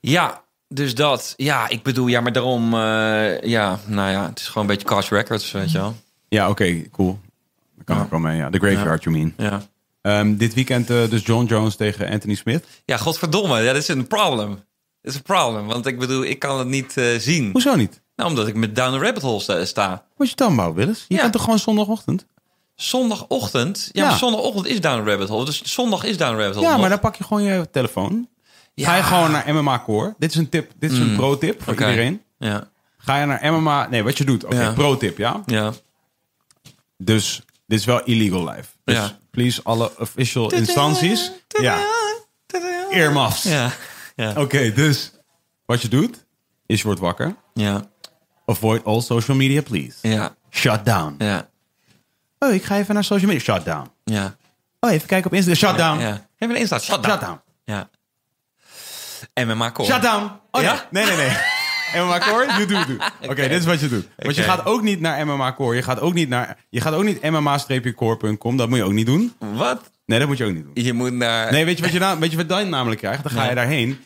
D: ja, dus dat. Ja, ik bedoel, ja, maar daarom... eh, ja, nou ja, het is gewoon een beetje cash records, weet je wel.
A: Ja, oké, cool. Daar kan ik wel mee. Ja. The Graveyard, you mean.
D: Ja,
A: Ehm, dit weekend eh, dus John Jones tegen Anthony Smith.
D: ja godverdomme. Ja, dat is een problem. Dat is een problem. Want ik bedoel, ik kan het niet eh, zien.
A: Hoezo niet?
D: Nou, omdat ik met Down the Rabbit Hole sta. sta.
A: Wat je dan wou, Willis? Je
D: Ja.
A: bent toch gewoon zondagochtend?
D: Zondagochtend. Ja,
A: Ja.
D: maar zondagochtend is Down the Rabbit Hole. Dus zondag is Down the Rabbit Hole.
A: Ja,
D: nog.
A: maar dan pak je gewoon je telefoon. Ga je gewoon naar MMA Core. Dit is een tip. Dit is een pro-tip voor
D: Mm. Oké.
A: iedereen.
D: Ja,
A: Ga je naar MMA... Nee, wat je doet. Oké,
D: Ja.
A: pro-tip, ja?
D: ja.
A: Dus dit is wel illegal live. Dus
D: Ja.
A: please, alle official instanties. Ja, earmuffs.
D: Ja,
A: Oké, dus wat je doet is je wordt wakker.
D: ja,
A: Avoid all social media, please.
D: ja,
A: Shut down.
D: ja,
A: Oh, ik ga even naar social media. Shut down.
D: ja.
A: Oh, even kijken op Instagram. Shut down.
D: Ja. Even een instaat. Shut down.
A: Shut down.
D: Ja. MMA core.
A: Shut down. Oh,
D: Ja?
A: Nee, nee, nee. nee. MMA Core, you do, do. Oké, dit is wat je doet. Want je
D: Oké.
A: gaat ook niet naar MMA Core. Je gaat ook niet naar... Je gaat ook niet mma-core.com. Dat moet je ook niet doen.
D: Wat?
A: Nee, dat moet je ook niet doen.
D: Je moet naar...
A: Nee, weet je wat je, na, weet je wat dan namelijk krijgt? Dan ga je
D: Nee.
A: daarheen.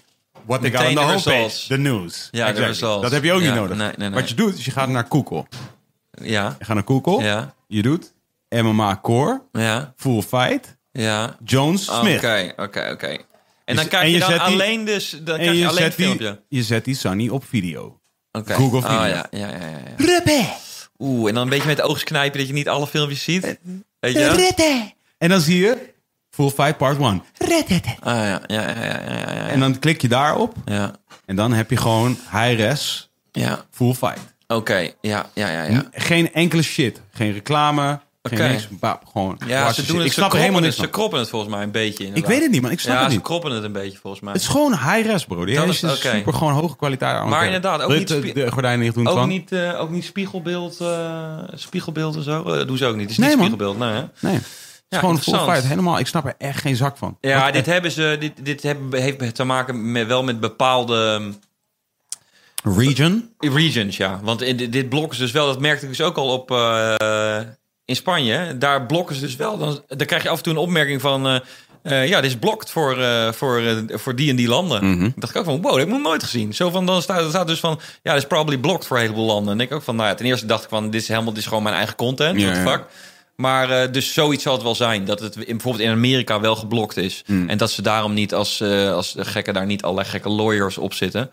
A: Wat ik aan
D: Meteen
A: de
D: de
A: homepage.
D: results.
A: De news.
D: Ja, de
A: Exactly.
D: results.
A: Dat heb je ook
D: Ja,
A: niet nodig.
D: nee, nee, nee.
A: Wat je doet, is je gaat naar Google.
D: Ja,
A: Je gaat naar Google.
D: Ja.
A: Je doet MMA Core,
D: ja,
A: Full Fight,
D: ja.
A: Jones, Smith.
D: Oké, oké, oké. En dan
A: Dus-
D: krijg
A: en
D: je
A: je
D: dan
A: zet die-
D: alleen dus... Dan
A: En
D: krijg je
A: je
D: alleen het
A: zet, die,
D: filmpje.
A: je zet die Sunny op video.
D: Oké.
A: Google
D: Ah,
A: Video.
D: ja, ja, ja, ja. ja. Oeh, en dan een beetje met de oogsknijpen dat je niet alle filmpjes
A: Eh,
D: ziet. Weet je? wel?
A: En dan zie je Full Fight Part 1.
D: Ah, ja, ja, ja, ja, ja, ja, ja.
A: En dan klik je daarop.
D: Ja,
A: En dan heb je gewoon high res,
D: ja.
A: full fight.
D: Oké, ja, ja, ja, ja.
A: Geen enkele shit. Geen reclame.
D: Oké.
A: Geen niks. Bap, gewoon.
D: Ja,
A: watch
D: ze
A: shit.
D: doen het.
A: Ik
D: ze
A: snap er
D: kroppen
A: helemaal
D: het-
A: niks
D: Ze
A: van.
D: kroppen het volgens mij een beetje.
A: Ik
D: inderdaad.
A: weet het niet, man. Ik snap
D: ja,
A: het
D: ze
A: niet.
D: kroppen het een beetje volgens mij.
A: Het is gewoon high res, bro. Die
D: Dat
A: hele
D: is-
A: shit is
D: oké.
A: super gewoon hoge kwaliteit. aan elkaar.
D: inderdaad, ook
A: Wil je
D: niet
A: het,
D: spe-
A: eh, de gordijnen niet doen
D: ook,
A: van.
D: niet, eh, ook niet spiegelbeeld, eh, spiegelbeeld en zo. Eh, doen ze ook niet. Het is
A: Nee,
D: niet
A: man.
D: spiegelbeeld. Nee, hè?
A: Nee.
D: Ja,
A: het is gewoon full
D: interessant.
A: fight. Helemaal. Ik snap er echt geen zak van.
D: Ja,
A: Wat-
D: dit, hebben ze, dit, dit hebben, heeft te maken met, wel met bepaalde
A: Region.
D: ehm, regions, ja. Want in, dit- dit blokken ze dus wel, dat merkte ik dus ook al op eh, in Spanje. Daar blokken ze dus wel. Dan, dan krijg je af en toe een opmerking van... eh, eh, ja, dit is blokt voor, eh, voor, eh, voor die en die landen.
A: Mhm.
D: dacht ik ook van, wow, dat heb ik nog nooit gezien. Zo van, dan staat, dan staat dus van, ja, dit is probably blocked voor een heleboel landen. En denk ik ook van, nou ja, ten eerste dacht ik van, dit is helemaal, dit is gewoon mijn eigen content.
B: Ja,
D: what the
B: ja.
D: fuck. Maar eh, dus zoiets zal het wel zijn. Dat het in- bijvoorbeeld in Amerika wel geblokt is. En dat ze daarom niet als, eh als gekken daar niet allerlei gekke lawyers op zitten.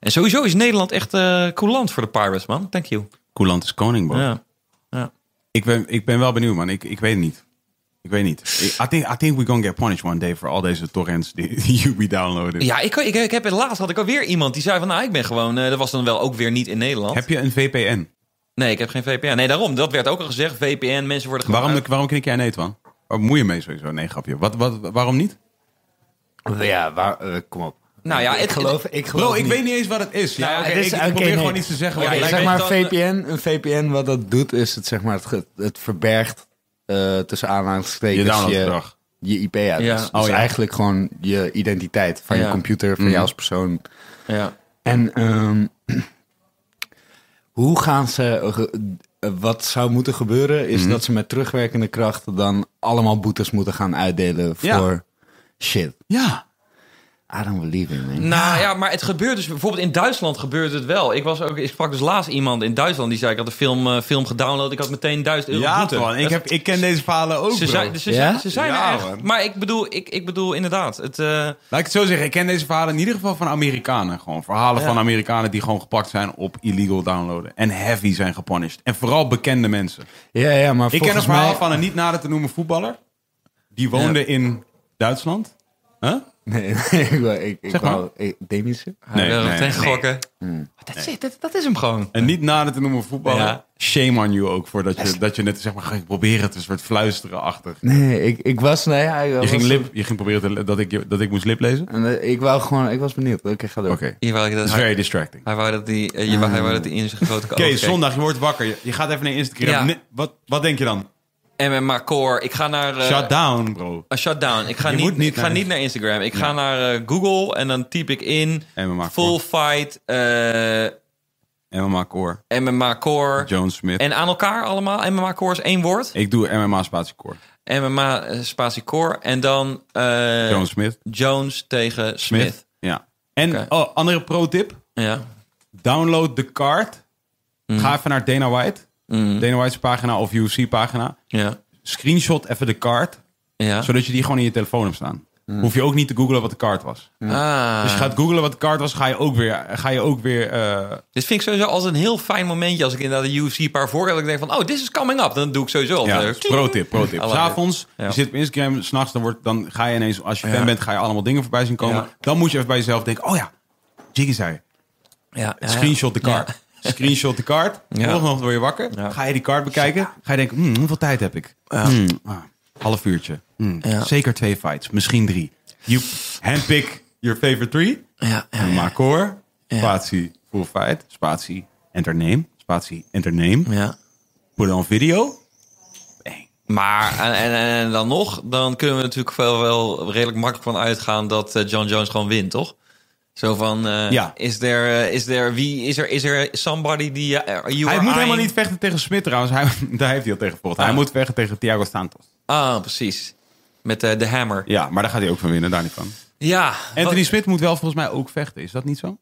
D: En sowieso is Nederland echt eh coulant voor de Pirates, man. Thank you.
A: Coulant is koning, bro.
D: Ja.
A: Ik, ben, ik ben wel benieuwd, man. Ik, ik weet het niet. Ik weet niet. Ik- I think, I think we're gonna get punished one day voor al deze torrents die, die you be downloaden.
D: Ja, ik, ik, ik heb laatst had ik alweer iemand die zei van, nou, ik ben gewoon, eh, dat was dan wel ook weer niet in Nederland.
A: Heb je een VPN?
D: Nee, ik heb geen VPN. Nee, daarom, dat werd ook al gezegd. VPN, mensen worden gewoon
A: Waarom, waarom knik jij nee, Twan? Oh, moeie mee sowieso. Nee, grapje. Wat, wat, waarom niet?
C: Ja, waar, eh, kom op.
D: Nou ja, het-
C: ik geloof, ik geloof niet.
A: niet eens wat het is. Ja,
C: oké, ik- ik probeer gewoon iets te
A: zeggen.
D: wat
C: Oké,
D: lijkt
C: zeg
D: me
C: maar
D: dan-
C: VPN. Een VPN, wat dat doet, is het, zeg maar, het, ge- het verbergt eh, tussen aanhalingstekens
A: Je
C: je,
A: downloadgedrag.
C: je IP-adres.
D: Ja.
C: Dus
A: Oh, ja.
C: eigenlijk gewoon je identiteit van
D: Ja.
C: je computer, van jou als persoon.
D: Ja.
C: En ehm, hoe gaan ze. ge- eh, Wat zou moeten gebeuren, is dat ze met terugwerkende kracht dan allemaal boetes moeten gaan uitdelen
A: Ja.
C: voor shit.
A: Ja.
C: I don't believe in, man.
D: Nou ja, maar het gebeurt dus bijvoorbeeld in Duitsland gebeurt het wel. Ik, was ook, ik sprak dus laatst iemand in Duitsland die zei: Ik had de film, eh, film gedownload, ik had meteen 1000 euro.
A: Ja,
D: boete.
A: man. Ik, heb, ik ken deze verhalen ook,
D: Ze
A: bro.
D: zijn, ze,
C: Ja?
D: zijn- ze zijn
A: Ja,
D: er echt.
A: man.
D: Maar ik bedoel, ik, ik bedoel inderdaad. Het, eh,
A: Laat ik het zo zeggen. Ik ken deze verhalen in ieder geval van Amerikanen. Gewoon verhalen van Amerikanen die gewoon gepakt zijn op illegal downloaden. En heavy zijn gepunished. En vooral bekende mensen.
C: Ja, ja, maar
A: Ik ken een
C: volgens
A: verhaal
C: mij...
A: van een niet nader te noemen voetballer. Die woonde in Duitsland. Huh?
C: Nee, nee, ik wou... Ik, ik
A: Zeg maar.
C: wou- ik- Demische?
D: nee,
A: nee,
D: meteen
A: nee.
D: gokken. Dat, is, dat, dat is hem gewoon.
A: En niet nader te noemen voetballer.
D: Ja.
A: Shame on you ook voor dat je, dat je net zeg maar ging proberen te soort fluisteren-achtig.
C: Nee, ik, ik was... Nee, ja, ik
A: Je
C: was-
A: ging, lip, je ging proberen te- dat, ik, je- dat ik moest lip lezen?
C: En, eh, Ik wou gewoon... Ik was benieuwd. Oké, ga door.
A: Oké.
D: Hier wou ik dat,
A: Dat is
D: hij,
A: very distracting.
D: hij wou dat die, eh, je wou- hij wou dat die in zijn grote
A: Oké,
D: ogen keek.
A: zondag, je wordt wakker. Je, je gaat even naar Instagram.
D: Ja.
A: Nee, wat, wat denk je dan?
D: MMA Core. Ik ga naar. eh,
A: Shut down, bro.
D: Een shutdown. Ik ga,
A: Je
D: niet,
A: moet niet
D: ik ga
A: naar-
D: niet naar Instagram. Ik ga naar eh, Google en dan typ ik in
A: MMA
D: full fight eh,
A: MMA core.
D: MMA core.
A: Joan Smith.
D: En aan elkaar allemaal. MMA core is één woord.
A: Ik doe MMA spatie core.
D: MMA eh, spatie core. En dan eh,
A: Joan Smith.
D: Jones tegen Smith.
A: Ja. En
D: Oké.
A: oh, andere pro tip.
D: Ja.
A: Download de kaart.
D: Mhm.
A: Ga even naar Dana White. Dana White's pagina of UFC pagina.
D: Ja.
A: Screenshot even de kaart.
D: Ja.
A: Zodat je die gewoon in je telefoon hebt staan.
D: Mhm.
A: Hoef je ook niet te googlen wat de kaart was.
D: Ah.
A: Als Dus je gaat googlen wat de kaart was, ga je ook weer... Ga je ook weer eh,
D: Dit vind ik sowieso als een heel fijn momentje. Als ik inderdaad de UFC paar voor heb. Dat ik denk van, oh, this is coming up. Dan doe ik sowieso
A: ja,
D: altijd.
A: dat is pro tip, pro tip.
D: I like
A: S'avonds,
D: it. Ja.
A: je zit op Instagram, s'nachts, dan, wordt- dan ga je ineens... Als je fan bent, ga je allemaal dingen voorbij zien komen.
D: Ja.
A: Dan moet je even bij jezelf denken... Oh ja, Jiggy zei...
D: Ja, ja, ja.
A: Screenshot de kaart. Screenshot de kaart.
D: Ja.
A: Volgende ochtend word je wakker.
D: Ja.
A: Ga je die kaart bekijken. Ga je denken, hmm, hoeveel tijd heb ik? Hmm, ah, half uurtje. Hmm,
D: Ja.
A: Zeker twee fights. Misschien drie. You handpick your favorite three.
D: Ja, ja,
A: En
D: ja.
A: maak hoor. Spatie full fight. Spatie entertain. Spatie entertain.
D: ja.
A: Put on video.
D: Maar en, en, en dan nog, dan kunnen we natuurlijk wel, wel redelijk makkelijk van uitgaan dat eh, John Jones gewoon wint, toch? Zo van, eh,
A: Ja.
D: is er, eh, is er, wie, is er, is er somebody die, eh, are you
A: Hij
D: or
A: moet
D: I?
A: helemaal niet vechten tegen Smit trouwens. Hij, daar heeft hij al tegen gevochten. Hij moet vechten tegen Thiago Santos.
D: Ah, precies. Met eh, de hammer.
A: Ja, maar daar gaat hij ook van winnen. Daar niet van. Oh.
D: Ja.
A: Anthony
D: wat-
A: Smit moet wel volgens mij ook vechten. Is dat niet zo?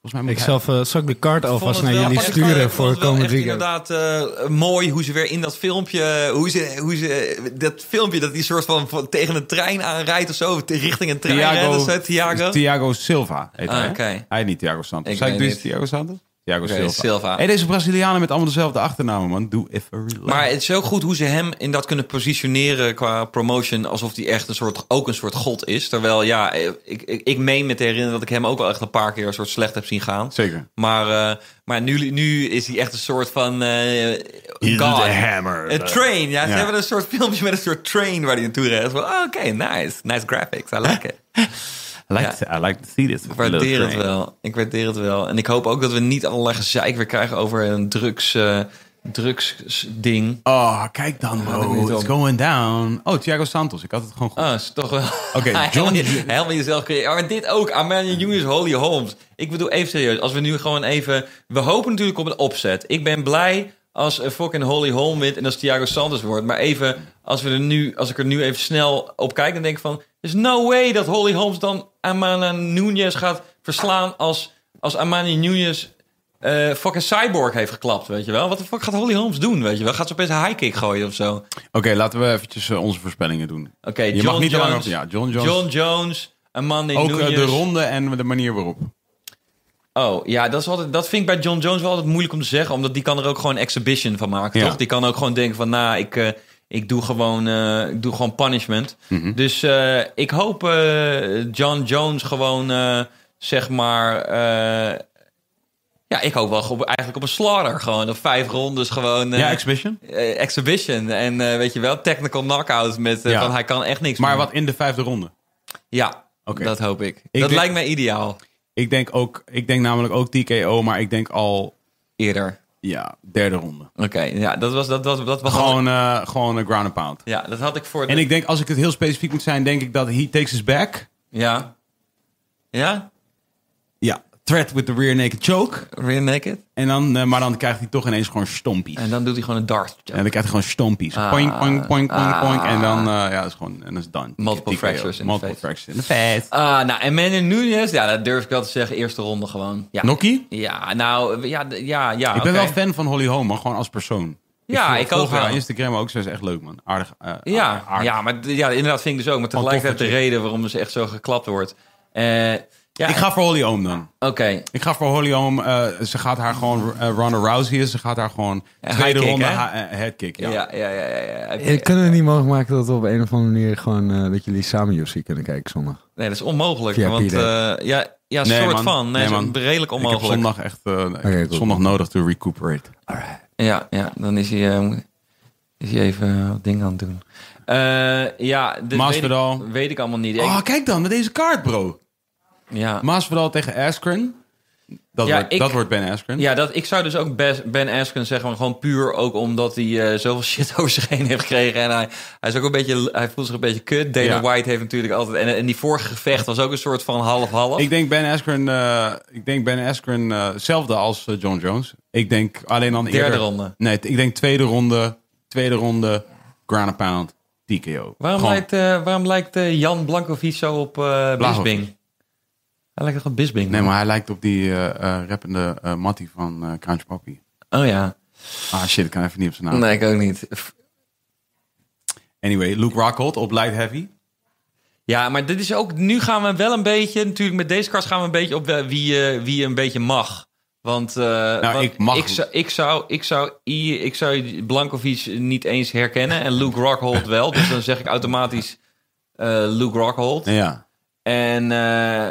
A: Volgens mij moet
C: Ik
A: hij-
C: zal, eh, zal ik de kaart
D: ik vond
C: alvast
D: het
C: naar
D: wel-
C: jullie
D: ik vond
C: sturen
D: het wel
C: voor
D: echt
C: komend weekend?
D: inderdaad eh, mooi hoe ze weer in dat filmpje, hoe ze, hoe ze, dat filmpje dat die soort van, van tegen een trein aanrijdt of zo, richting een trein
A: Thiago-
D: rent of zo, Thiago.
A: Thiago Silva heet
D: Ah,
A: hij. hè?
D: oké.
A: Hij niet Thiago Santos.
D: Ik
A: Zei ik
D: weet
A: dus
D: niet.
A: Thiago Santos? Thiago
D: Oké,
A: Silva.
D: Silva.
A: Hey, deze Brazilianen met allemaal dezelfde achternamen, man. Doe even relax.
D: Maar het is zo goed hoe ze hem in dat kunnen positioneren qua promotion. Alsof hij echt een soort, ook een soort god is. Terwijl, ja, eh, ik, ik, ik meen me te herinneren dat ik hem ook wel echt een paar keer een soort slecht heb zien gaan.
A: Zeker.
D: Maar, eh, maar nu, nu is hij echt een soort van... eh god.
A: hammer.
D: Een train, ja. Ze
A: Ja.
D: hebben een soort filmpje met een soort train waar hij naartoe redt. Van, oh, Oké, nice. Nice graphics. I like it.
A: I like, to, I like to see this.
D: Ik waardeer het wel. Ik waardeer het wel. En ik hoop ook dat we niet allerlei gezeik weer krijgen over een drugs, eh, drugsding.
A: Oh, kijk dan, bro. It's going down. Oh, Thiago Santos. Ik had het gewoon goed.
D: Ah, is toch wel.
A: Oké, John-
D: helemaal, je- helemaal jezelf creëren. Maar dit ook. Amanda Juniors, Holy Holmes. Ik bedoel, even serieus. Als we nu gewoon even. We hopen natuurlijk op een opzet. Ik ben blij als eh, fucking Holy Holm wint en als Thiago Santos wordt. Maar even, als, we er nu, als ik er nu even snel op kijk, dan denk ik van. There's no way dat Holy Holmes dan Amanda Nunez gaat verslaan als, als Amanda Nunez. eh, fucking cyborg heeft geklapt, weet je wel. Wat de fuck gaat Holly Holmes doen, weet je wel? Gaat ze opeens een high kick gooien of zo?
A: Oké, laten we eventjes eh, onze voorspellingen doen.
D: Oké,
A: Je
D: John
A: mag niet te lang
D: Jones.
A: op- ja, John Jones.
D: John Jones, Amanda
A: Ook eh, de
D: Nunez.
A: ronde en de manier waarop.
D: Oh, ja, dat, is altijd, dat vind ik bij John Jones wel altijd moeilijk om te zeggen. Omdat die kan er ook gewoon een exhibition van maken,
A: Ja.
D: toch? Die kan ook gewoon denken van, nou, ik, eh, ik, doe, gewoon, eh, ik doe gewoon punishment.
A: Mhm.
D: Dus eh, ik hoop eh, John Jones gewoon, eh, zeg maar... eh, ja, ik hoop wel op, eigenlijk op een slaughter. Gewoon op vijf rondes gewoon... eh,
A: Ja, exhibition.
D: eh, exhibition. En eh, weet je wel, technical knockout met... eh,
A: Ja.
D: van, hij kan echt niks
A: Maar
D: meer.
A: wat in de vijfde ronde?
D: Ja,
A: Oké.
D: dat hoop ik. dat
A: denk-
D: lijkt mij ideaal
A: Ik denk, ook, ik denk namelijk ook TKO, maar ik denk al
D: eerder.
A: ja, derde ronde.
D: Oké, ja, dat was dat was dat was
A: Gewoon, eh, gewoon een ground and pound.
D: Ja, dat had ik voor. de-
A: En ik denk, als ik het heel specifiek moet zijn, denk ik dat He Takes Us Back.
D: ja, ja,
A: Ja, threat with the rear naked choke.
D: Rear naked.
A: En dan, eh, maar dan krijgt hij toch ineens gewoon stompies.
D: En dan Ah. doet hij gewoon een dart.
A: En dan krijgt hij gewoon stompies. Poink, poink, poink, poink, poink. En dan, eh, ja, dat is gewoon, en dat is dan.
D: Ah. Multiple fractures in de
A: Multiple
D: face.
A: fractures in de face.
D: Ah, nou, en Manuel Nunes, ja, dat durf ik wel te zeggen. Eerste ronde gewoon. Ja,
A: Nokkie?
D: ja nou, ja, d- ja, ja.
A: Ik ben wel
D: oké.
A: fan van Holly Holm, maar gewoon als persoon.
D: Ja, ik ook
A: Volg haar
D: wel.
A: aan Instagram ook, ze is echt leuk, man. Aardig. eh,
D: Ja,
A: aardig.
D: ja, maar d- ja, inderdaad vind ik dus ook. Maar tegelijkertijd de
A: toffertje.
D: reden waarom ze echt zo geklapt wordt. Eh, ja,
A: Ik ga voor Holly Holm dan.
D: Oké.
A: Ik ga voor Holly Holm. eh, ze gaat haar gewoon eh, Ronda Rousey. Ze gaat haar gewoon
D: Eh,
A: tweede
D: high kick,
A: ronde
D: hè?
A: ha- eh, headkick. Ja.
D: Ja, ja, ja, ja. ja, oké.
C: Ik kan het niet mogelijk maken dat Eh, we op een of andere manier gewoon eh, dat jullie samen UFC kunnen kijken zondag.
D: Nee, dat is onmogelijk.
C: Via
D: want
C: P-Day.
D: eh, ja, ja
A: Nee,
D: soort
A: man.
D: van. Nee,
A: Nee,
D: zo-
A: man.
D: redelijk
A: Ik heb
D: onmogelijk.
A: zondag echt eh, ik heb
C: cool.
A: zondag nodig to recuperate.
D: Ja, ja, dan is hij, eh, is hij even eh, wat dingen aan het doen. Eh, ja, dit weet ik,
A: Masvidal.
D: weet ik allemaal niet. Ik-
A: Oh, kijk dan, met deze kaart, bro.
D: ja.
A: Maasverdal tegen Askren. Dat,
D: Ja,
A: wordt,
D: ik-
A: dat wordt Ben Askren.
D: Ja, dat, ik zou dus ook best Ben Askren zeggen, maar gewoon puur ook omdat hij eh, zoveel shit over zich heen heeft gekregen. En hij, hij, is ook een beetje, hij voelt zich een beetje kut. Dana
A: Ja.
D: White heeft natuurlijk altijd... En, en die vorige gevecht was ook een soort van half-half.
A: Ik denk Ben Askren, eh, ik denk ben Askren eh, hetzelfde als eh, John Jones. Ik denk alleen dan
D: Derde
A: eerder-
D: ronde.
A: Nee, t- ik denk tweede ronde, tweede ronde, ground and pound, TKO.
D: Waarom
A: Gewoon-
D: lijkt, eh, waarom lijkt eh, Jan Blankovic zo op eh Bisping? Hij lijkt toch op Bisping?
A: Nee, maar hij lijkt op die eh, eh, rappende eh Matty van eh Country Papi.
D: Oh ja.
A: Ah shit, ik kan even niet op zijn naam.
D: Oh. Nee, ik ook niet. F-
A: Anyway, Luke Rockhold op Light Heavy.
D: Ja, maar dit is ook... Nu gaan we wel een beetje... Natuurlijk, met deze kaart gaan we een beetje op eh, wie, eh, wie je een beetje mag. Want, eh, want
A: Nou, ik mag
D: ik, zou, ik, zou, ik, zou, I- ik zou Blankovic niet eens herkennen. En Luke Rockhold wel. Dus dan zeg ik automatisch eh, Luke Rockhold.
A: Ja,
D: En, eh,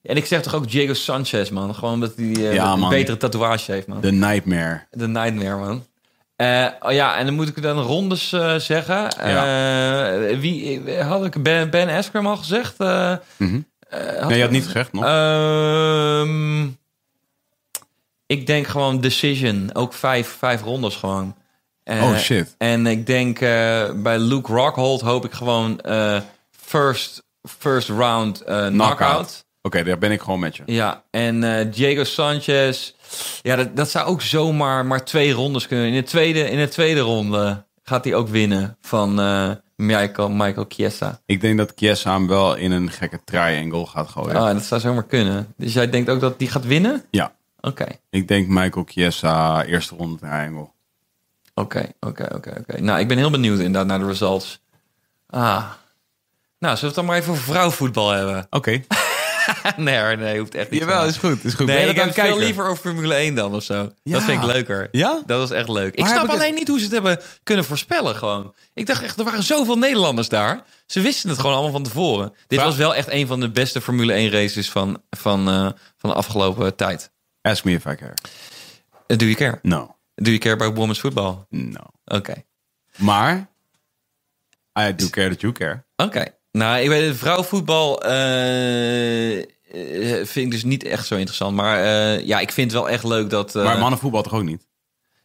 D: en ik zeg toch ook Diego Sanchez, man. Gewoon omdat hij eh,
A: Ja,
D: een
A: man.
D: betere tatoeage heeft, man.
A: The Nightmare.
D: De Nightmare, man. Eh, oh ja, en dan moet ik dan rondes eh, zeggen. Eh, wie had ik Ben, ben Askren al gezegd? Eh, eh,
A: Mhm. Nee, je had niet gezegd nog.
D: Ehm, ik denk gewoon decision. Ook vijf, vijf rondes gewoon. Eh,
A: Oh, shit.
D: En ik denk eh, bij Luke Rockhold hoop ik gewoon eh, first, first round eh, knockout.
A: Oké, daar ben ik gewoon met je.
D: Ja, en eh, Diego Sanchez. Ja, dat, dat zou ook zomaar maar twee rondes kunnen. In de tweede, in de tweede ronde gaat hij ook winnen van eh, Michael, Michael Chiesa.
A: Ik denk dat Chiesa hem wel in een gekke triangle gaat gooien.
D: Ah, dat zou zomaar kunnen. Dus jij denkt ook dat die gaat winnen?
A: Ja,
D: Oké,
A: ik denk Michael Chiesa, eerste ronde triangle.
D: oké, oké, oké. oké. Nou, ik ben heel benieuwd inderdaad naar de results. Ah. Nou, zullen we het dan maar even over vrouwvoetbal hebben?
A: Oké.
D: nee, hoor, nee, hoeft echt niet.
A: Jawel, is goed. Is goed. Ben
D: Nee,
A: je
D: ik
A: dat
D: heb
A: aan
D: het
A: het
D: veel
A: kijken?
D: liever over Formule 1 dan of zo. Dat
A: Ja.
D: vind ik leuker.
A: Ja?
D: Dat was echt leuk. Ik
A: Maar
D: snap
A: heb ik
D: alleen niet hoe ze het hebben kunnen voorspellen gewoon. Ik dacht echt, er waren zoveel Nederlanders daar. Ze wisten het gewoon allemaal van tevoren. Dit
A: Ja.
D: was wel echt een van de beste Formule 1 races van, van, eh, van de afgelopen tijd.
A: Ask me if I care.
D: Eh, Doe je care?
A: No,
D: Doe je care bij women's voetbal?
A: no.
D: Oké.
A: Maar, I do care that you care.
D: Oké. Nou, ik weet het, vrouwenvoetbal eh, eh, vind ik dus niet echt zo interessant. Maar eh, ja, ik vind het wel echt leuk dat... eh,
A: Maar mannenvoetbal toch ook niet?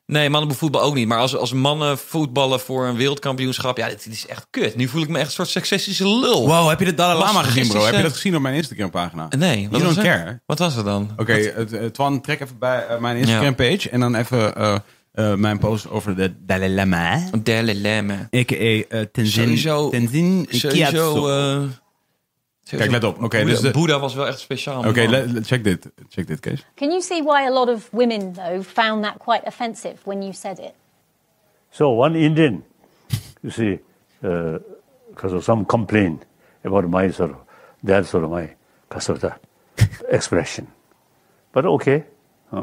D: Nee, mannenvoetbal ook niet. Maar als, als mannen voetballen voor een wereldkampioenschap... Ja, dit, dit is echt kut. Nu voel ik me echt een soort seksistische lul.
A: Wow, heb je de Dalai Lama
D: Was
A: gezien, bro?
D: gisteren-
A: Heb je dat gezien op mijn Instagram-pagina?
D: Nee,
A: You
D: wat was
A: don't
D: er?
A: care.
D: Wat was er dan?
A: Oké, het- het- Twan, trek even bij eh, mijn Instagram-page en dan even eh, eh, mijn post over de Dalai Lama.
D: Delle lemme.
A: A.k.a. eh, Tenzin,
D: Sowieso-
A: Tenzin
D: Sowieso...
A: Gyatso.
D: eh,
A: Kijk, let op. Oké,
D: Boeddha,
A: dus de-
D: Boeddha was wel echt speciaal.
A: Oké,
D: man.
A: le- le- check dit. Check dit, Kees.
J: Can you see why a lot of women, though, found that quite offensive when you said it?
K: So one Indian, you see, because of some complaint about my sort of, that sort of my kind of the expression. But okay, uh,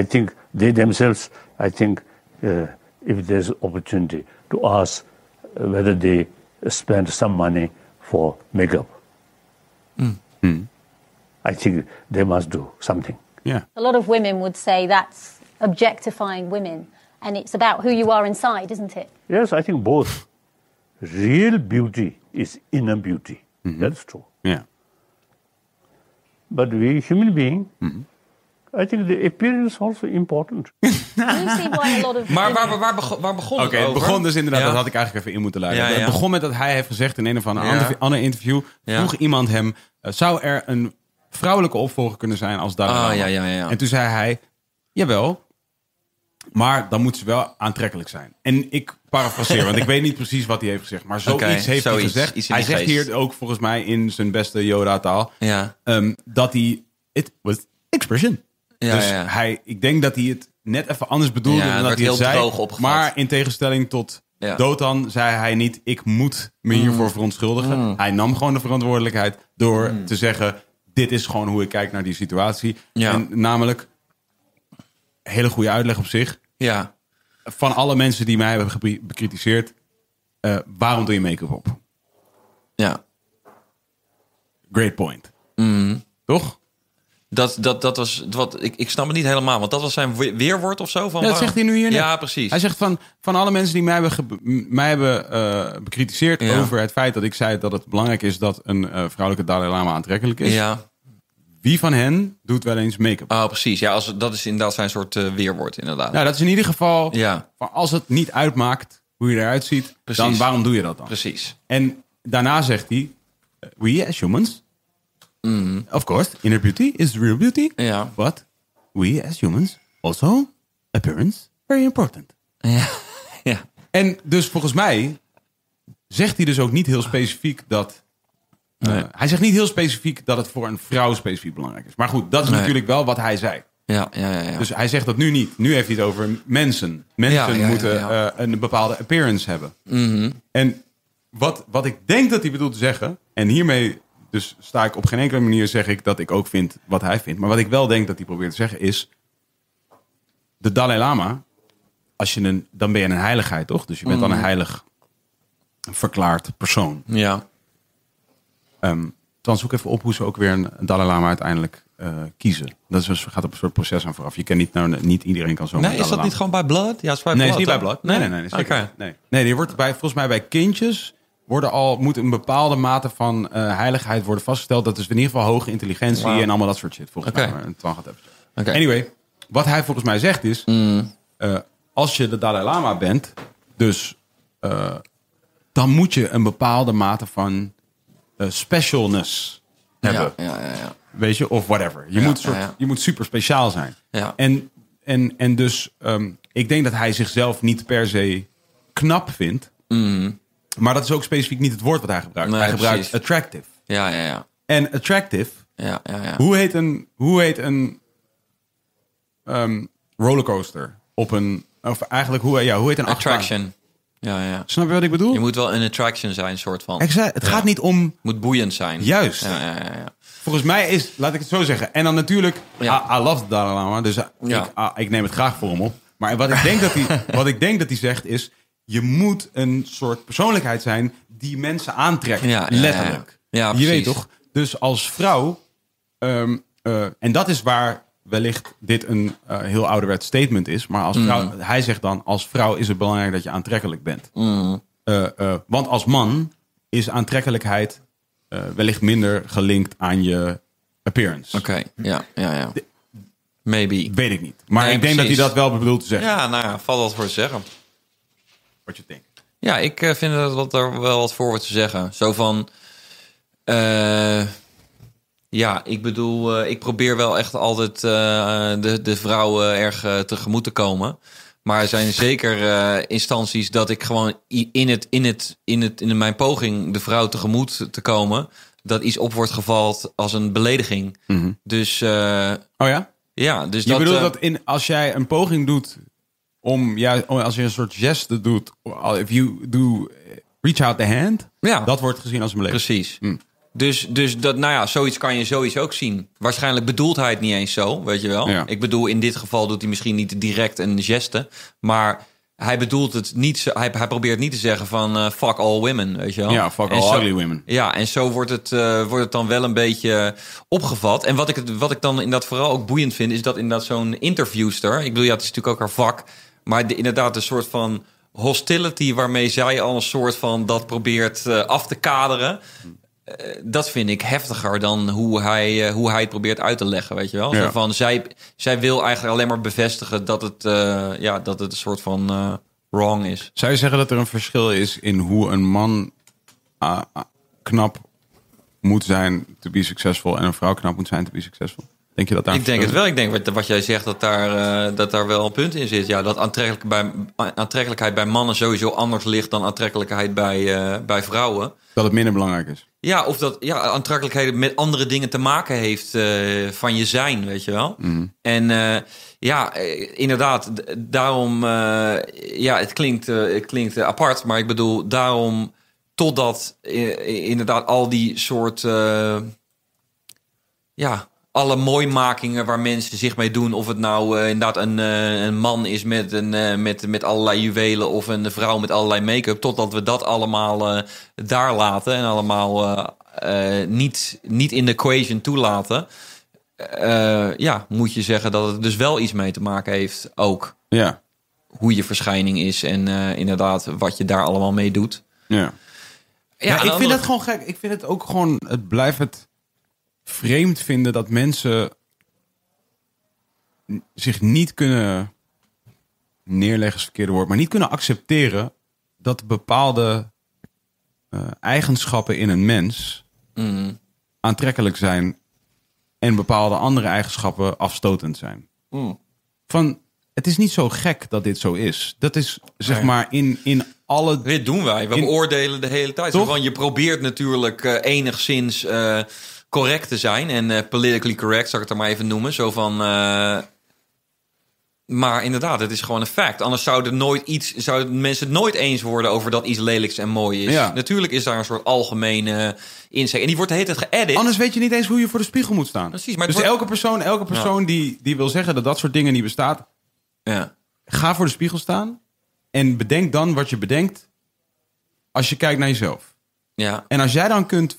K: I think they themselves, I think uh, if there's opportunity to ask uh, whether they spend some money for makeup, I think they must do something.
A: Ja.
J: A lot of women would say that's objectifying women, and it's about who you are inside, isn't it?
K: Yes, I think both. Real beauty is inner beauty. That's true.
A: Ja.
K: But we human being, I think the appearance also important.
J: Can you see why a lot of
D: Maar waar,
J: women-
D: waar, waar begon, waar begon
A: Oké,
D: het
A: het
D: over?
A: begon dus inderdaad,
D: Ja.
A: dat had ik eigenlijk even in moeten luiden.
D: Ja, ja.
A: Het begon met dat hij heeft gezegd in een of andere
D: Ja.
A: ander- ander interview,
D: Ja.
A: vroeg iemand hem, eh, zou er een vrouwelijke opvolger kunnen zijn als Dalai
D: Ah,
A: Lama.
D: ja, ja, ja, ja.
A: En toen zei hij, jawel, maar dan moet ze wel aantrekkelijk zijn. En ik parafraseer, want ik weet niet precies wat hij heeft gezegd. Maar zoiets
D: Oké,
A: heeft hij
D: zoiets.
A: gezegd.
D: Iets in
A: hij
D: die
A: zegt
D: geest.
A: hier ook volgens mij in zijn beste Yoda-taal...
D: Ja.
A: ehm, dat hij... It was expression.
D: Ja,
A: dus
D: ja, ja.
A: hij, ik denk dat hij het net even anders bedoelde
D: Ja, het
A: dan dat
D: werd
A: hij het
D: heel
A: zei.
D: droog opgevat.
A: Maar in tegenstelling tot
D: Ja. Hmm.
A: Dotan zei hij niet... ik moet me hiervoor verontschuldigen. Hij nam gewoon de verantwoordelijkheid door
D: Hmm.
A: te zeggen... dit is gewoon hoe ik kijk naar die situatie.
D: Ja.
A: En namelijk, hele goede uitleg op zich...
D: Ja.
A: van alle mensen die mij hebben gebri- bekritiseerd... eh, waarom doe je make-up op?
D: Ja.
A: Great point.
D: Hmm.
A: Toch?
D: Dat, dat, dat was wat ik, ik snap het niet helemaal, want dat was zijn we- weerwoord of zo. Van
A: Ja, dat
D: waarom-
A: zegt hij nu hier net.
D: Ja, precies.
A: Hij zegt van, van alle mensen die mij hebben, ge- m- mij hebben eh, bekritiseerd
D: Ja.
A: over het feit dat ik zei dat het belangrijk is dat een eh, vrouwelijke Dalai Lama aantrekkelijk is.
D: ja.
A: Wie van hen doet wel eens make-up?
D: Ah, precies. Ja, als, dat is inderdaad zijn soort eh, weerwoord, inderdaad.
A: Nou, dat is in ieder geval,
D: Ja.
A: van als het niet uitmaakt hoe je eruit ziet,
D: Precies.
A: dan waarom doe je dat dan?
D: Precies.
A: En daarna zegt hij, eh, we as humans, of course, inner beauty is real beauty,
D: Mhm. Ja.
A: but we as humans also appearance very important.
D: Ja.
A: En dus volgens mij zegt hij dus ook niet heel specifiek dat. eh, hij zegt niet heel specifiek dat het voor een vrouw specifiek belangrijk is. Maar goed, dat is
D: Nee.
A: natuurlijk wel wat hij zei.
D: Ja, ja, ja. ja.
A: Dus hij zegt dat nu niet. Nu heeft hij het over mensen. Mensen
D: Ja, ja, ja,
A: moeten
D: ja. Mhm.
A: eh, een bepaalde appearance hebben. En wat, wat ik denk dat hij bedoelt te zeggen. En hiermee dus sta ik op geen enkele manier zeg ik dat ik ook vind wat hij vindt. Maar wat ik wel denk dat hij probeert te zeggen is. De Dalai Lama. Als je een, dan ben je een heiligheid, toch? Dus je bent
D: Mhm.
A: dan een heilig verklaard persoon.
D: ja.
A: Ehm dan zoek even op hoe ze ook weer een Dalai Lama uiteindelijk eh, kiezen. Dat is, dus- gaat op een soort proces aan vooraf. Je kan niet, nou, niet iedereen kan zo.
D: Nee, is dat niet gewoon bij Blood? Ja, het is bij
A: Nee, is
D: Blood,
A: niet bij
D: toch?
A: blad. Nee, nee, nee. nee, zeker
D: Oké.
A: niet. nee. nee die wordt bij, volgens mij bij kindjes worden al, moet een bepaalde mate van eh, heiligheid worden vastgesteld. Dat is in ieder geval hoge intelligentie
D: Wauw.
A: en allemaal dat soort shit. Volgens
D: Oké.
A: mij. Maar Twan gaat even.
D: Oké. Mm.
A: Anyway, wat hij volgens mij zegt is, eh, als je de Dalai Lama bent, dus eh, dan moet je een bepaalde mate van eh, specialness hebben.
D: Ja, ja, ja, ja.
A: Weet je, of whatever. Je,
D: Ja,
A: moet, soort,
D: ja, ja.
A: je moet super speciaal zijn.
D: Ja.
A: En, en, en dus, ehm, ik denk dat hij zichzelf niet per se knap vindt. Maar dat is ook specifiek niet het woord wat hij gebruikt.
D: Mhm. Nee,
A: hij gebruikt
D: precies.
A: attractive.
D: Ja, ja, ja.
A: En attractive,
D: Ja, ja, ja.
A: hoe heet een, hoe heet een ehm, rollercoaster? Op een, of eigenlijk, hoe, ja, hoe heet een achtbaan?
D: Attraction. Ja, ja, ja.
A: Snap je wat ik bedoel?
D: Je moet wel een attraction zijn, soort van.
A: Exact. Het
D: Ja.
A: gaat niet om
D: Moet boeiend zijn.
A: Juist.
D: Ja, ja, ja, ja.
A: Volgens mij is, laat ik het zo zeggen. En dan natuurlijk,
D: Ja.
A: I, I love the Dalai Lama, dus I-
D: Ja.
A: ik, I- ik neem het graag voor hem op. Maar wat ik, denk dat hij, wat ik denk dat hij zegt is, je moet een soort persoonlijkheid zijn die mensen aantrekt,
D: Ja, ja, ja, ja.
A: letterlijk.
D: Ja,
A: je
D: precies.
A: weet toch? Dus als vrouw, ehm, eh, en dat is waar wellicht dit een eh, heel ouderwets statement is, maar
D: Mm.
A: als vrouw, hij zegt dan, als vrouw is het belangrijk dat je aantrekkelijk bent. Eh, eh, want als man is aantrekkelijkheid eh, wellicht minder gelinkt aan je appearance.
D: Oké, ja, ja, ja. Maybe.
A: Weet ik niet. Maar
D: Nee,
A: ik denk
D: precies.
A: dat hij dat wel bedoelt te zeggen.
D: Ja, nou ja, valt wat voor te zeggen.
A: Wat je denkt.
D: Ja, ik eh, vind dat, dat er wel wat voor wordt te zeggen. Zo van... eh, ja, ik bedoel, eh, ik probeer wel echt altijd eh, de, de vrouwen erg eh, tegemoet te komen. Maar er zijn zeker eh, instanties dat ik gewoon i- in, het, in, het, in, het, in mijn poging de vrouw tegemoet te komen... dat iets op wordt gevald als een belediging. Dus eh,
A: Oh ja?
D: ja, dus
A: Mhm. Je
D: dat...
A: bedoelt
D: eh,
A: dat in, als jij een poging doet om, ja, om- als je een soort geste doet, if you do eh, reach out the hand,
D: Ja.
A: dat wordt gezien als een belediging.
D: Precies. Dus, dus dat, nou ja, zoiets kan je zoiets ook zien. Waarschijnlijk bedoelt hij het niet eens zo, weet je wel.
A: Ja.
D: Ik bedoel, in dit geval doet hij misschien niet direct een geste. Maar hij bedoelt het niet zo. Hij, hij probeert niet te zeggen van eh, fuck all women, weet je wel.
A: Ja, fuck
D: En
A: all
D: zo-
A: ugly women.
D: Ja, en zo wordt het, eh, wordt het dan wel een beetje opgevat. En wat ik, het, wat ik dan inderdaad vooral ook boeiend vind... is dat inderdaad zo'n interviewster... ik bedoel, ja, het is natuurlijk ook haar vak... maar de- inderdaad een soort van hostility... waarmee zij al een soort van dat probeert eh, af te kaderen... Eh, Dat vind ik heftiger dan hoe hij, eh, hoe hij het probeert uit te leggen, weet je wel? Zo
A: Ja.
D: van, zij, zij wil eigenlijk alleen maar bevestigen dat het, eh, ja, dat het een soort van eh, wrong is.
A: Zou je zeggen dat er een verschil is in hoe een man ah, ah, knap moet zijn to be successful en een vrouw knap moet zijn to be successful? Denk je dat daar?
D: Ik denk het wel. Ik denk wat, wat jij zegt dat daar, eh, dat daar wel een punt in zit. Ja, dat aantrekkelijk bij, aantrekkelijkheid bij mannen sowieso anders ligt dan aantrekkelijkheid bij, eh, bij vrouwen.
A: Dat het minder belangrijk is.
D: Ja, of dat ja, aantrekkelijkheid met andere dingen te maken heeft eh, van je zijn, weet je wel. En eh, ja, eh, inderdaad, d- daarom, eh, ja, het klinkt, eh, het klinkt eh, apart, maar ik bedoel, daarom totdat eh, inderdaad al die soort, eh, ja, alle mooimakingen waar mensen zich mee doen, of het nou eh, inderdaad een, eh, een man is met, een, eh, met, met allerlei juwelen of een vrouw met allerlei make-up, totdat we dat allemaal eh, daar laten en allemaal eh, eh, niet, niet in de equation toelaten. eh, ja, moet je zeggen dat het dus wel iets mee te maken heeft ook.
A: Ja,
D: Hoe je verschijning is en eh, inderdaad wat je daar allemaal mee doet.
A: ja.
D: Ja,
A: Ja,
D: aan de
A: ik vind
D: andere-
A: dat gewoon gek. Ik vind het ook gewoon. Het blijft het vreemd vinden dat mensen n- zich niet kunnen neerleggen, is het verkeerde woord, maar niet kunnen accepteren dat bepaalde eh, eigenschappen in een mens aantrekkelijk zijn en bepaalde andere eigenschappen afstotend zijn. Van het is niet zo gek dat dit zo is. Dat is zeg maar in, in alle
D: Dit doen wij. We
A: In-
D: beoordelen de hele tijd.
A: Toch?
D: Want je probeert natuurlijk eh, enigszins eh, correct te zijn. En eh, politically correct, zal ik het er maar even noemen. Zo van. eh, maar inderdaad, het is gewoon een fact. Anders zouden, nooit iets, zouden mensen het nooit eens worden over dat iets lelijks en mooi is.
A: Ja.
D: Natuurlijk is daar een soort algemene inzicht. En die wordt de hele tijd geëdit.
A: Anders weet je niet eens hoe je voor de spiegel moet staan.
D: Precies, maar het
A: dus
D: wordt-
A: elke persoon, elke persoon die, die wil zeggen dat dat soort dingen niet bestaat,
D: Ja.
A: ga voor de spiegel staan en bedenk dan wat je bedenkt als je kijkt naar jezelf.
D: ja.
A: En als jij dan kunt,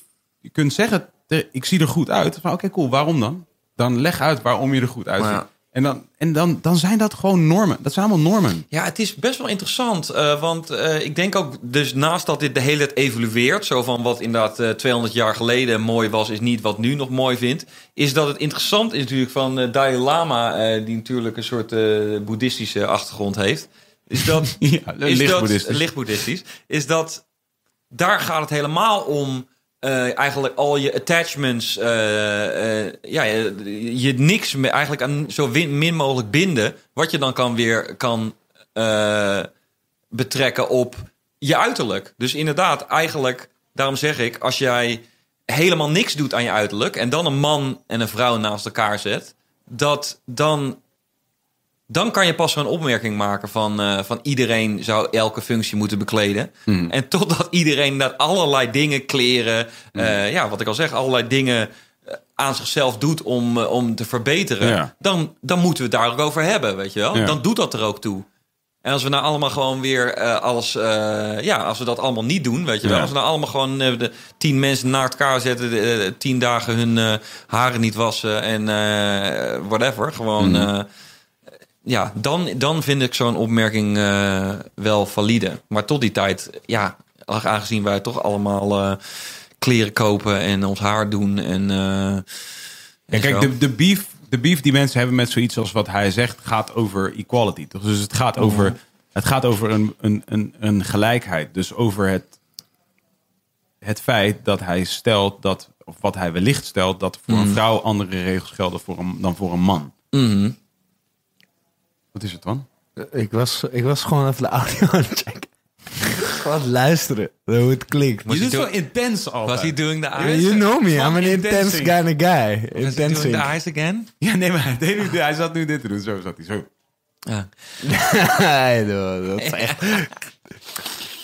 A: kunt zeggen, te- ik zie er goed uit, van oké cool, waarom dan? Dan leg uit waarom je er goed uitziet.
D: Ja.
A: En, dan, en dan, dan zijn dat gewoon normen. Dat zijn allemaal normen.
D: Ja, het is best wel interessant. eh, want eh, ik denk ook, dus naast dat dit de hele tijd evolueert, zo van wat inderdaad eh, 200 jaar geleden mooi was, is niet wat nu nog mooi vindt. Is dat het interessant is natuurlijk van eh, Dalai Lama, eh, die natuurlijk een soort eh, boeddhistische achtergrond heeft. Is dat, is
A: lichtboeddhistisch.
D: Dat, lichtboeddhistisch. Is dat, daar gaat het helemaal om. eh, eigenlijk al je attachments, eh, eh, ja, je, je niks meer, eigenlijk aan zo win- min mogelijk binden. Wat je dan kan weer kan eh, betrekken op je uiterlijk. Dus inderdaad, eigenlijk, daarom zeg ik, als jij helemaal niks doet aan je uiterlijk en dan een man en een vrouw naast elkaar zet, dat dan, dan kan je pas zo'n opmerking maken van, eh, van iedereen zou elke functie moeten bekleden.
A: Hmm.
D: En totdat iedereen dat allerlei dingen, kleren,
A: Hmm.
D: eh, ja, wat ik al zeg, allerlei dingen eh, aan zichzelf doet om, eh, om te verbeteren,
A: Ja.
D: dan, dan moeten we het daar ook over hebben, weet je wel?
A: Ja.
D: Dan doet dat er ook toe. En als we nou allemaal gewoon weer eh, alles... eh, ja, als we dat allemaal niet doen, weet je wel.
A: Ja.
D: Als we nou allemaal gewoon eh, de tien mensen naast elkaar zetten... De, eh, tien dagen hun eh, haren niet wassen en eh, whatever. Gewoon... eh, ja, dan, dan vind ik zo'n opmerking eh, wel valide. Maar tot die tijd, ja, aangezien wij toch allemaal eh, kleren kopen en ons haar doen en... eh,
A: Ja,
D: en
A: kijk,
D: zo.
A: de, de, beef, de beef die mensen hebben met zoiets als wat hij zegt, gaat over equality. toch? Dus het gaat over, het gaat over een, een, een, een gelijkheid. Dus over het, het feit dat hij stelt dat, of wat hij wellicht stelt, dat voor een vrouw andere regels gelden voor een, dan voor een man. Wat is het dan?
C: Ik was, ik was gewoon even de audio aan het checken. gewoon luisteren hoe het klinkt.
D: Was hij doing-
A: intens al.
D: was he doing the eyes?
C: You know me,
D: Van
C: I'm an intense
A: intensing.
C: kind of guy.
D: Was he doing the
C: Intensing.
D: eyes again?
A: Ja, nee, maar hij, deed nu- hij zat nu dit te doen. Zo zat hij. Zo.
D: Ja.
C: Nee, joh, dat is echt...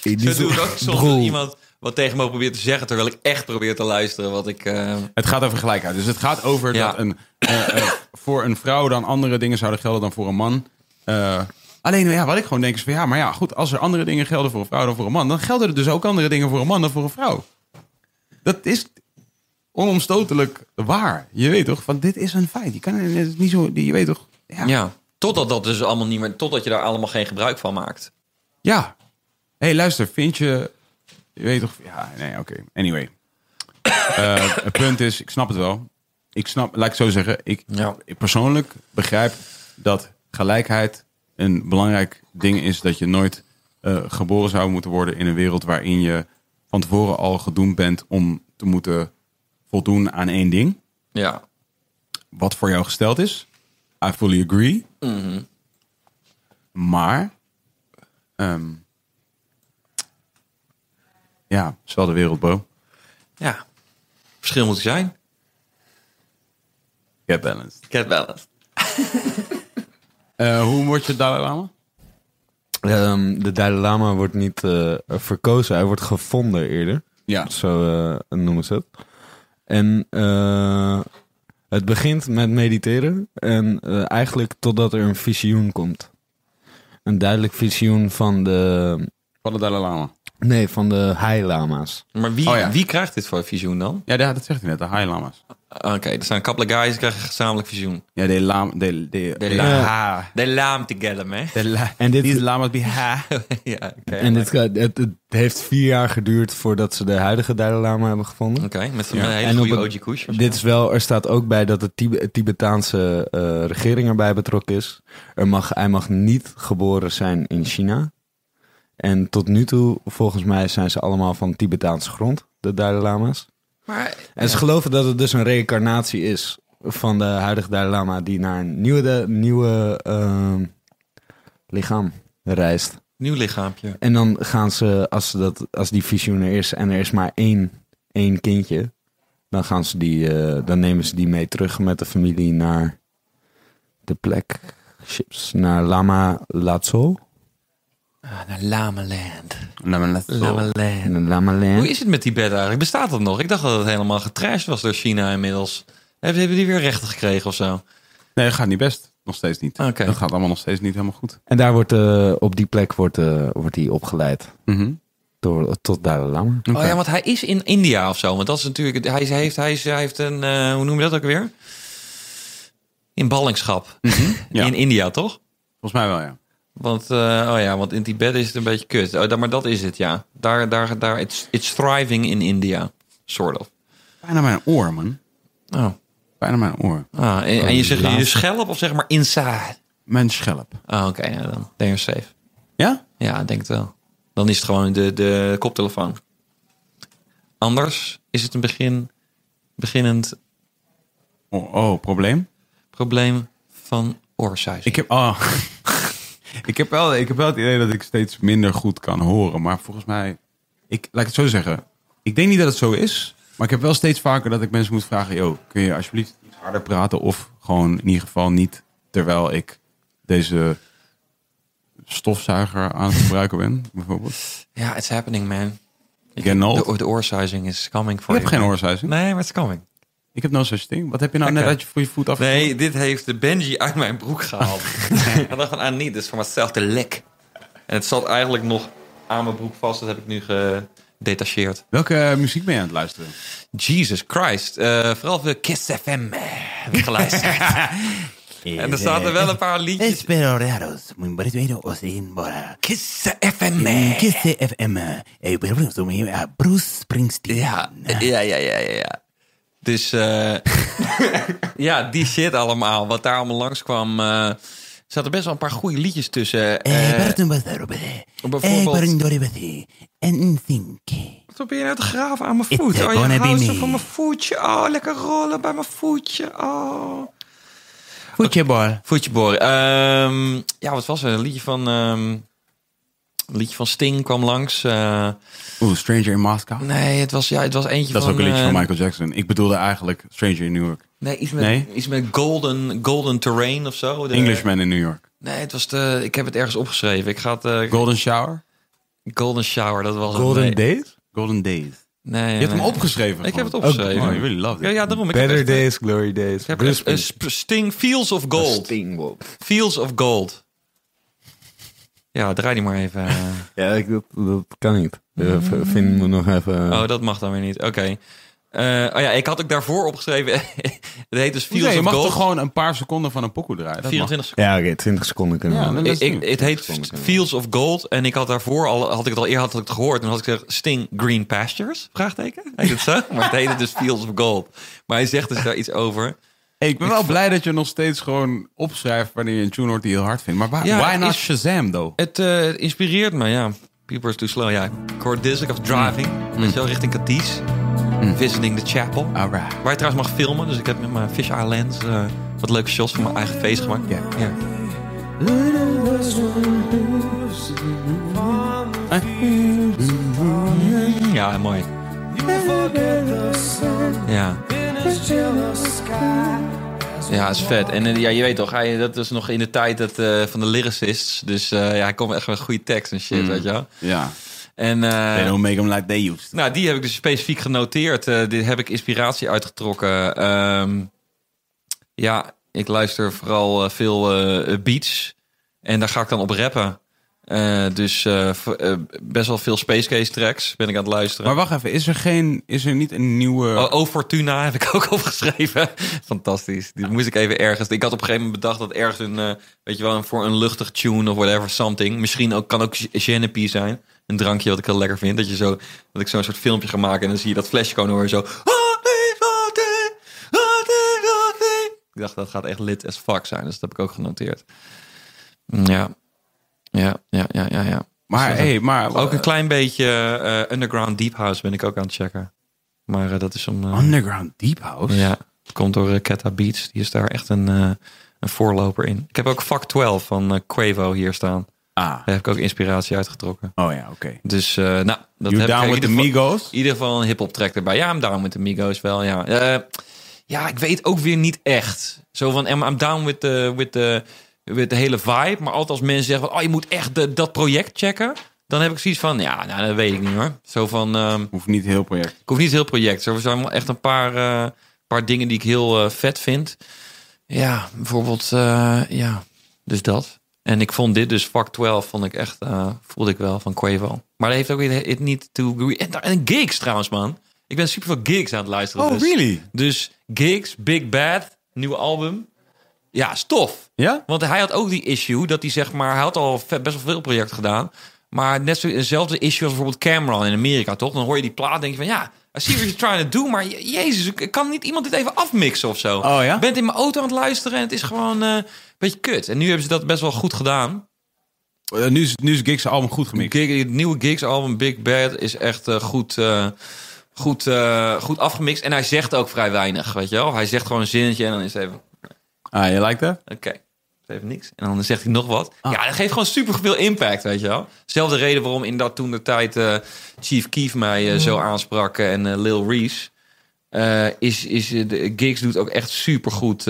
D: Zo doe ik ook soms als
C: Broer.
D: iemand wat tegen me probeert te zeggen... terwijl ik echt probeer te luisteren wat ik... eh,
A: Het gaat over gelijkheid. Dus het gaat over
D: Ja.
A: dat een, eh, eh, voor een vrouw dan andere dingen zouden gelden dan voor een man. Eh, alleen ja, wat ik gewoon denk is van ja, maar ja, goed, als er andere dingen gelden voor een vrouw dan voor een man, dan gelden er dus ook andere dingen voor een man dan voor een vrouw. Dat is onomstotelijk waar. Je weet toch, van dit is een feit. Je kan het is niet zo, je weet toch. Ja.
D: ja. Totdat dat dus allemaal niet meer... Totdat je daar allemaal geen gebruik van maakt.
A: Ja. Hé, hey, luister, vind je. Je weet toch. Ja, nee, oké. Anyway. Eh, het punt is, ik snap het wel. Ik snap, laat ik het zo zeggen. Ik,
D: Ja.
A: ik persoonlijk begrijp dat gelijkheid een belangrijk ding is. Dat je nooit eh, geboren zou moeten worden in een wereld waarin je van tevoren al gedoemd bent om te moeten voldoen aan één ding.
D: Ja.
A: Wat voor jou gesteld is. I fully agree. Mhm. Maar. ehm, ja, is wel de wereld, bro.
D: ja. Verschil moet er zijn.
A: Get balanced.
D: Cat balance.
A: Eh, hoe word je Dalai Lama?
C: Ehm, de Dalai Lama wordt niet eh, verkozen, hij wordt gevonden eerder.
A: Ja.
C: Zo eh, noemen ze het. En eh, het begint met mediteren. En eh, eigenlijk totdat er een visioen komt. Een duidelijk visioen van de.
A: Van de Dalai Lama.
C: Nee, van de Hai-lama's.
D: Maar wie,
A: Oh ja.
D: wie krijgt dit voor visioen dan?
A: Ja, dat dat zegt hij net. De High Lamas.
D: Oké, er zijn een couple of guys die krijgen een gezamenlijk visioen.
A: Ja, de Lama. De, de,
D: De
A: de-
D: la-
A: ha.
D: They laam together, man.
A: De la-
C: En dit-
A: These Lamas be ha.
D: ja, oké.
C: en dit, het, het heeft vier jaar geduurd voordat ze de huidige Dalai Lama hebben gevonden.
D: Oké, met zo'n
C: En
D: hele
C: op
D: goede
C: het-
D: OG Kush. of zo.
C: Dit is wel, er staat ook bij dat de Tib- Tibetaanse eh, regering erbij betrokken is. Er mag, hij mag niet geboren zijn in China. En tot nu toe, volgens mij, zijn ze allemaal van Tibetaanse grond, de Dalai Lama's.
D: Maar
C: En ze geloven dat het dus een reïncarnatie is van de huidige Dalai Lama die naar een nieuwe, de- nieuwe ehm, lichaam reist.
D: nieuw lichaampje.
C: En dan gaan ze, als, ze dat, als die visioen er is en er is maar één, één kindje, dan, gaan ze die, eh, dan nemen ze die mee terug met de familie naar de plek. Chips, naar Lama Lazo.
D: Naar Lamaland.
A: Lama Lama.
D: Lamaland.
C: En Lama Land.
D: Hoe is het met Tibet eigenlijk? Bestaat dat nog? Ik dacht dat het helemaal getrashed was door China inmiddels. Hebben, hebben die weer rechten gekregen of zo?
A: Nee, dat gaat niet best. Nog steeds niet.
D: Oké.
A: Dat gaat allemaal nog steeds niet helemaal goed.
C: En daar wordt, eh, op die plek wordt, eh, wordt hij opgeleid
A: Mhm.
C: door, tot Dalai Lama.
D: Oh ja, want hij is in India of zo. Want dat is natuurlijk. het- Hij is- hij heeft, hij is, hij heeft een. eh, hoe noem je dat ook weer? In ballingschap.
A: ja.
D: In India, toch?
A: Volgens mij wel, ja.
D: Want, eh, oh ja, want in Tibet is het een beetje kut. Oh, da- maar dat is het, ja. Daar, daar, daar. It's, it's thriving in India. Sort of.
A: Bijna mijn oor, man.
D: Oh.
A: Bijna mijn oor.
D: Ah, en, en je zegt je schelp of zeg maar inside?
A: Mijn schelp.
D: Ah, oké, ja, dan. Then you're safe.
A: Ja?
D: Ja, ik denk het wel. Dan is het gewoon de, de koptelefoon. Anders is het een begin, beginnend
A: Oh, oh, probleem.
D: probleem van oorzuis.
A: Ik heb, oh. ik, heb wel, ik heb wel het idee dat ik steeds minder goed kan horen. Maar volgens mij, ik, laat ik het zo zeggen. Ik denk niet dat het zo is. Maar ik heb wel steeds vaker dat ik mensen moet vragen. Yo, kun je alsjeblieft iets harder praten? Of gewoon in ieder geval niet terwijl ik deze stofzuiger aan het gebruiken ben. Bijvoorbeeld.
D: Ja, it's happening, man.
A: Ik ken al.
D: De, de oorzuizing is coming
A: Ik
D: voor
A: heb
D: je.
A: Oh. geen oorzuizing.
D: Nee, maar it's coming.
A: Ik heb no such thing. Wat heb je nou
D: Oké.
A: net uit je, voor je voet af?
D: Nee, dit heeft de Benji uit mijn broek gehaald. ik dacht van, ah niet, dit is voor mezelf de lek. En het zat eigenlijk nog aan mijn broek vast. Dat heb ik nu gedetacheerd.
A: Welke eh, muziek ben je aan het luisteren?
D: Jesus Christ. Eh, vooral veel Kiss FM eh, heb ik geluisterd. en er staan er wel een paar liedjes.
B: Pero raros, muy bonito o sin bora.
D: Kiss
B: Mm,
D: FM.
B: ¿Qué CFM? Eh, pero presumí a Bruce Springsteen.
D: Ja, ja, ja, ja, ja. ja. Dus eh, ja, die shit allemaal. Wat daar allemaal langskwam. eh er zaten best wel een paar goede liedjes tussen. Eh,
B: Eh, Barton Bazarobede. Eh,
D: bijvoorbeeld-
B: Barindoribede. En Think.
D: Wat probeer je nou te graven aan mijn
B: It's
D: voet? Oh,
B: gonna
D: je
B: be
D: houdt zo
B: me.
D: van mijn voetje. Oh, lekker rollen bij mijn voetje. Oh.
B: Voetjebal.
D: Voetje boren. Ehm, ja, wat was er? Een liedje van... ehm, een liedje van Sting kwam langs. eh,
A: Oeh, Stranger in Moscow.
D: nee, het was, ja, het was eentje
A: Dat is
D: van...
A: ook een liedje
D: eh,
A: van Michael Jackson. Ik bedoelde eigenlijk Stranger in New York.
D: Nee, iets met,
A: Nee?
D: iets met golden, golden Terrain of zo. De-
A: Englishman in New York.
D: Nee, het was de... Ik heb het ergens opgeschreven. Ik ga het... eh,
A: Golden Shower?
D: golden Shower, dat was
C: Golden
D: het. Nee,
C: Days?
A: Golden Days.
D: Nee,
A: Je hebt hem
D: nee.
A: opgeschreven.
D: Ik heb het
A: gewoon.
D: opgeschreven.
A: Oh, you really loved it.
D: Ja, ja, daarom. Ik heb
C: Better
D: echt, eh,
C: Days, Glory Days.
D: Ik heb
C: Bruce
D: echt, eh,
C: Springsteen.
D: sp- Sting, Fields of Gold.
C: Stingwop.
D: Fields of Gold. Ja, draai die maar even. eh.
C: Ja, ik, dat, dat kan niet.
A: Mm.
C: Eh, v- Vind me nog even... eh,
D: Oh, dat mag dan weer niet. Oké. Eh, oh ja, ik had ook daarvoor opgeschreven. het heet dus Fields
A: Nee, je
D: of
A: mag
D: Gold.
A: toch gewoon een paar seconden van een pokoe draaien? Dat mag.
D: 24 seconden.
C: Ja, oké, 20 seconden kunnen we.
A: Ja, dat
D: Ik,
A: is
D: ik,
A: nu.
D: het heet Fields of Gold. En ik had daarvoor al, had ik het al eerder had ik het gehoord. En had ik gezegd Sting Green Pastures? Vraagteken. Heet het zo? maar het heette dus Fields of Gold. Maar hij zegt dus daar iets over.
A: Hey, ik ben wel blij dat je nog steeds gewoon opschrijft wanneer je een tune hoort die je heel hard vindt. Maar waar-
D: Ja,
A: why not
D: is-
A: Shazam, though?
D: Het eh, inspireert me, ja. People is too slow, ja. Ik hoor Dizzy of Driving. Met zo richting Cadiz. Visiting the Chapel.
A: Alright.
D: Waar je trouwens mag filmen. Dus ik heb met mijn fisheye lens eh, wat leuke shots van mijn eigen face gemaakt.
A: Ja.
D: Ja. Eh. Ja, mooi. Ja. Ja, is vet. En eh, ja, je weet toch, hij, dat was nog in de tijd dat, eh, van de lyricists. Dus eh, ja, hij kwam echt met goede tekst en shit, weet je wel.
A: Ja.
D: En, eh,
A: They don't make them like they used to.
D: nou, die heb ik dus specifiek genoteerd. Eh dit heb ik inspiratie uitgetrokken. Ehm, ja, ik luister vooral eh, veel eh, beats. En daar ga ik dan op rappen. Eh, dus eh, v- eh, best wel veel Space Case tracks ben ik aan het luisteren.
A: Maar wacht even, is er, geen, is er niet een nieuwe...
D: Oh, O Fortuna heb ik ook opgeschreven. Fantastisch. Die moest ik even ergens. Ik had op een gegeven moment bedacht dat ergens een, eh, weet je wel, een- voor een luchtig tune of whatever, something. Misschien ook, kan ook Genepie zijn. Een drankje wat ik heel lekker vind. Dat, je zo, dat ik zo'n soort filmpje ga maken en dan zie je dat flesje gewoon horen zo. Ik dacht, dat gaat echt lit as fuck zijn. Dus dat heb ik ook genoteerd. Ja. Ja, ja, ja, ja, ja.
A: maar hey, maar...
D: Ook een klein beetje eh, underground deep house ben ik ook aan het checken. Maar eh, dat is om... eh,
A: Underground Deep House?
D: ja, het komt door eh, Ketta Beats. Die is daar echt een, eh, een voorloper in. Ik heb ook Fuck 12 van eh, Quavo hier staan.
A: Ah,
D: Daar heb ik ook inspiratie uitgetrokken.
A: oh ja, oké.
D: Dus, eh, nou, dat
A: You
D: heb
A: down
D: ik
A: with the
D: in ieder geval-
A: Migos?
D: In ieder geval een hip-hop track erbij. Ja, I'm down with the Migos wel, ja. Eh, ja, ik weet ook weer niet echt. Zo van, I'm I'm down with the, with the, with the hele vibe. Maar altijd als mensen zeggen van, oh, je moet echt de- dat project checken. Dan heb ik zoiets van, ja, nou, dat weet ik niet hoor. Zo van, ehm,
A: Hoeft niet heel project.
D: ik hoef niet het heel project. Er zijn wel echt een paar, eh, paar dingen die ik heel eh, vet vind. Ja, bijvoorbeeld, eh, ja, dus dat. En ik vond dit dus Fuck 12, vond ik echt, eh, voelde ik wel van Quavo. Maar dat heeft ook weer het niet to agree. En, daar- en gigs trouwens, man. Ik ben super veel gigs aan het luisteren. dus. Dus gigs, Big Bad, nieuwe album. Ja, is tof.
A: Ja?
D: Want hij had ook die issue dat hij zeg maar, hij had al vet- best wel veel projecten gedaan. Maar net zo hetzelfde issue als bijvoorbeeld Cameron in Amerika, toch? Dan hoor je die plaat en denk je van ja, I see what you're trying to do. Maar je- jezus, ik- kan niet iemand dit even afmixen of zo?
A: Oh ja?
D: Ik ben in mijn auto aan het luisteren en het is gewoon eh, een beetje kut. En nu hebben ze dat best wel goed gedaan.
A: Eh, nu, is, nu is Gigs album goed gemixt.
D: Gig, het nieuwe Gigs album Big Bad is echt eh, goed, eh, goed, eh, goed afgemixt. En hij zegt ook vrij weinig, weet je wel? Hij zegt gewoon een zinnetje en dan is het even...
A: Ah, je lijkt dat?
D: Oké. Even niks. En dan zegt hij nog wat. Ja, dat geeft gewoon super veel impact, weet je wel. Zelfde reden waarom in dat toen de tijd eh, Chief Keef mij eh, zo aansprak eh, en eh, Lil Reese. eh, is, is, eh, de, Gigs doet ook echt eh, super goed.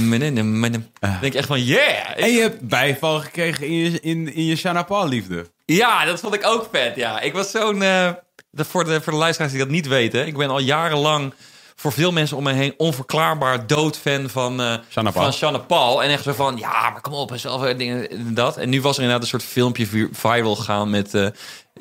D: denk ik echt van, yeah!
A: En je hebt bijval gekregen in je, in, in je Shana Paul liefde.
D: Ja, dat vond ik ook vet. Ja, ik was zo'n. eh, de, voor, de, voor de luisteraars die dat niet weten, ik ben al jarenlang voor veel mensen om me heen onverklaarbaar doodfan van, eh
A: Shanna Paul.
D: van Shanna Paul. En echt zo van, ja, maar kom op, en zelf eh, dingen en dat. En nu was er inderdaad een soort filmpje vi- viral gaan met eh, eh,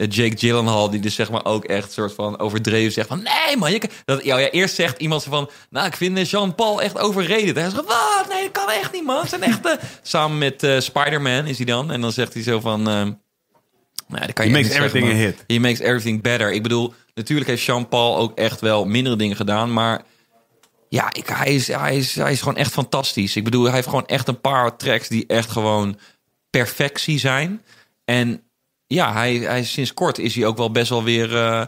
D: Jake Gyllenhaal, die dus zeg maar ook echt soort van overdreven zegt van, nee man, je, kan- dat, ja, ja, eerst zegt iemand zo van, nou, ik vind Jean Paul echt overreden. Hij zegt, wat? Nee, dat kan echt niet man. Ze Zijn echt, eh," samen met eh, Spider-Man is hij dan. En dan zegt hij zo van... ehm, nou, dat kan je
A: He makes
D: echt niet zeggen,
A: everything
D: maar
A: a
D: He makes everything better. Ik bedoel, natuurlijk heeft Jean-Paul ook echt wel mindere dingen gedaan. Maar ja, ik, hij, is, hij, is, hij is gewoon echt fantastisch. Ik bedoel, hij heeft gewoon echt een paar tracks die echt gewoon perfectie zijn. En ja, hij, hij, sinds kort is hij ook wel best wel weer... eh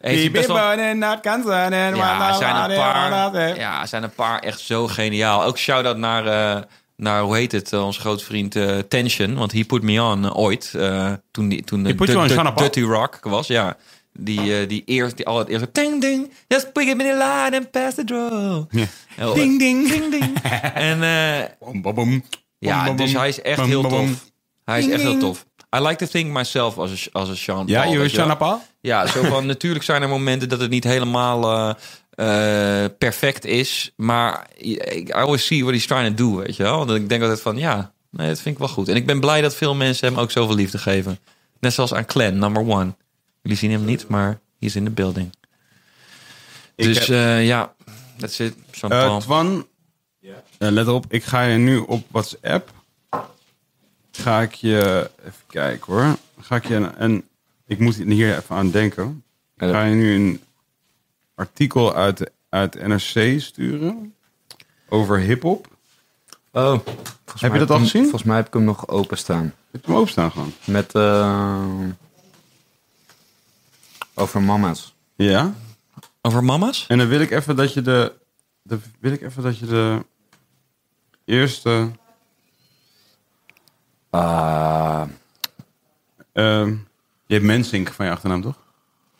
D: heeft hij best wel- ja,
A: nou,
D: zijn een paar, ja, zijn een paar echt zo geniaal. Ook shout-out naar, eh, naar hoe heet het, eh, onze grootvriend eh Tension. Want He Put Me On eh, ooit, eh, toen, die, toen de,
A: He Put
D: de,
A: You On
D: de-
A: Shannon Paul.
D: Dirty Rock was. Ja, die, eh, die eerst, die al het eerste... Ding, ding, just pick it in the line and pass the draw. Heel-
A: Ding, ding.
D: ding, ding. en eh,
A: Bom, bom, bom.
D: ja,
A: Bom, bom,
D: dus
A: bom.
D: hij is echt
A: Bom,
D: heel
A: bom, bom.
D: tof. Hij is
A: Ding,
D: echt heel
A: ding.
D: tof. I like to think myself as a, as a Sean
A: Ja,
D: Paul.
A: je
D: weet
A: hoort
D: je wel.
A: Shana Paul?
D: Ja, zo van natuurlijk zijn er momenten dat het niet helemaal eh, eh, perfect is. Maar I always see what he's trying to do, weet je wel. Dat ik denk altijd van ja, nee, dat vind ik wel goed. En ik ben blij dat veel mensen hem ook zoveel liefde geven. Net zoals aan Clan, number one. Jullie zien hem niet, maar he is in the building. dus
A: heb-
D: eh, ja, dat zit. Sean
A: Eh,
D: Paul.
A: Twan, eh, let op, ik ga je nu op WhatsApp. Ga ik je, even kijken hoor. Ga ik je een, een- ik moet hier even aan denken.
C: Ja.
A: Ga je nu een artikel uit, uit NRC sturen over hip-hop?
C: Oh.
A: Heb je dat al gezien?
C: Volgens mij heb ik hem nog openstaan.
A: Heb je hem openstaan gewoon?
C: Met. eh, over mama's.
A: Ja.
D: Over mama's?
A: En dan wil ik even dat je de. de wil ik even dat je de. Eerste.
C: Ah.
A: ehm, je hebt Mensink van je achternaam, toch?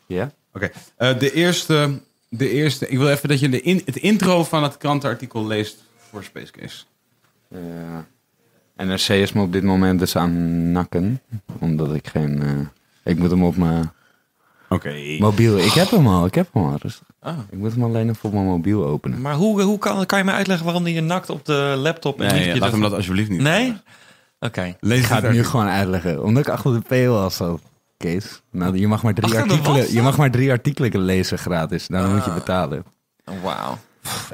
C: ja?
A: Oké. Eh, de eerste. De eerste. Ik wil even dat je de in, het intro van het krantenartikel leest voor Space Case.
C: Ja. NRC is me op dit moment dus aan nakken. Omdat ik geen. eh, ik moet hem op mijn
A: Oké.
C: mobiel. Ik heb hem al, ik heb hem al. Rustig.
D: Ah.
C: Ik moet hem alleen even op mijn mobiel openen.
D: Maar hoe, hoe kan, kan je mij uitleggen waarom die je nakt op de laptop en
A: Nee, ja,
D: niet je
A: laat
D: dat-
A: hem dat alsjeblieft niet.
D: Nee? Oké.
A: Lees
C: Ik ga
A: het
C: het nu
A: artikel.
C: gewoon uitleggen. Omdat ik achter de paywall zat, Kees. Nou, je mag maar drie,
D: Achter de wat?
C: artikelen, je mag maar drie artikelen lezen gratis. Dan moet
A: Ah.
C: je betalen.
D: Wauw.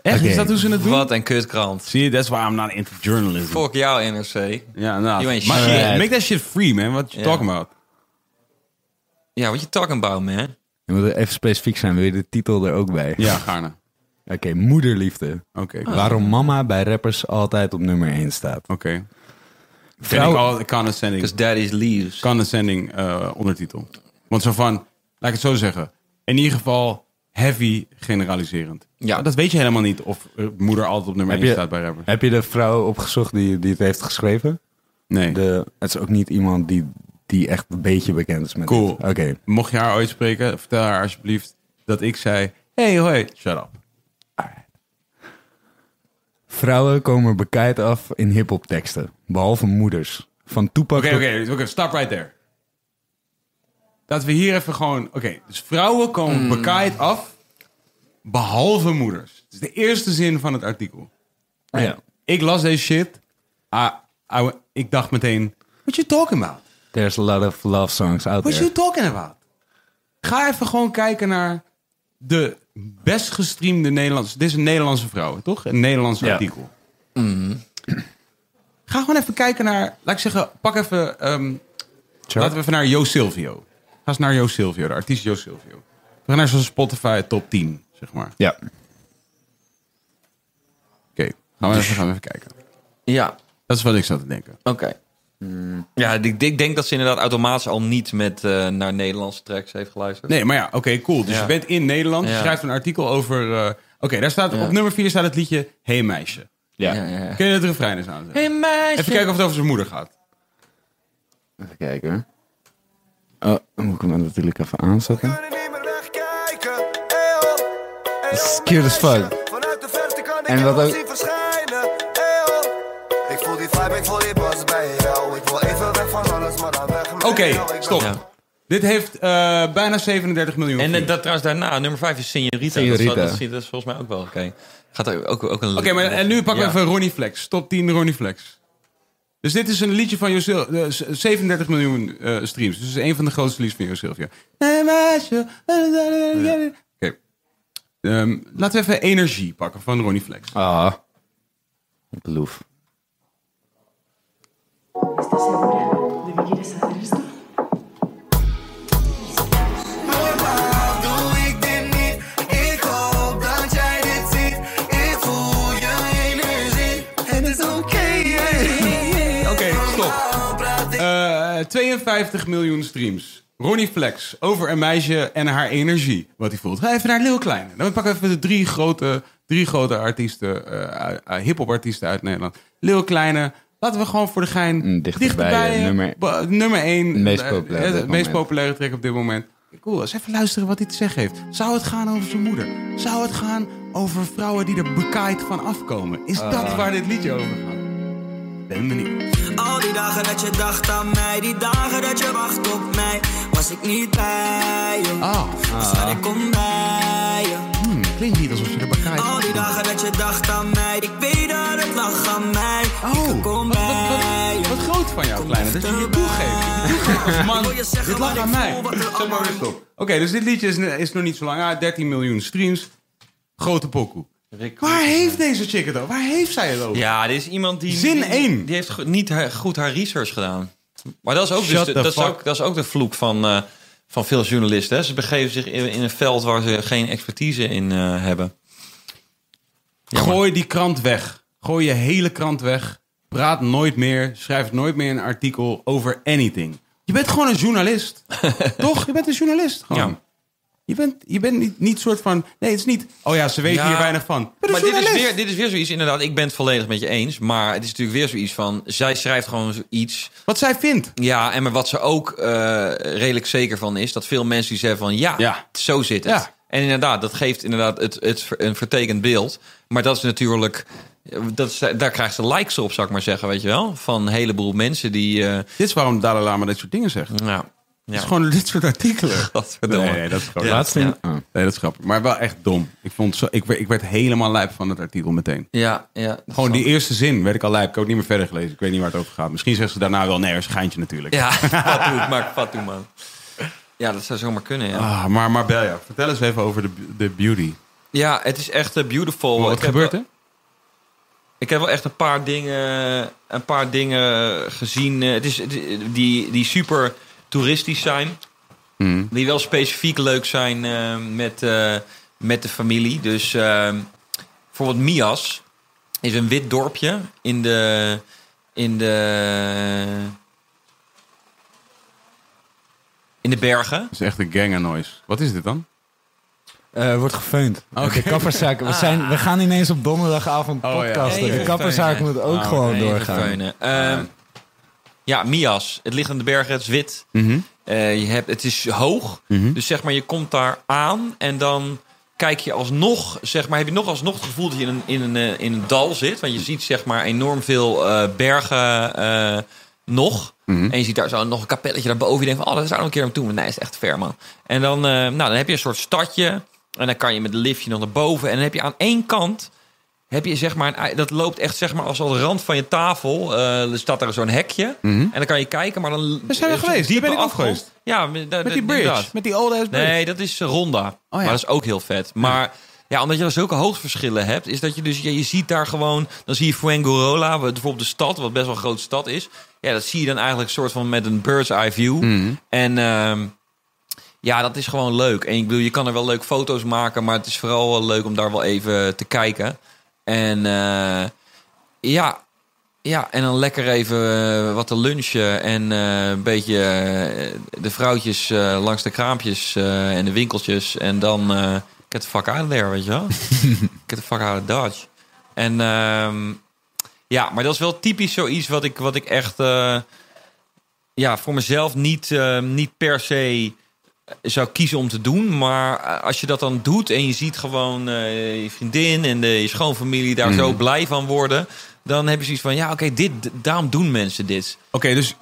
A: Echt?
C: Oké.
A: Is dat hoe ze het doen?
D: Wat een kutkrant.
A: See, that's why I'm not into journalism.
D: Fuck jou, NRC.
A: Ja, nou.
D: You ain't
A: maar
D: shit.
A: shit, Make that shit free, man. What you
D: Ja.
A: talking about?
D: Ja, what you talking about, man?
C: Je moet even specifiek zijn, wil je de titel er ook bij?
A: Ja, Ah. gaarne.
C: Oké, moederliefde.
A: Oké.
D: Ah.
A: oké.
C: Waarom mama bij rappers altijd op nummer 1 staat.
A: Oké. Vind ik
C: Vrouw-
A: al condescending,
D: Because daddy's leaves.
A: condescending eh, ondertitel. Want zo van, laat ik het zo zeggen. In ieder geval heavy generaliserend.
D: Ja.
A: Maar Dat weet je helemaal niet of eh, moeder altijd op nummer
C: Heb
A: 1
C: je-
A: staat bij rappers.
C: Heb je de vrouw opgezocht die, die het heeft geschreven?
A: Nee.
C: De, het is ook niet iemand die, die echt een beetje bekend is met
A: Cool.
C: dit. Oké.
A: Mocht je haar ooit spreken, vertel haar alsjeblieft dat ik zei... Hey, hoi, shut up.
C: Vrouwen komen er bekijkt af in hip-hop teksten. Behalve moeders. Van Toepak
A: Oké,
C: tot-
A: oké, oké, stop right there. Dat we hier even gewoon... Oké, dus vrouwen komen
D: Mm.
A: bekaaid af, behalve moeders. Dat is de eerste zin van het artikel.
C: Ja.
A: Ik las deze shit. I, I- ik dacht meteen, what you talking about?
C: There's a lot of love songs out
A: What
C: there.
A: you talking about? Ga even gewoon kijken naar de best gestreamde Nederlandse... Dit is een Nederlandse vrouw, toch? Een Nederlands artikel. Ga gewoon even kijken naar... Laat ik zeggen, pak even... ehm, laten we even naar Jo Silvio. Ga eens naar Jo Silvio, de artiest Jo Silvio. We gaan naar zijn Spotify top 10, zeg maar. Oké,
C: Ja.
A: gaan, we even- gaan we even kijken.
D: Ja,
A: Dat is wat ik zat te denken.
D: oké. Hmm. Ja, ik, ik denk dat ze inderdaad automatisch al niet met eh, naar Nederlandse tracks heeft geluisterd.
A: Nee, maar ja, oké, cool. Dus
D: Ja.
A: je bent in Nederland, je
D: Ja.
A: schrijft een artikel over... eh, oké, daar staat
D: Ja.
A: op nummer 4 staat het liedje Hey Meisje.
D: Ja, ja, ja.
A: Kun je het refrein eens aanzetten?
D: Hey meisje.
A: Even kijken of het over zijn moeder gaat.
C: Even kijken. hoor. Oh, dan moet ik hem natuurlijk even aanzetten. Dat is cute as fuck.
H: Vanuit de verte kan ik
C: En
H: en
C: wat
H: wat
C: ook-
H: zien verschijnen. Hey, oh. Ik voel die vibe, ik voel die bas bij jou. Ik wil even weg van alles, maar dan weg met
A: Oké,
H: jou. Ik ben-
A: stop.
D: Ja.
A: Dit heeft eh, bijna 37 miljoen.
D: En eh,
A: views.
D: dat trouwens daarna, nummer 5 is Signorita.
C: Signorita.
D: Dat, dat, dat is volgens mij ook wel oké. Gaat er ook, ook een
A: Oké, maar en nu pakken we
D: Ja.
A: even Ronnie Flex. Top 10 Ronnie Flex. Dus dit is een liedje van Josel, 37 miljoen eh, streams. Dus het is een van de grootste liedjes van Josilvio. Hey meisje. Oké. Ehm, laten we even energie pakken van Ronnie Flex.
C: Ah. Ik loef.
L: ¿Estás segura de que quieres saber esto?
H: Normaal doe ik dit niet. Ik hoop dat jij dit ziet. Ik voel je energie. Het is oké.
A: Oké, stop. Eh, 52 miljoen streams. Ronnie Flex over een meisje en haar energie. Wat hij voelt. Ga even naar Lil Kleine. Dan pakken we even de drie grote, drie grote artiesten, eh hip-hop artiesten uit Nederland. Lil Kleine. Laten we gewoon voor de gein
C: Mm, dichterbij, eh, nummer-
A: ba- nummer 1.
C: De meest populaire op dit
A: meest
C: moment.
A: populaire track op dit moment. Cool, eens even luisteren wat hij te zeggen heeft. Zou het gaan over zijn moeder? Zou het gaan over vrouwen die er bekaaid van afkomen? Is
C: Ah.
A: dat waar dit liedje over gaat? Ben benieuwd.
H: Al die dagen dat je dacht aan mij, die dagen dat je wacht op mij, was ik niet bij je.
A: Ah,
H: Maar ik kom bij je.
A: hmm, klinkt niet alsof je er bekijkt.
H: Al die dagen dat je dacht aan mij, ik weet dat het lag aan mij.
A: Oh,
H: ik kom
A: wat, wat,
H: bij
A: wat,
H: je.
A: wat groot van jou, kleine. Dat je je toegeeft. Je toegeeft als man.
H: wil je zeggen
A: Dit lag
H: wat
A: aan
H: ik
A: mij.
H: voel, wat er
A: Zeg maar
H: allemaal-
A: weer stop. Oké, dus dit liedje is, is nog niet zo lang uit. 13 miljoen streams. Grote pokoe. Waar heeft deze chick het over? Waar heeft zij het over?
D: Ja, dit is iemand die...
A: Zin
D: die-
A: één.
D: Die heeft go- niet haar- goed haar research gedaan. Maar dat is ook, dus
A: Shut
D: de,
A: the
D: dat is
A: fuck.
D: ook, dat is ook de vloek van, eh, van veel journalisten. Hè. Ze begeven zich in, in een veld waar ze geen expertise in eh, hebben.
A: Gooi die krant weg. Gooi je hele krant weg. Praat nooit meer. Schrijf nooit meer een artikel over anything. Je bent gewoon een journalist. Toch? Je bent een journalist. Gewoon.
D: Ja.
A: Je bent, je bent niet, niet soort van. Nee, het is niet. Oh ja, ze weten
D: Ja,
A: hier weinig van. Je bent een
D: Maar dit is,
A: journalist.
D: weer, dit is weer zoiets, inderdaad, ik ben het volledig met je eens. Maar het is natuurlijk weer zoiets van, zij schrijft gewoon iets.
A: Wat zij vindt.
D: Ja, en maar wat ze ook eh, redelijk zeker van is, dat veel mensen die zeggen van, ja,
A: Ja.
D: zo zit het.
A: Ja.
D: En inderdaad, dat geeft inderdaad het, het, ver- een vertekend beeld. Maar dat is natuurlijk, dat is, daar krijgt ze likes op, zou ik maar zeggen, weet je wel. Van een heleboel mensen die, eh,
A: Dit is waarom Dalai Lama dit soort dingen zegt.
D: nou, ja,
A: Het is gewoon dit soort artikelen.
D: godverdomme.
A: Nee, nee, dat is gewoon.
D: Ja.
C: Laatste in-
D: Ja.
C: Ah.
A: Nee, dat is grappig. Maar wel echt dom. Ik, vond zo, ik, werd, ik werd helemaal lijp van het artikel meteen.
D: Ja, ja.
A: Gewoon die eerste zin werd ik al lijp. Ik heb ook niet meer verder gelezen. Ik weet niet waar het over gaat. Misschien zegt ze daarna wel, nee, er is een geintje natuurlijk.
D: Ja, Fatou, maak Fatou, man. Ja, dat zou zomaar kunnen, ja.
A: Ah, maar maar Belja, vertel eens even over de, de beauty.
D: Ja, het is echt eh, beautiful.
A: wat
D: Ik heb
A: gebeurt
D: wel-
A: er?
D: Ik heb wel echt een paar dingen, een paar dingen gezien. eh, Het is, het- die, die super toeristisch zijn. Die wel specifiek leuk zijn eh, met, eh, met de familie. Dus eh, bijvoorbeeld Mias is een wit dorpje in de... In de in de bergen.
A: Dat is echt een gang noise. Wat is dit dan?
C: Eh, wordt gefeund. De kapperszaak. We, zijn, we gaan ineens op donderdagavond
A: Oh, ja.
C: podcasten.
D: Nee,
C: de
D: joh,
C: kapperszaak
D: feunen.
C: moet ook gewoon
D: Nou, Nee,
C: doorgaan.
D: verveunen. Ehm, ja, Mias. Het ligt in de bergen, het is wit.
C: Mhm.
D: Eh, je hebt, het is hoog, dus zeg maar, je komt daar aan en dan kijk je alsnog, zeg maar, heb je nog alsnog het gevoel dat je in een, in een, eh, in een dal zit. Want je ziet zeg maar enorm veel eh, bergen eh, nog.
C: Mhm.
D: En je ziet daar zo nog een kapelletje daarboven. Je denkt van, oh, dat zou nog een keer naartoe. Maar nee, is echt ver, man. En dan, eh, nou, dan heb je een soort stadje. En dan kan je met een liftje nog naar boven. En dan heb je aan één kant heb je zeg maar, een ei- dat loopt echt zeg maar als al de rand van je tafel. eh er staat er zo'n hekje. En dan kan je kijken, maar dan...
A: We Mhm. zijn er geweest. Hier ben ik ook
D: afgrond.
A: geweest.
D: Ja, met
A: Met die bridge. Met die old ass bridge.
D: Eh, Nee, dat is eh, Ronda. Maar dat is ook heel vet. Maar ja, omdat je dan zulke hoogteverschillen hebt, is dat je dus, ja, je ziet daar gewoon, dan zie je Fuengirola, wat bijvoorbeeld de stad, wat best wel een grote stad is. Ja, dat zie je dan eigenlijk soort van met een bird's eye view. En ehm, ja, dat is gewoon leuk. En ik bedoel, je kan er wel leuk foto's maken, maar het is vooral wel leuk om daar wel even te kijken. En eh, ja, ja, en dan lekker even eh, wat te lunchen en eh, een beetje eh, de vrouwtjes eh, langs de kraampjes eh, en de winkeltjes. En dan eh get the fuck out of there, weet je wel? get the fuck out of Dodge. En ehm, ja, maar dat is wel typisch zoiets wat ik, wat ik echt eh, ja, voor mezelf niet, eh, niet per se zou kiezen om te doen. Maar eh, als je dat dan doet en je ziet gewoon eh, je vriendin en de, je schoonfamilie daar zo
A: Mhm.
D: blij van worden. Dan heb je zoiets van, ja, oké, dit, daarom doen mensen dit.
A: Oké, dus.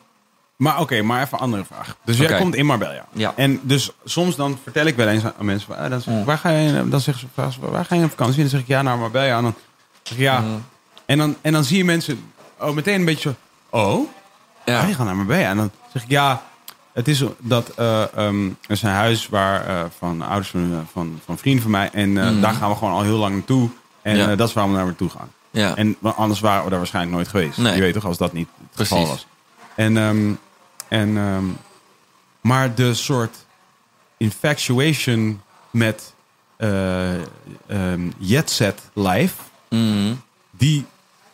A: Maar oké, maar even een andere vraag. Dus jij
D: Oké.
A: komt in Marbella.
D: Ja.
A: En dus soms dan vertel ik wel eens aan mensen: van, ah, dan, zeg ik, waar ga je, dan zeggen ze, vragen ze, waar ga je op vakantie? En dan zeg ik ja naar Marbella. En dan zeg ik ja. En, dan, en dan zie je mensen oh, meteen een beetje zo: oh, ja. je gaat naar Marbella. En dan zeg ik ja. Het is dat eh, ehm, er is een huis waar, eh, van ouders van, eh, van, van vrienden van mij. En eh, daar gaan we gewoon al heel lang naartoe. En
D: Mhm. Ja.
A: eh, dat is waar we naar naartoe gaan.
D: Ja.
A: En wa- anders waren we daar waarschijnlijk nooit geweest.
D: Nee.
A: Je weet toch, als dat niet het geval
D: Precies.
A: was. En, ehm, en, ehm, maar de soort infatuation met eh ehm, jet set life, die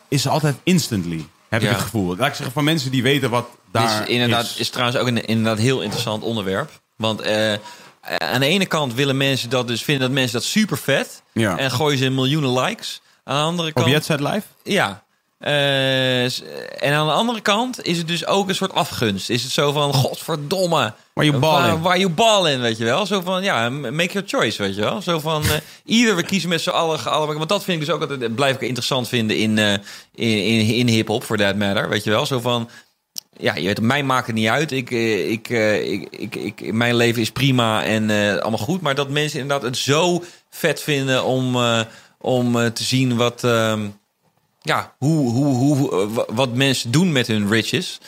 A: is altijd instantly, heb
D: Mhm. Ja.
A: ik het gevoel. Laat ik zeggen, van mensen die weten wat daar
D: Dit is inderdaad, is. trouwens ook een inderdaad heel interessant onderwerp. Want eh, aan de ene kant willen mensen dat dus vinden dat mensen dat super vet.
A: Ja.
D: En gooien ze miljoenen likes. Aan de andere
A: Op
D: kant.
A: jet set life?
D: Ja. Eh, s- en aan de andere kant is het dus ook een soort afgunst. Is het zo van, godverdomme.
A: Waar je bal in.
D: Waar je bal in, weet je wel. Zo van, ja, make your choice, weet je wel. Zo van, eh, ieder, we kiezen met z'n allen. ge- allemaal- Want dat vind ik dus ook altijd, dat blijf ik interessant vinden in, eh, in, in, in hip-hop, for that matter, weet je wel. Zo van, ja, je weet, mij maakt het niet uit. Ik, eh, ik, eh, ik, ik, ik- mijn leven is prima en eh, allemaal goed. Maar dat mensen inderdaad het zo vet vinden om, eh, om eh, te zien wat, ehm, ja, hoe, hoe, hoe, eh, wa- wat mensen doen met hun riches.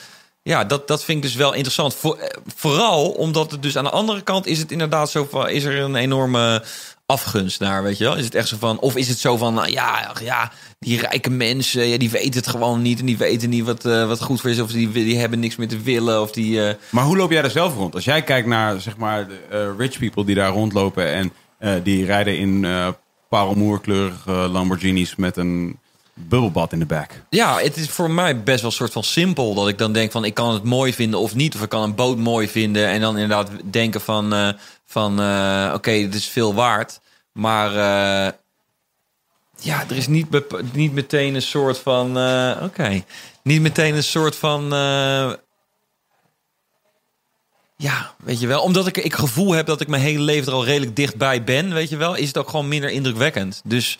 D: Ja, dat, dat vind ik dus wel interessant. Voor, eh, vooral omdat het dus aan de andere kant is het inderdaad zo van... is er een enorme afgunst naar, weet je wel? Is het echt zo van... of is het zo van, nou ja, ach ja die rijke mensen... Ja, die weten het gewoon niet en die weten niet wat, eh, wat goed voor is... of die, die hebben niks meer te willen of die... eh,
A: Maar hoe loop jij daar zelf rond? Als jij kijkt naar zeg maar, de, eh, rich people die daar rondlopen en eh, die rijden in eh parelmoerkleurige Lamborghinis met een bubbelbad in de back.
D: Ja, het is voor mij best wel een soort van simpel. Dat ik dan denk van ik kan het mooi vinden of niet. Of ik kan een boot mooi vinden. En dan inderdaad denken van, eh, van eh, oké, dit is veel waard. Maar eh, ja, er is niet, bepa- niet meteen een soort van. eh, oké, niet meteen een soort van. eh, ja, weet je wel. Omdat ik, ik gevoel heb dat ik mijn hele leven er al redelijk dichtbij ben, weet je wel, is het ook gewoon minder indrukwekkend. Dus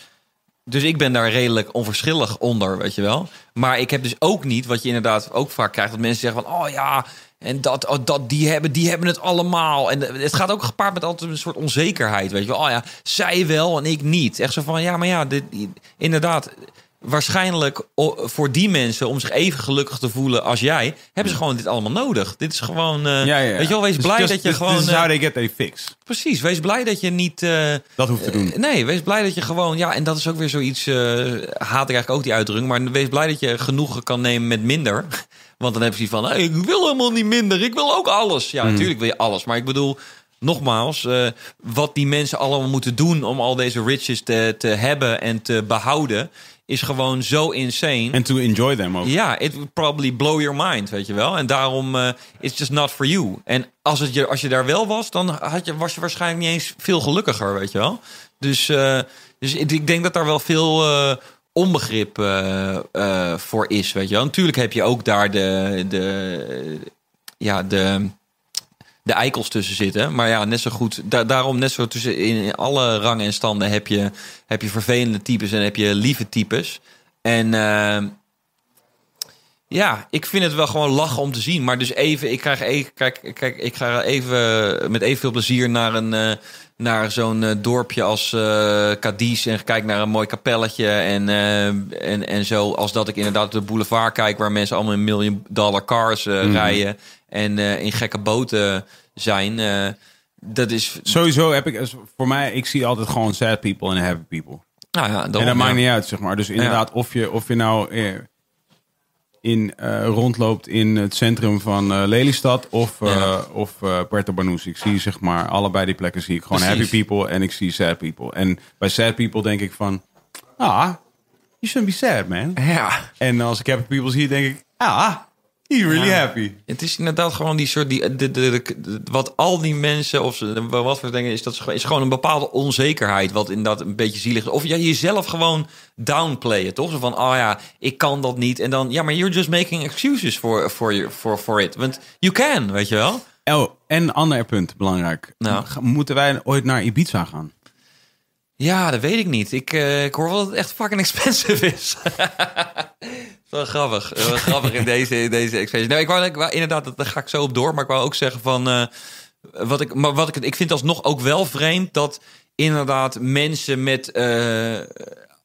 D: dus ik ben daar redelijk onverschillig onder, weet je wel. Maar ik heb dus ook niet, wat je inderdaad ook vaak krijgt, dat mensen zeggen van, oh ja, en dat, oh, dat die hebben, die hebben het allemaal. En eh, het gaat ook gepaard met altijd een soort onzekerheid, weet je wel. Oh ja, zij wel en ik niet. Echt zo van, ja, maar ja, dit, inderdaad, waarschijnlijk o- voor die mensen om zich even gelukkig te voelen als jij, hebben ze gewoon dit allemaal nodig. Dit is gewoon, eh, weet je wel, wees
A: Dus
D: blij
A: just-
D: dat je
A: this-
D: gewoon...
A: This is
D: eh,
A: how they get their fix.
D: Precies, wees blij dat je niet. eh,
A: Dat hoeft te doen.
D: eh, nee, wees blij dat je gewoon. Ja, en dat is ook weer zoiets. eh, haat ik eigenlijk ook die uitdrukking. Maar wees blij dat je genoegen kan nemen met minder. Want dan heb je zoiets van. hey, ik wil helemaal niet minder. Ik wil ook alles.
A: Hmm.
D: Ja, natuurlijk wil je alles. Maar ik bedoel. Nogmaals, eh, wat die mensen allemaal moeten doen om al deze riches te, te hebben en te behouden, is gewoon zo insane.
A: En to enjoy them ook.
D: Ja, it would probably blow your mind, weet je wel. En daarom, eh it's just not for you. En als, het je, als je daar wel was, dan had je, was je waarschijnlijk niet eens veel gelukkiger, weet je wel. Dus, eh, dus ik, ik denk dat daar wel veel eh, onbegrip eh, eh, voor is, weet je wel. Natuurlijk heb je ook daar de, de, ja, de, de eikels tussen zitten. Maar ja, net zo goed. da- daarom net zo tussen in, in alle rangen en standen heb je, heb je vervelende types en heb je lieve types. En eh, ja, ik vind het wel gewoon lachen om te zien. Maar dus even, ik krijg even, kijk, kijk, ik ga even met evenveel plezier naar een. eh, naar zo'n eh, dorpje als eh Cadiz en kijk naar een mooi kapelletje en, eh, en, en zo. Als dat ik inderdaad op de boulevard kijk waar mensen allemaal in miljoen dollar cars eh,
A: Mhm.
D: rijden en eh, in gekke boten zijn. eh, dat is.
A: Sowieso heb ik, als- voor mij, ik zie altijd gewoon sad people en happy people.
D: Nou ja,
A: en dat
D: ja.
A: maakt niet uit, zeg maar. Dus inderdaad, of, je, of je nou eh, in, eh, rondloopt in het centrum van eh, Lelystad of, eh,
D: Ja.
A: of eh, Puerto Banús. Ik zie zeg maar allebei die plekken zie ik gewoon
D: Precies.
A: happy people en ik zie sad people. En bij sad people denk ik van, ah, you shouldn't be sad, man.
D: Ja.
A: En als ik happy people zie, denk ik, ah, you really happy.
D: Het is inderdaad gewoon die soort. Die, de, de, de- de- wat al die mensen, of ze, wat we denken, is dat ze gewoon- is gewoon een bepaalde onzekerheid. Wat inderdaad een beetje zielig is. Of ja, jezelf gewoon downplayen, toch? Zo van, oh ja, ik kan dat niet. En dan, ja, maar you're just making excuses for, for, your- for, for it. Want you can, weet je wel?
A: Oh, en ander punt, belangrijk.
D: Nou.
A: G- Moeten wij ooit naar Ibiza gaan?
D: Ja, dat weet ik niet. Ik, eh, ik hoor wel dat het echt fucking expensive is. Wel grappig. Wel grappig in deze, in deze expressie. Nou, ik wou, ik wou- inderdaad, dat- daar ga ik zo op door. Maar ik wou ook zeggen van... eh, wat ik, maar wat ik, het- ik vind alsnog ook wel vreemd dat inderdaad mensen met... eh,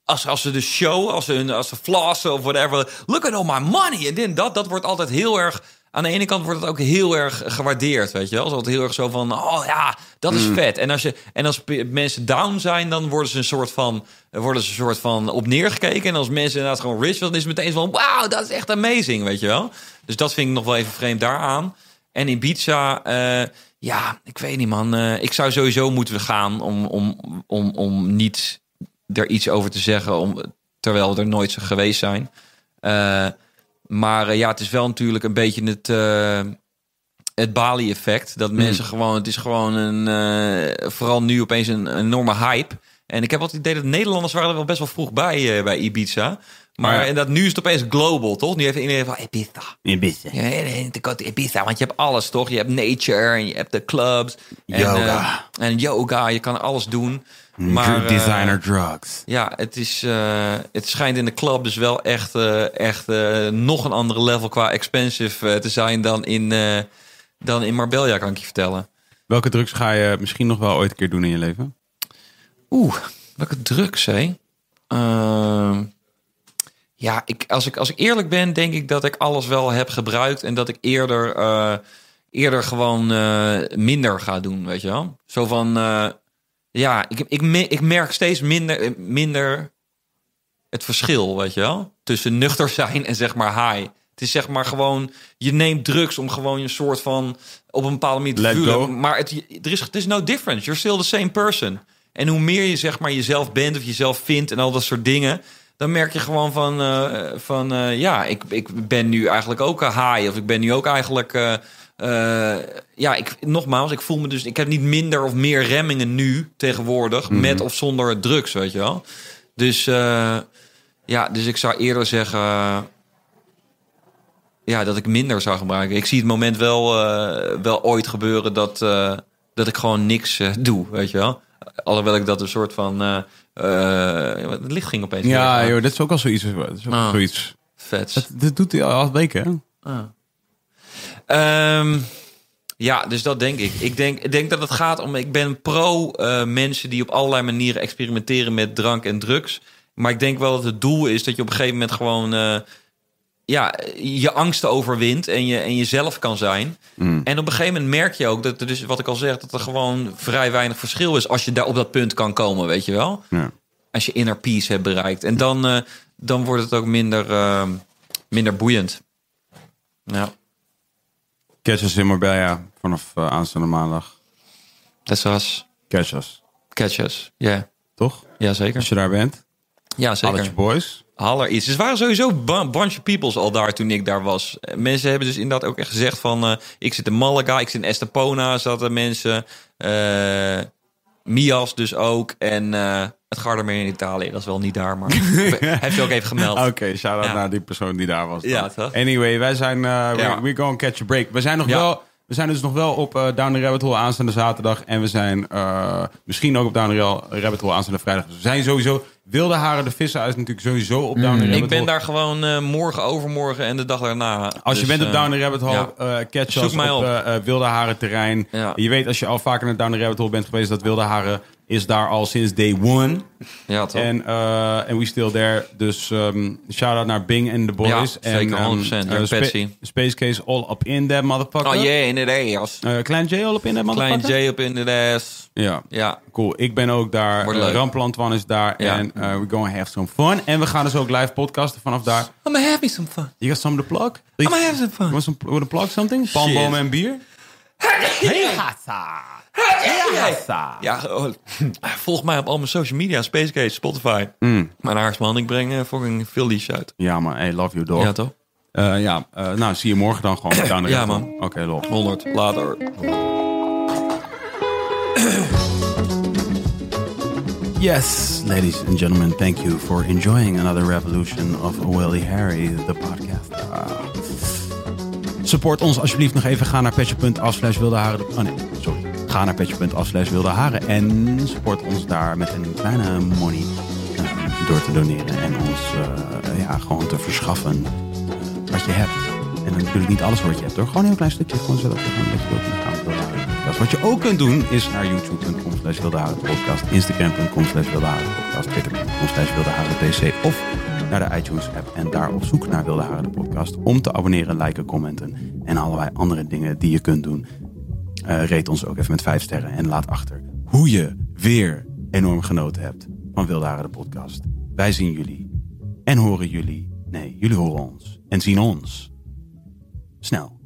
D: als, als ze de show, als ze, hun, als ze flassen of whatever... Look at all my money en dit en dat. Dat wordt altijd heel erg... Aan de ene kant wordt het ook heel erg gewaardeerd, weet je wel. Het wordt heel erg zo van, oh ja, dat is vet. En als, je, en als pe- mensen down zijn, dan worden ze een soort van, worden ze een soort van op neergekeken. En als mensen inderdaad gewoon rich zijn, dan is het meteen van, wauw, dat is echt amazing, weet je wel. Dus dat vind ik nog wel even vreemd daaraan. En in Ibiza, eh, ja, ik weet niet man. Eh, ik zou sowieso moeten gaan om, om, om, om niet er iets over te zeggen, om, terwijl we er nooit zo geweest zijn. Eh, maar eh, ja, het is wel natuurlijk een beetje het, eh, het Bali-effect.
A: Mm.
D: Dat mensen gewoon, het is gewoon een, eh, vooral nu opeens een, enorme hype. En ik heb altijd het idee dat Nederlanders waren er wel best wel vroeg bij, eh, bij Ibiza. Maar
A: Maar-
D: en dat nu is het opeens global, toch? Nu heeft iedereen van Ibiza.
A: Ibiza.
D: Ja, en ik had Ibiza, want je hebt alles toch? Je hebt nature en je hebt de clubs. En,
A: Yoga. Mm,
D: eh, en yoga, je kan alles doen. Maar, eh,
A: Designer drugs.
D: ja, het, is, eh, het schijnt in de club dus wel echt, eh, echt eh, nog een andere level qua expensive eh, te zijn dan in, eh, dan in Marbella, kan ik je vertellen.
A: Welke drugs ga je misschien nog wel ooit een keer doen in je leven?
D: Oeh, welke drugs, hè? Ehm, ja, ik, als, ik, als ik eerlijk ben, denk ik dat ik alles wel heb gebruikt. En dat ik eerder, eh, eerder gewoon eh, minder ga doen, weet je wel? Zo van, eh, ja, ik, ik, me- ik merk steeds minder, eh, minder het verschil, weet je wel? Tussen nuchter zijn en zeg maar high. Het is zeg maar gewoon, je neemt drugs om gewoon een soort van op een bepaalde manier te
A: Let
D: voelen.
A: go.
D: Maar het, er is, het is no difference. You're still the same person. En hoe meer je zeg maar jezelf bent of jezelf vindt en al dat soort dingen, Dan merk je gewoon van, eh, van eh, ja, ik, ik ben nu eigenlijk ook een haai. Of ik ben nu ook eigenlijk. eh, eh, ja, ik, nogmaals, ik voel me dus. Ik heb niet minder of meer remmingen nu tegenwoordig. Met of zonder drugs, weet je wel. Dus eh, ja, dus ik zou eerder zeggen. eh, Ja, dat ik minder zou gebruiken. Ik zie het moment wel, eh, wel ooit gebeuren dat, eh, dat ik gewoon niks eh, doe, weet je wel. Alhoewel ik dat een soort van... eh, eh, het licht ging opeens weer
A: Ja,
D: aan.
A: joh, dat is ook al zoiets. eh, Dat is ook
D: Ah.
A: zoiets.
D: Vets.
A: Dat, dat doet hij al weken, hè?
D: Ah. Ehm, ja, dus dat denk ik. Ik denk, ik denk dat het gaat om. Ik ben pro eh, mensen die op allerlei manieren experimenteren met drank en drugs. Maar ik denk wel dat het doel is dat je op een gegeven moment gewoon. eh, ja, je angsten overwint en, je, en jezelf kan zijn. En op een gegeven moment merk je ook dat er dus, wat ik al zeg, dat er gewoon vrij weinig verschil is als je daar op dat punt kan komen, weet je wel?
A: Ja.
D: Als je inner peace hebt bereikt. En dan, eh, dan wordt het ook minder, eh, minder boeiend. Ja,
A: Catch us in Marbella vanaf eh, aanstaande maandag.
D: dat was
A: Catch us,
D: Catches. Ja,
A: toch?
D: ja
A: Als
D: zeker.
A: je daar bent.
D: Ja,
A: Alletje
D: zeker.
A: boys.
D: Haller iets. Dus er waren sowieso een bunch of peoples al daar toen ik daar was. Eh, Mensen hebben dus inderdaad ook echt gezegd van... eh, ik zit in Malaga, ik zit in Estepona, zaten mensen. eh, Mias dus ook. En eh het Gardermeer in Italië. Dat is wel niet daar, maar... heeft ze ook even gemeld.
A: Oké, shout-out
D: Ja.
A: naar die persoon die daar was. dan.
D: Ja, toch?
A: Anyway, wij zijn... eh we
D: Ja.
A: We're going catch a break. We zijn, nog
D: Ja.
A: wel, we zijn dus nog wel op eh, Down the Rabbit Hole aanstaande zaterdag. En we zijn eh, misschien ook op Down the Ra- Rabbit Hole aanstaande vrijdag. Dus we zijn sowieso... Wilde Haren de Visser is natuurlijk sowieso op Down the Rabbit Hole.
D: Mm. Ik ben daar gewoon eh, morgen, overmorgen en de dag daarna.
A: Als je
D: Dus,
A: bent op
D: eh,
A: Down the Rabbit Hole,
D: ja.
A: eh, catch
D: Zoek
A: us op,
D: mij op.
A: eh, eh, Wilde Haren terrein.
D: Ja.
A: Je weet als je al vaker naar Down the Rabbit Hole bent geweest... dat Wilde Haren is daar al sinds day one.
D: ja, toch?
A: En eh, en we still there. Dus ehm shout-out naar Bing en de boys.
D: Ja,
A: en,
D: zeker,
A: ehm,
D: 100%.
A: eh,
D: En
A: Spa-
D: Patsy.
A: Space Case all up in that motherfucker.
D: oh jee, inderdaad. Als
A: Eh, Klein J all up in that
D: klein
A: motherfucker.
D: J op inderdaad.
A: Ja.
D: Ja,
A: Cool, ik ben ook daar.
D: Wordt
A: Eh,
D: leuk.
A: Ramplandwan is daar.
D: Ja.
A: En eh, we're going to have some fun. En we gaan dus ook live podcasten vanaf daar.
D: I'm happy some fun.
A: You got something to plug?
D: I'm gonna have some fun.
A: You Want some, want to plug something? Palmboom en bier?
D: Ja, oh, volg mij op al mijn social media, Spacecase, Spotify. Mijn haarsman, ik breng eh, fucking veel liedjes uit.
A: Ja man, hey, love you dog.
D: Ja, toch?
A: Eh, ja eh, nou zie je morgen dan gewoon. Down the
D: Ja,
A: Rabbit
D: man.
A: Hole. Oké, lol.
D: 100, later.
A: Yes, ladies and gentlemen, thank you for enjoying another revolution of Willy Harry, the podcast. Ah. Support ons alsjeblieft nog even. Ga naar petje.af slash wilde haren. Oh nee, sorry. Ga naar petje.af slash wilde haren. En support ons daar met een kleine money eh, door te doneren. En ons eh, eh, ja, gewoon te verschaffen eh, wat je hebt. En dan natuurlijk niet alles wat je hebt hoor. Gewoon een heel klein stukje. Gewoon zodat we gewoon een beetje door kunnen gaan met Wilde Haren Podcast. Wat je ook kunt doen is naar youtube.com slash wilde haren podcast. Instagram.com slash wilde haren podcast. Twitter.com slash wilde haren pc. Of naar de iTunes app en daar op zoek naar Wilde Haren de podcast om te abonneren, liken, commenten en allerlei andere dingen die je kunt doen. Eh rate ons ook even met vijf sterren en laat achter hoe je weer enorm genoten hebt van Wilde Haren de podcast. Wij zien jullie en horen jullie. Nee, jullie horen ons en zien ons. Snel.